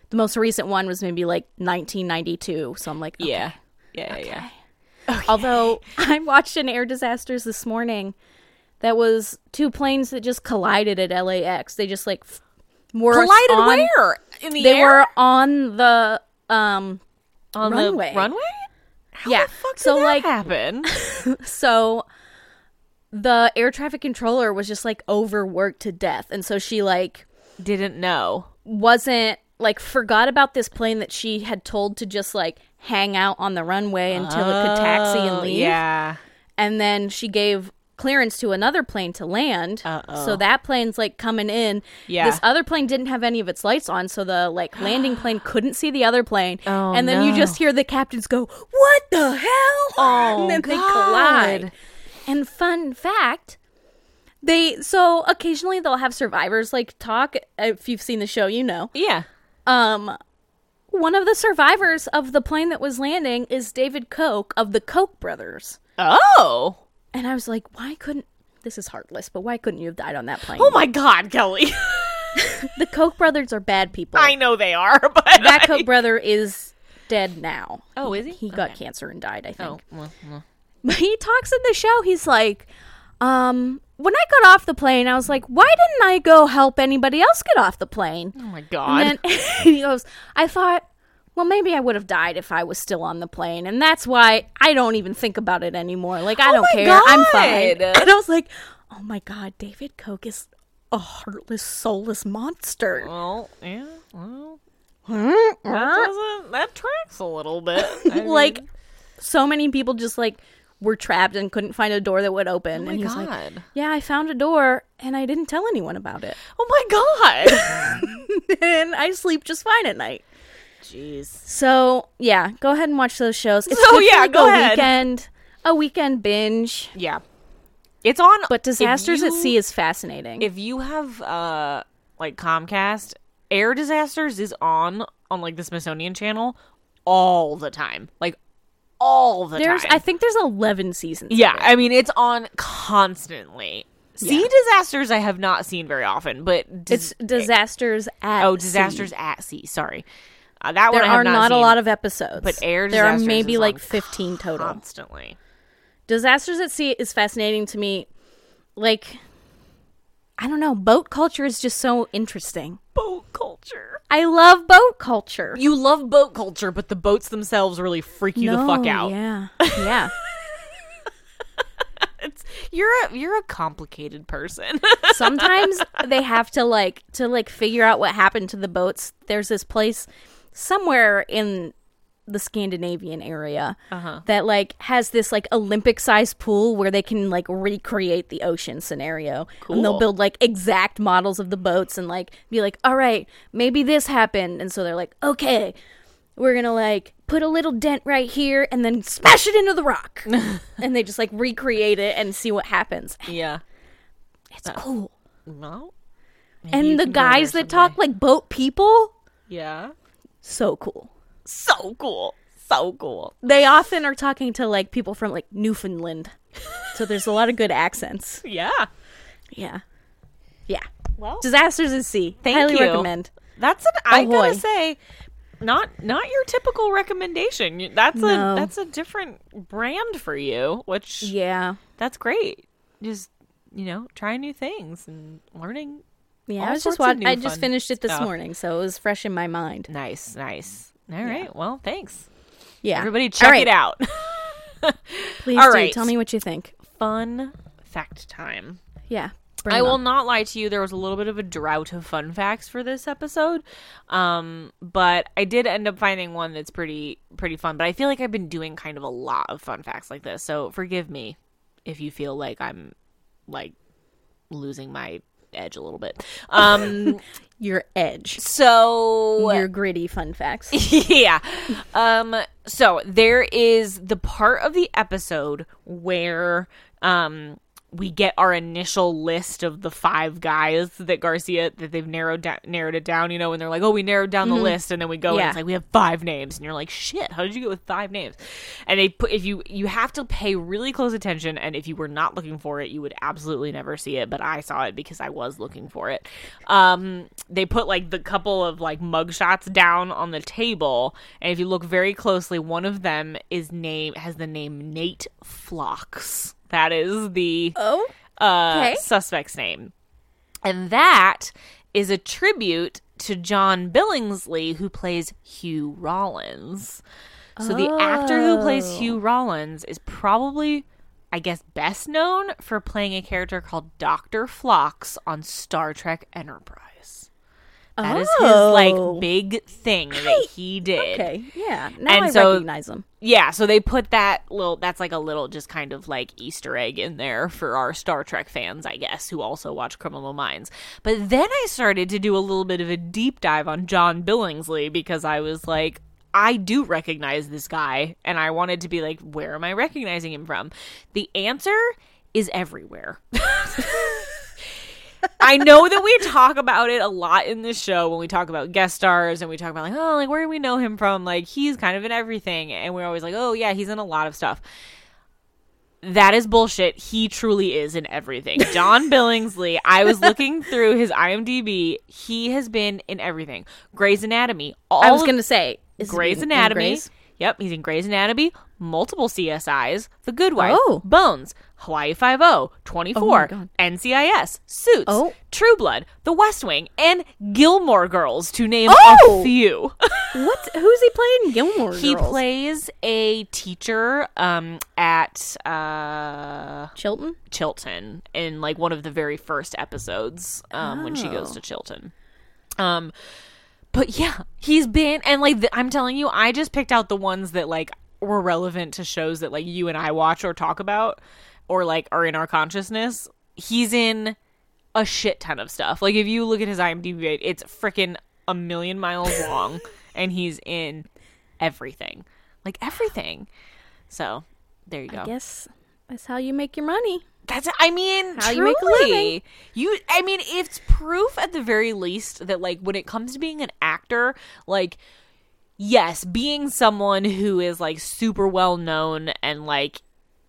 Speaker 2: the most recent one was maybe like 1992. So I'm like, okay.
Speaker 1: Yeah. Yeah. yeah, Yeah.
Speaker 2: Although I watched an air disasters this morning that was two planes that just collided at LAX. They just like f- were
Speaker 1: Collided
Speaker 2: on-
Speaker 1: where in the
Speaker 2: They
Speaker 1: air?
Speaker 2: were on the um
Speaker 1: on
Speaker 2: runway.
Speaker 1: the runway. How
Speaker 2: yeah.
Speaker 1: The fuck did
Speaker 2: so
Speaker 1: that
Speaker 2: like
Speaker 1: happen?
Speaker 2: so the air traffic controller was just like overworked to death and so she like
Speaker 1: Didn't know.
Speaker 2: wasn't like forgot about this plane that she had told to just like hang out on the runway until it could taxi and
Speaker 1: Oh,
Speaker 2: leave.
Speaker 1: Yeah.
Speaker 2: and then she gave clearance to another plane to land.
Speaker 1: Uh-oh.
Speaker 2: So that plane's like coming in.
Speaker 1: Yeah.
Speaker 2: This other plane didn't have any of its lights on, so the like landing plane couldn't see the other plane.
Speaker 1: Oh,
Speaker 2: and then you
Speaker 1: no.
Speaker 2: just hear the captains go, "What the hell?"
Speaker 1: Oh,
Speaker 2: and then they
Speaker 1: God.
Speaker 2: collide. And fun fact, they so occasionally they'll have survivors like talk. If you've seen the show, you know.
Speaker 1: Yeah.
Speaker 2: Um one of the survivors of the plane that was landing is David Koch of the Koch brothers.
Speaker 1: Oh.
Speaker 2: And I was like, why couldn't this is heartless, but why couldn't you have died on that plane?
Speaker 1: Oh my God, Kelly.
Speaker 2: The Koch brothers are bad people.
Speaker 1: I know they are, but
Speaker 2: that
Speaker 1: I-
Speaker 2: Koch brother is dead now.
Speaker 1: Oh, is he?
Speaker 2: He got cancer and died, I think.
Speaker 1: Oh, well, well.
Speaker 2: But he talks in the show, he's like, um, when I got off the plane, I was like, why didn't I go help anybody else get off the plane?
Speaker 1: oh my God.
Speaker 2: And then he goes, I thought, well, maybe I would have died if I was still on the plane. And that's why I don't even think about it anymore. Like, I don't
Speaker 1: Oh my
Speaker 2: care. I'm fine.
Speaker 1: God.
Speaker 2: And I was like, oh my God, David Koch is a heartless, soulless monster.
Speaker 1: well, yeah. Well, that doesn't. That tracks a little bit. Oh I
Speaker 2: Like,
Speaker 1: mean,
Speaker 2: so many people just like were trapped and couldn't find a door that would open.
Speaker 1: oh my
Speaker 2: and he's like,
Speaker 1: God.
Speaker 2: yeah, I found a door and I didn't tell anyone about it.
Speaker 1: oh my God.
Speaker 2: and I sleep just fine at night.
Speaker 1: Jeez.
Speaker 2: So yeah, go ahead and watch those shows. It's
Speaker 1: So,
Speaker 2: good for,
Speaker 1: Oh, yeah,
Speaker 2: like,
Speaker 1: go
Speaker 2: a
Speaker 1: ahead.
Speaker 2: weekend, a weekend binge.
Speaker 1: Yeah. It's on.
Speaker 2: But disasters
Speaker 1: you,
Speaker 2: at sea is fascinating.
Speaker 1: If you have uh like Comcast, air disasters is on on like the Smithsonian Channel all the time. Like all the
Speaker 2: there's,
Speaker 1: time.
Speaker 2: I think there's eleven seasons.
Speaker 1: Yeah, I mean it's on constantly. Sea disasters I have not seen very often, but dis-
Speaker 2: It's disasters at
Speaker 1: oh
Speaker 2: sea.
Speaker 1: disasters at sea. Sorry, uh, that
Speaker 2: There
Speaker 1: one I have
Speaker 2: are not,
Speaker 1: not,
Speaker 2: a
Speaker 1: seen
Speaker 2: lot of episodes,
Speaker 1: But air
Speaker 2: there are
Speaker 1: disasters
Speaker 2: maybe
Speaker 1: is
Speaker 2: like
Speaker 1: on
Speaker 2: fifteen total.
Speaker 1: constantly.
Speaker 2: Disasters at sea is fascinating to me. Like, I don't know, boat culture is just so interesting.
Speaker 1: Boat culture.
Speaker 2: I love boat culture.
Speaker 1: You love boat culture, but the boats themselves really freak you the fuck
Speaker 2: No,
Speaker 1: out.
Speaker 2: Yeah. Yeah.
Speaker 1: It's, you're a you're a complicated person.
Speaker 2: Sometimes they have to like to like figure out what happened to the boats. There's this place somewhere in the Scandinavian area that like has this like Olympic sized pool where they can like recreate the ocean scenario. And
Speaker 1: Cool.
Speaker 2: they'll build like exact models of the boats and like be like, all right, maybe this happened. And so they're like, okay, we're gonna like put a little dent right here and then smash it into the rock. and they just like recreate it and see what happens.
Speaker 1: yeah.
Speaker 2: It's cool.
Speaker 1: Well,
Speaker 2: And the
Speaker 1: can go there
Speaker 2: guys that talk like boat people,
Speaker 1: yeah.
Speaker 2: so cool.
Speaker 1: So cool. So cool.
Speaker 2: They often are talking to like people from like Newfoundland. so there's a lot of good accents.
Speaker 1: Yeah.
Speaker 2: Yeah. Yeah.
Speaker 1: Well,
Speaker 2: Disasters at Sea.
Speaker 1: Thank
Speaker 2: Highly
Speaker 1: you.
Speaker 2: recommend.
Speaker 1: that's an I
Speaker 2: Ahoy.
Speaker 1: gotta say, not not your typical recommendation. You- That's
Speaker 2: No.
Speaker 1: a that's a different brand for you, which
Speaker 2: Yeah.
Speaker 1: that's great. Just you know, trying new things and learning.
Speaker 2: Yeah,
Speaker 1: All
Speaker 2: I was just
Speaker 1: sorts of
Speaker 2: watching.
Speaker 1: new
Speaker 2: I just
Speaker 1: fun
Speaker 2: finished it this
Speaker 1: stuff.
Speaker 2: morning, so it was fresh in my mind.
Speaker 1: Nice, nice. All right. Well, thanks.
Speaker 2: Yeah,
Speaker 1: Everybody, check it out.
Speaker 2: Please
Speaker 1: All
Speaker 2: do
Speaker 1: right.
Speaker 2: tell me what you think.
Speaker 1: Fun fact time.
Speaker 2: Yeah, bring
Speaker 1: I
Speaker 2: it
Speaker 1: will
Speaker 2: on.
Speaker 1: not lie to you. There was a little bit of a drought of fun facts for this episode, um, but I did end up finding one that's pretty pretty fun. But I feel like I've been doing kind of a lot of fun facts like this, so forgive me if you feel like I'm like losing my edge a little bit. Um,
Speaker 2: your edge,
Speaker 1: so
Speaker 2: your gritty fun facts.
Speaker 1: yeah. Um so there is the part of the episode where um we get our initial list of the five guys that Garcia that they've narrowed down narrowed it down, you know, and they're like, "Oh, we narrowed down the list." And then we go and
Speaker 2: Yeah.
Speaker 1: it's like, "We have five names." And you're like, "Shit, how did you get with five names?" And they put if you you have to pay really close attention and if you were not looking for it, you would absolutely never see it, but I saw it because I was looking for it. Um they put like the couple of like mug shots down on the table, and if you look very closely, one of them is name has the name Nate Flocks. That is the
Speaker 2: oh,
Speaker 1: uh,
Speaker 2: okay.
Speaker 1: suspect's name. And that is a tribute to John Billingsley, who plays Hugh Rollins. So the actor who plays
Speaker 2: Oh.
Speaker 1: Hugh Rollins is probably, I guess, best known for playing a character called Dr. Phlox on Star Trek Enterprise. That is his
Speaker 2: Oh.
Speaker 1: like big thing that he did.
Speaker 2: okay, yeah. Now
Speaker 1: And
Speaker 2: I
Speaker 1: so-
Speaker 2: recognize them.
Speaker 1: Yeah, so they put that little that's like a little just kind of like Easter egg in there for our Star Trek fans, I guess, who also watch Criminal Minds. But then I started to do a little bit of a deep dive on John Billingsley because I was like, I do recognize this guy and I wanted to be like, where am I recognizing him from? The answer is everywhere. I know that we talk about it a lot in this show when we talk about guest stars and we talk about like, oh, like where do we know him from? Like he's kind of in everything, and we're always like, oh yeah, he's in a lot of stuff. That is bullshit. He truly is in everything. John Billingsley, I was looking through his IMDb. He has been in everything. Grey's Anatomy. All
Speaker 2: I was
Speaker 1: of-
Speaker 2: gonna say is it
Speaker 1: Grey's
Speaker 2: in- in
Speaker 1: Anatomy.
Speaker 2: Grey's?
Speaker 1: Yep, he's in Grey's Anatomy, multiple CSIs, The Good Wife,
Speaker 2: Oh.
Speaker 1: Bones, Hawaii Five-O, 24,
Speaker 2: God.
Speaker 1: NCIS, Suits,
Speaker 2: Oh.
Speaker 1: True Blood, The West Wing, and Gilmore Girls, to name
Speaker 2: Oh!
Speaker 1: a few.
Speaker 2: What? Who's he playing? Gilmore.
Speaker 1: he
Speaker 2: Girls?
Speaker 1: plays a teacher um, at uh,
Speaker 2: Chilton.
Speaker 1: Chilton in like one of the very first episodes um, when she goes
Speaker 2: Oh.
Speaker 1: to Chilton. Um, but yeah, he's been and like th- I'm telling you, I just picked out the ones that like were relevant to shows that like you and I watch or talk about or like are in our consciousness. He's in a shit ton of stuff. Like if you look at his IMDb, page, it's freaking a million miles long, and he's in everything, like everything. So there
Speaker 2: Oh.
Speaker 1: you go.
Speaker 2: Yes, that's how you make your money.
Speaker 1: That's I mean,
Speaker 2: How you
Speaker 1: truly,
Speaker 2: make a
Speaker 1: you,
Speaker 2: living.
Speaker 1: I mean, it's proof at the very least that like when it comes to being an actor, like yes, being someone who is like super well known and like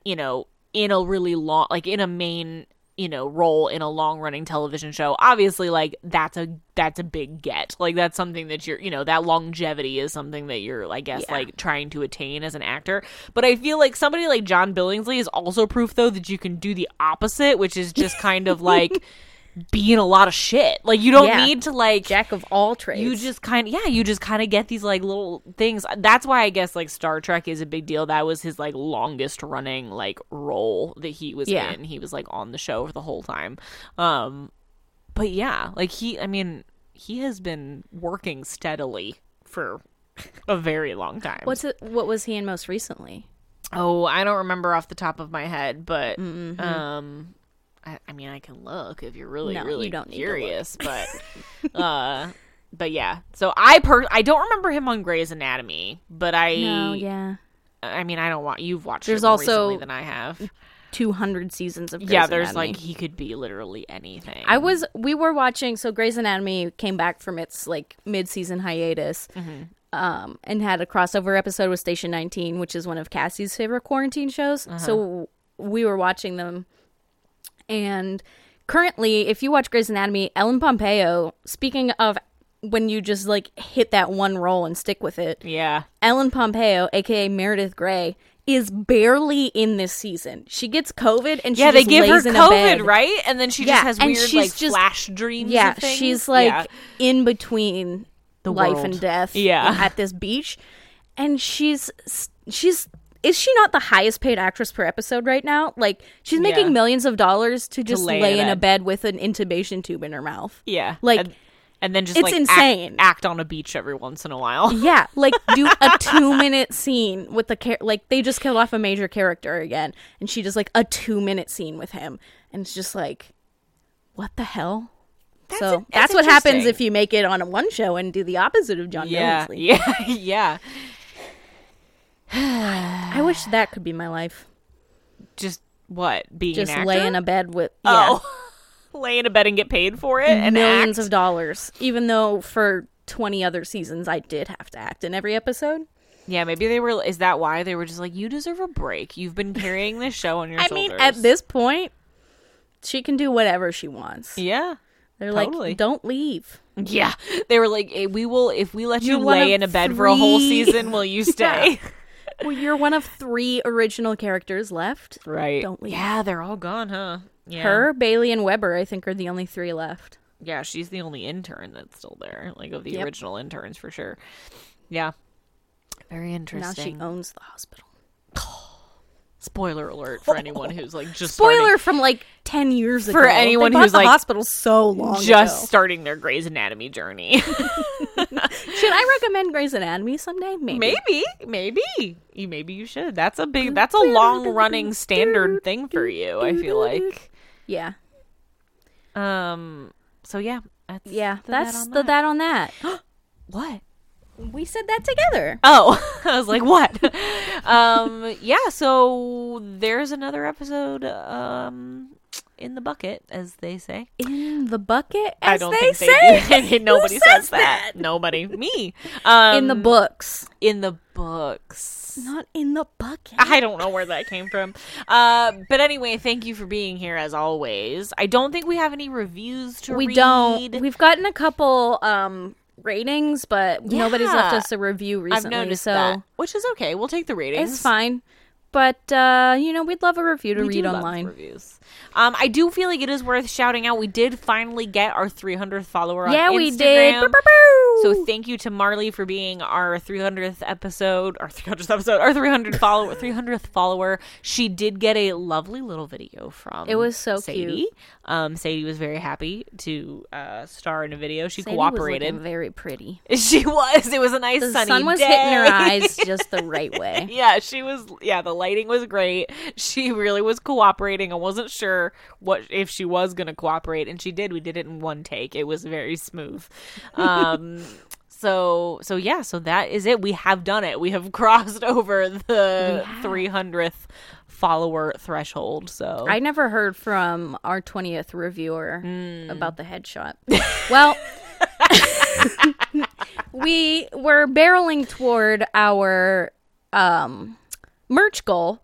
Speaker 1: you know in a really long like in a main you know role in a long running television show obviously like that's a that's a big get like that's something that you're you know that longevity is something that you're i guess
Speaker 2: Yeah.
Speaker 1: like trying to attain as an actor but i feel like somebody like john billingsley is also proof though that you can do the opposite which is just kind of like being a lot of shit. Like you don't
Speaker 2: Yeah.
Speaker 1: need to like
Speaker 2: Jack of all trades.
Speaker 1: you just kind of yeah, you just kind of get these like little things. That's why I guess like Star Trek is a big deal. That was his like longest running like role that he was
Speaker 2: Yeah.
Speaker 1: in. He was like on the show for the whole time. Um but yeah, like he I mean, he has been working steadily for a very long time.
Speaker 2: What's it, what was he in most recently?
Speaker 1: Oh, I don't remember off the top of my head, but um, I, I mean, I can look if you're really,
Speaker 2: No,
Speaker 1: really
Speaker 2: you don't need to look.
Speaker 1: curious. But, uh, but yeah. So I per I don't remember him on Grey's Anatomy, but I,
Speaker 2: No, yeah,
Speaker 1: I mean, I don't want you've watched.
Speaker 2: There's
Speaker 1: it more
Speaker 2: also-
Speaker 1: recently than I have.
Speaker 2: two hundred seasons of Grey's
Speaker 1: yeah, there's
Speaker 2: Anatomy.
Speaker 1: like he could be literally anything.
Speaker 2: I was we were watching so Grey's Anatomy came back from its like mid-season hiatus.
Speaker 1: Mm-hmm.
Speaker 2: Um, and had a crossover episode with Station 19, which is one of Cassie's favorite quarantine shows.
Speaker 1: Uh-huh.
Speaker 2: So we were watching them. And currently, if you watch Grey's Anatomy, Ellen Pompeo, speaking of when you just like hit that one role and stick with it,
Speaker 1: yeah,
Speaker 2: Ellen Pompeo, aka Meredith Grey, is barely in this season. She gets COVID and she
Speaker 1: yeah. They
Speaker 2: just
Speaker 1: give her
Speaker 2: lays in a bed.
Speaker 1: COVID, right? And then she
Speaker 2: Yeah,
Speaker 1: just has
Speaker 2: and
Speaker 1: weird
Speaker 2: she's
Speaker 1: like
Speaker 2: just-
Speaker 1: flash dreams.
Speaker 2: Yeah,
Speaker 1: of things.
Speaker 2: she's like
Speaker 1: Yeah.
Speaker 2: in between
Speaker 1: The
Speaker 2: life
Speaker 1: world.
Speaker 2: and death.
Speaker 1: Yeah.
Speaker 2: at this beach, and she's she's is she not the highest paid actress per episode right now? Like she's making
Speaker 1: Yeah.
Speaker 2: millions of dollars to just
Speaker 1: lay
Speaker 2: lay,
Speaker 1: in a
Speaker 2: in a bed with an intubation tube in her mouth.
Speaker 1: yeah,
Speaker 2: like,
Speaker 1: and, and then just
Speaker 2: it's
Speaker 1: like act-
Speaker 2: insane.
Speaker 1: act on a beach every once in a while.
Speaker 2: Yeah, like do a two minute scene with the char- like they just killed off a major character again, and she does like a two minute scene with him, and it's just like, what the hell? so
Speaker 1: that's
Speaker 2: that's what happens
Speaker 1: interesting.
Speaker 2: if you make it on a one show and do the opposite of John
Speaker 1: Yeah,
Speaker 2: Billingsley.
Speaker 1: yeah, yeah.
Speaker 2: I wish that could be my life.
Speaker 1: Just what? Being
Speaker 2: Just
Speaker 1: an actor?
Speaker 2: lay in a bed with yeah,
Speaker 1: oh, lay in a bed and get paid for it and
Speaker 2: millions
Speaker 1: act?
Speaker 2: of dollars. Even though for twenty other seasons I did have to act in every episode.
Speaker 1: Yeah, maybe they were. Is that why they were just like, you deserve a break? You've been carrying this show on your
Speaker 2: I
Speaker 1: shoulders.
Speaker 2: mean, at this point, she can do whatever she wants.
Speaker 1: yeah.
Speaker 2: They're
Speaker 1: totally.
Speaker 2: like, don't leave.
Speaker 1: Yeah, they were like, eh, "We will if we let you
Speaker 2: You're one
Speaker 1: lay
Speaker 2: of
Speaker 1: in a bed for a whole
Speaker 2: three-
Speaker 1: season. Will you stay?"
Speaker 2: Well, you're one of three original characters left.
Speaker 1: Right?
Speaker 2: Don't leave.
Speaker 1: Yeah, they're all gone, huh? Yeah.
Speaker 2: Her, Bailey, and Weber, I think, are the only three left.
Speaker 1: Yeah, she's the only intern that's still there, like of the
Speaker 2: Yep.
Speaker 1: original interns for sure. Yeah. Very
Speaker 2: Now she
Speaker 1: interesting.
Speaker 2: owns the hospital.
Speaker 1: Spoiler alert for anyone who's like just starting-
Speaker 2: Spoiler from like ten years ago. They
Speaker 1: anyone
Speaker 2: bought
Speaker 1: who's,
Speaker 2: the
Speaker 1: like,
Speaker 2: hospital so long
Speaker 1: just
Speaker 2: ago.
Speaker 1: starting their Grey's Anatomy journey.
Speaker 2: Should I recommend Grey's Anatomy someday? Maybe.
Speaker 1: maybe, maybe you maybe you should. That's a big. That's a long running standard thing for you. I feel like.
Speaker 2: Yeah.
Speaker 1: Um. So yeah. That's
Speaker 2: Yeah.
Speaker 1: the that
Speaker 2: that's
Speaker 1: on
Speaker 2: the
Speaker 1: that.
Speaker 2: that on that.
Speaker 1: What?
Speaker 2: we said that together.
Speaker 1: Oh, I was like, what? um. Yeah. So there's another episode. Um. In the bucket, as they say.
Speaker 2: In the bucket, as
Speaker 1: I don't
Speaker 2: they
Speaker 1: think
Speaker 2: say.
Speaker 1: they do. Nobody
Speaker 2: Who
Speaker 1: says,
Speaker 2: says
Speaker 1: that. Nobody. Me. Um,
Speaker 2: in the books,
Speaker 1: in the books.
Speaker 2: not in the bucket.
Speaker 1: I don't know where that came from. Uh, but anyway, thank you for being here as always. I don't think we have any reviews to
Speaker 2: we
Speaker 1: read.
Speaker 2: don't. We've gotten a couple um ratings, but nobody's left
Speaker 1: Yeah.
Speaker 2: us a review
Speaker 1: I've
Speaker 2: recently.
Speaker 1: noticed
Speaker 2: so
Speaker 1: that, which is okay. We'll take the ratings.
Speaker 2: it's fine. But uh, you know, we'd love a review to
Speaker 1: We
Speaker 2: read
Speaker 1: do love
Speaker 2: online.
Speaker 1: reviews. Um, I do feel like it is worth shouting out. We did finally get our 300th follower.
Speaker 2: Yeah,
Speaker 1: on
Speaker 2: we did.
Speaker 1: Instagram.
Speaker 2: Bow, bow, bow.
Speaker 1: So thank you to Marley for being our 300th episode, our 300th episode, our 300 follower, 300th follower. She did get a lovely little video from.
Speaker 2: It was so
Speaker 1: Sadie.
Speaker 2: cute.
Speaker 1: Um, Sadie was very happy to uh, star in a video. She
Speaker 2: Sadie was looking
Speaker 1: cooperated.
Speaker 2: very pretty.
Speaker 1: she was. It was a nice
Speaker 2: The
Speaker 1: sunny
Speaker 2: sun was
Speaker 1: day.
Speaker 2: hitting her eyes just the right way.
Speaker 1: Yeah, she was. Yeah, the lighting was great. She really was cooperating. I wasn't sure what if she was going to cooperate, and she did. We did it in one take. It was very smooth. Um, so so yeah, so that is it. We have done it. We have crossed over the three hundredth follower threshold. So
Speaker 2: I never heard from our 20th reviewer about the headshot. Well, we were barreling toward our um, merch goal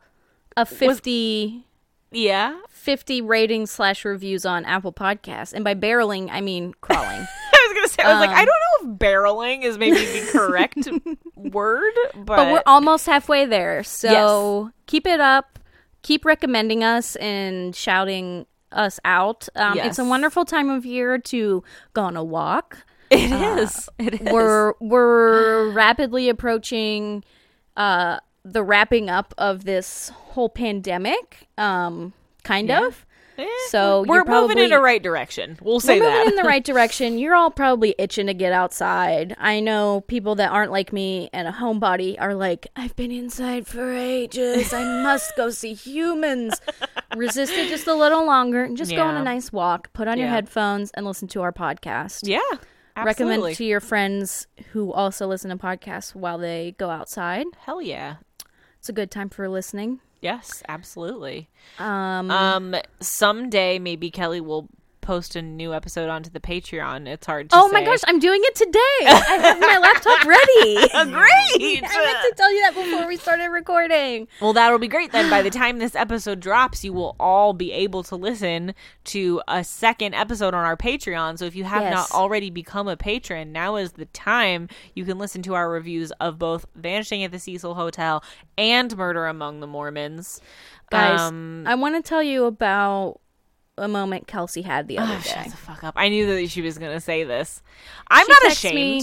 Speaker 2: of 50,
Speaker 1: yeah,
Speaker 2: 50 ratings slash reviews on Apple Podcasts. And by barreling, I mean crawling.
Speaker 1: I was gonna say I was like
Speaker 2: Um.
Speaker 1: I don't know if barreling is maybe the correct word, but,
Speaker 2: but we're almost halfway there. So keep it up. Keep recommending us and shouting us out. Um, It's a
Speaker 1: Yes.
Speaker 2: wonderful time of year to go on a walk.
Speaker 1: It is. It is.
Speaker 2: uh, We're we're rapidly approaching uh, the wrapping up of this whole pandemic, um, kind of.
Speaker 1: Eh,
Speaker 2: so
Speaker 1: we're
Speaker 2: you're
Speaker 1: moving in
Speaker 2: probably-
Speaker 1: the right direction. We'll say
Speaker 2: we're
Speaker 1: that.
Speaker 2: moving in the right direction. You're all probably itching to get outside. I know people that aren't like me and a homebody are like, I've been inside for ages. I must go see humans. Resist it just a little longer and just go on a
Speaker 1: Yeah.
Speaker 2: nice walk. Put on your
Speaker 1: Yeah.
Speaker 2: headphones and listen to our podcast.
Speaker 1: yeah. Absolutely.
Speaker 2: Recommend to your friends who also listen to podcasts while they go outside.
Speaker 1: Hell yeah.
Speaker 2: It's a good time for listening.
Speaker 1: Yes, absolutely.
Speaker 2: Um,
Speaker 1: Um, someday maybe Kelly will post a new episode onto the Patreon. It's hard to
Speaker 2: oh my
Speaker 1: say.
Speaker 2: gosh, I'm doing it today. I have my laptop ready.
Speaker 1: Great.
Speaker 2: I meant to tell you that before we started recording.
Speaker 1: uh, Well, that'll be great then. By the time this episode drops, you will all be able to listen to a second episode on our Patreon. So if you have
Speaker 2: Yes.
Speaker 1: not already become a patron, now is the time you can listen to our reviews of both Vanishing at the Cecil Hotel and Murder Among the Mormons.
Speaker 2: Guys,
Speaker 1: Um,
Speaker 2: I want to tell you about a moment Kelsey had the other
Speaker 1: oh, shut
Speaker 2: day.
Speaker 1: the fuck up. I knew that she was going to say this. I'm
Speaker 2: She
Speaker 1: not
Speaker 2: texts
Speaker 1: ashamed.
Speaker 2: me-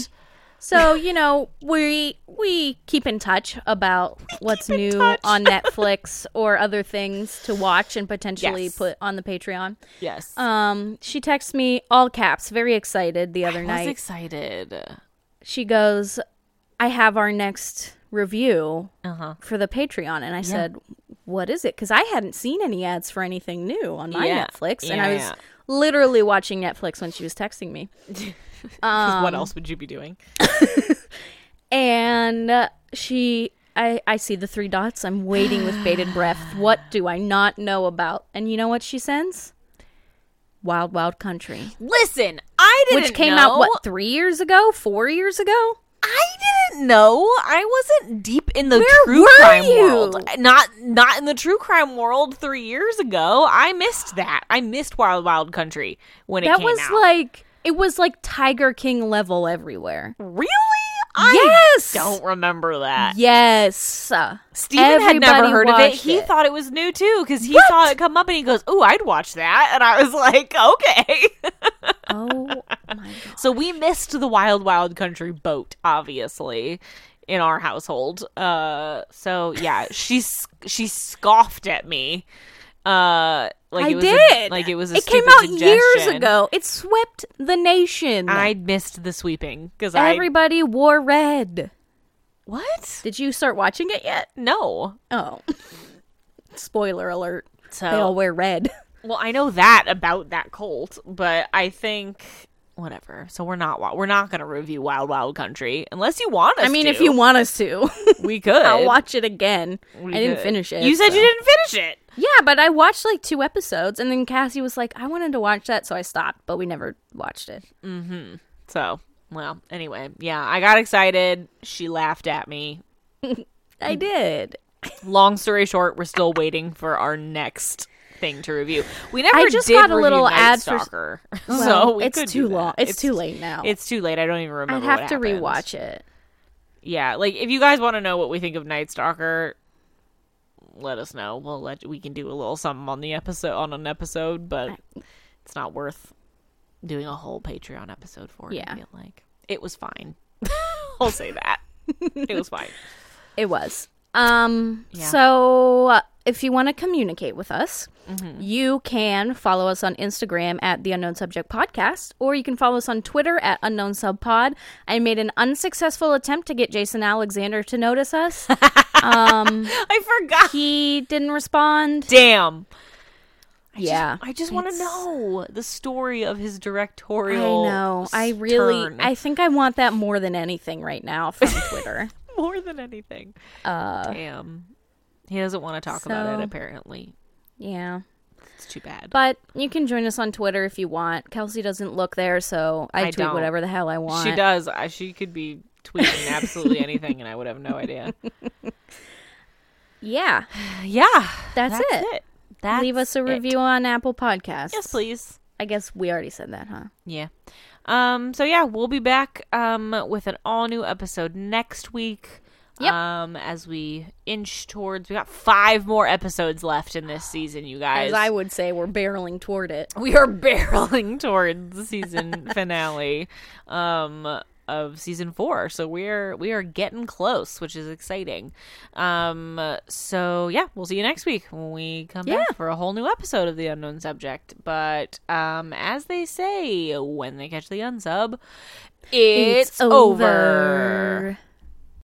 Speaker 2: so you know we we keep in touch about what's
Speaker 1: keep in
Speaker 2: new
Speaker 1: touch.
Speaker 2: on Netflix or other things to watch and potentially
Speaker 1: Yes.
Speaker 2: put on the Patreon.
Speaker 1: Yes.
Speaker 2: Um, she texts me all caps, very excited the other
Speaker 1: I
Speaker 2: night.
Speaker 1: was excited.
Speaker 2: she goes, "I have our next review
Speaker 1: Uh-huh.
Speaker 2: for the Patreon," and I said, "What is it?" Because I hadn't seen any ads for anything new on my
Speaker 1: Yeah.
Speaker 2: Netflix, and
Speaker 1: Yeah,
Speaker 2: I was
Speaker 1: yeah.
Speaker 2: literally watching Netflix when she was texting me.
Speaker 1: 'Cause
Speaker 2: Um,
Speaker 1: what else would you be doing?
Speaker 2: And uh, she, I, I see the three dots. I'm waiting with bated breath. What do I not know about? And you know what she sends? Wild Wild Country,
Speaker 1: Listen, I didn't
Speaker 2: which came
Speaker 1: know.
Speaker 2: out what three years ago, four years ago.
Speaker 1: I didn't know. I wasn't deep in the true
Speaker 2: were
Speaker 1: crime
Speaker 2: you?
Speaker 1: world. Not not in the true crime world 3 years ago. I missed that. I missed Wild Wild Country when it
Speaker 2: That
Speaker 1: came
Speaker 2: was
Speaker 1: out.
Speaker 2: like it was like Tiger King level everywhere.
Speaker 1: really? I
Speaker 2: yes,
Speaker 1: don't remember that.
Speaker 2: yes. Uh,
Speaker 1: Steven had never
Speaker 2: everybody
Speaker 1: heard of it.
Speaker 2: watched
Speaker 1: He
Speaker 2: it.
Speaker 1: thought it was new too cuz he saw it come up and he goes, "Oh, I'd watch that." And I was like, "Okay."
Speaker 2: Oh my god.
Speaker 1: so we missed the Wild Wild Country boat obviously in our household. Uh so yeah, she s- she scoffed at me. Uh like
Speaker 2: I
Speaker 1: it was a-
Speaker 2: did.
Speaker 1: like it was a
Speaker 2: it came
Speaker 1: stupid
Speaker 2: out years
Speaker 1: suggestion.
Speaker 2: ago. It swept the nation.
Speaker 1: I missed the sweeping cuz I
Speaker 2: Everybody wore red.
Speaker 1: What?
Speaker 2: Did you start watching it yet?
Speaker 1: No.
Speaker 2: Oh. Spoiler alert.
Speaker 1: So
Speaker 2: They all wear red.
Speaker 1: Well, I know that about that cult, but I think whatever. So we're not wa- we're not going to review Wild Wild Country unless you want us.
Speaker 2: I mean,
Speaker 1: to.
Speaker 2: if you want us to,
Speaker 1: we could.
Speaker 2: I'll watch it again.
Speaker 1: We
Speaker 2: I didn't
Speaker 1: could.
Speaker 2: finish it.
Speaker 1: You said
Speaker 2: so-
Speaker 1: you didn't finish it.
Speaker 2: Yeah, but I watched like two episodes, and then Cassie was like, "I wanted to watch that," so I stopped, but we never watched it.
Speaker 1: So well, anyway, yeah, I got excited. She laughed at me. Hmm.
Speaker 2: I did.
Speaker 1: Long story short, we're still waiting for our next thing to review. We never
Speaker 2: I just
Speaker 1: did
Speaker 2: got a
Speaker 1: review
Speaker 2: little
Speaker 1: Night
Speaker 2: ad for-
Speaker 1: Stalker, so
Speaker 2: Well,
Speaker 1: we
Speaker 2: it's
Speaker 1: could
Speaker 2: too
Speaker 1: do that.
Speaker 2: long. It's, too late now.
Speaker 1: It's too late. I don't even
Speaker 2: I'd
Speaker 1: remember.
Speaker 2: have
Speaker 1: what
Speaker 2: to
Speaker 1: happened.
Speaker 2: rewatch it.
Speaker 1: yeah like if you guys want to know what we think of night stalker let us know we'll let we can do a little something on the episode on an episode but it's not worth doing a whole patreon episode for it,
Speaker 2: Yeah.
Speaker 1: I feel like it was fine i'll say that it was fine
Speaker 2: It was. Um.
Speaker 1: Yeah.
Speaker 2: So uh, if you want to communicate with us,
Speaker 1: Mm-hmm.
Speaker 2: you can follow us on Instagram at the Unknown Subject Podcast, or you can follow us on Twitter at Unknown Sub Pod. I made an unsuccessful attempt to get Jason Alexander to notice us.
Speaker 1: i forgot
Speaker 2: he didn't respond.
Speaker 1: damn
Speaker 2: yeah.
Speaker 1: i just want to
Speaker 2: It's-
Speaker 1: know the story of his
Speaker 2: I
Speaker 1: directorial
Speaker 2: know. I
Speaker 1: s-
Speaker 2: really.
Speaker 1: turn
Speaker 2: I think I want that more than anything right now from Twitter.
Speaker 1: more than anything
Speaker 2: uh.
Speaker 1: damn he doesn't want to talk about
Speaker 2: So-
Speaker 1: it apparently
Speaker 2: Yeah.
Speaker 1: it's too bad
Speaker 2: But you can join us on Twitter if you want. Kelsey doesn't look there, so I,
Speaker 1: I
Speaker 2: tweet
Speaker 1: don't.
Speaker 2: whatever the hell I want.
Speaker 1: She does. I, she could be tweeting absolutely anything, and I would have no idea.
Speaker 2: Yeah.
Speaker 1: Yeah,
Speaker 2: That's it.
Speaker 1: That's
Speaker 2: Leave us a
Speaker 1: it.
Speaker 2: review on Apple Podcasts.
Speaker 1: Yes, please.
Speaker 2: I guess we already said that, huh?
Speaker 1: Yeah. Um. So yeah, we'll be back um with an all new episode next week.
Speaker 2: Yep.
Speaker 1: Um, as we inch towards, we got five more episodes left in this season, you guys.
Speaker 2: As I would say, we're barreling toward it.
Speaker 1: we are barreling towards the season finale um of season 4 so we're we are getting close which is exciting um so yeah we'll see you next week when we come
Speaker 2: Yeah.
Speaker 1: back for a whole new episode of the unknown subject but um as they say when they catch the unsub it's, over.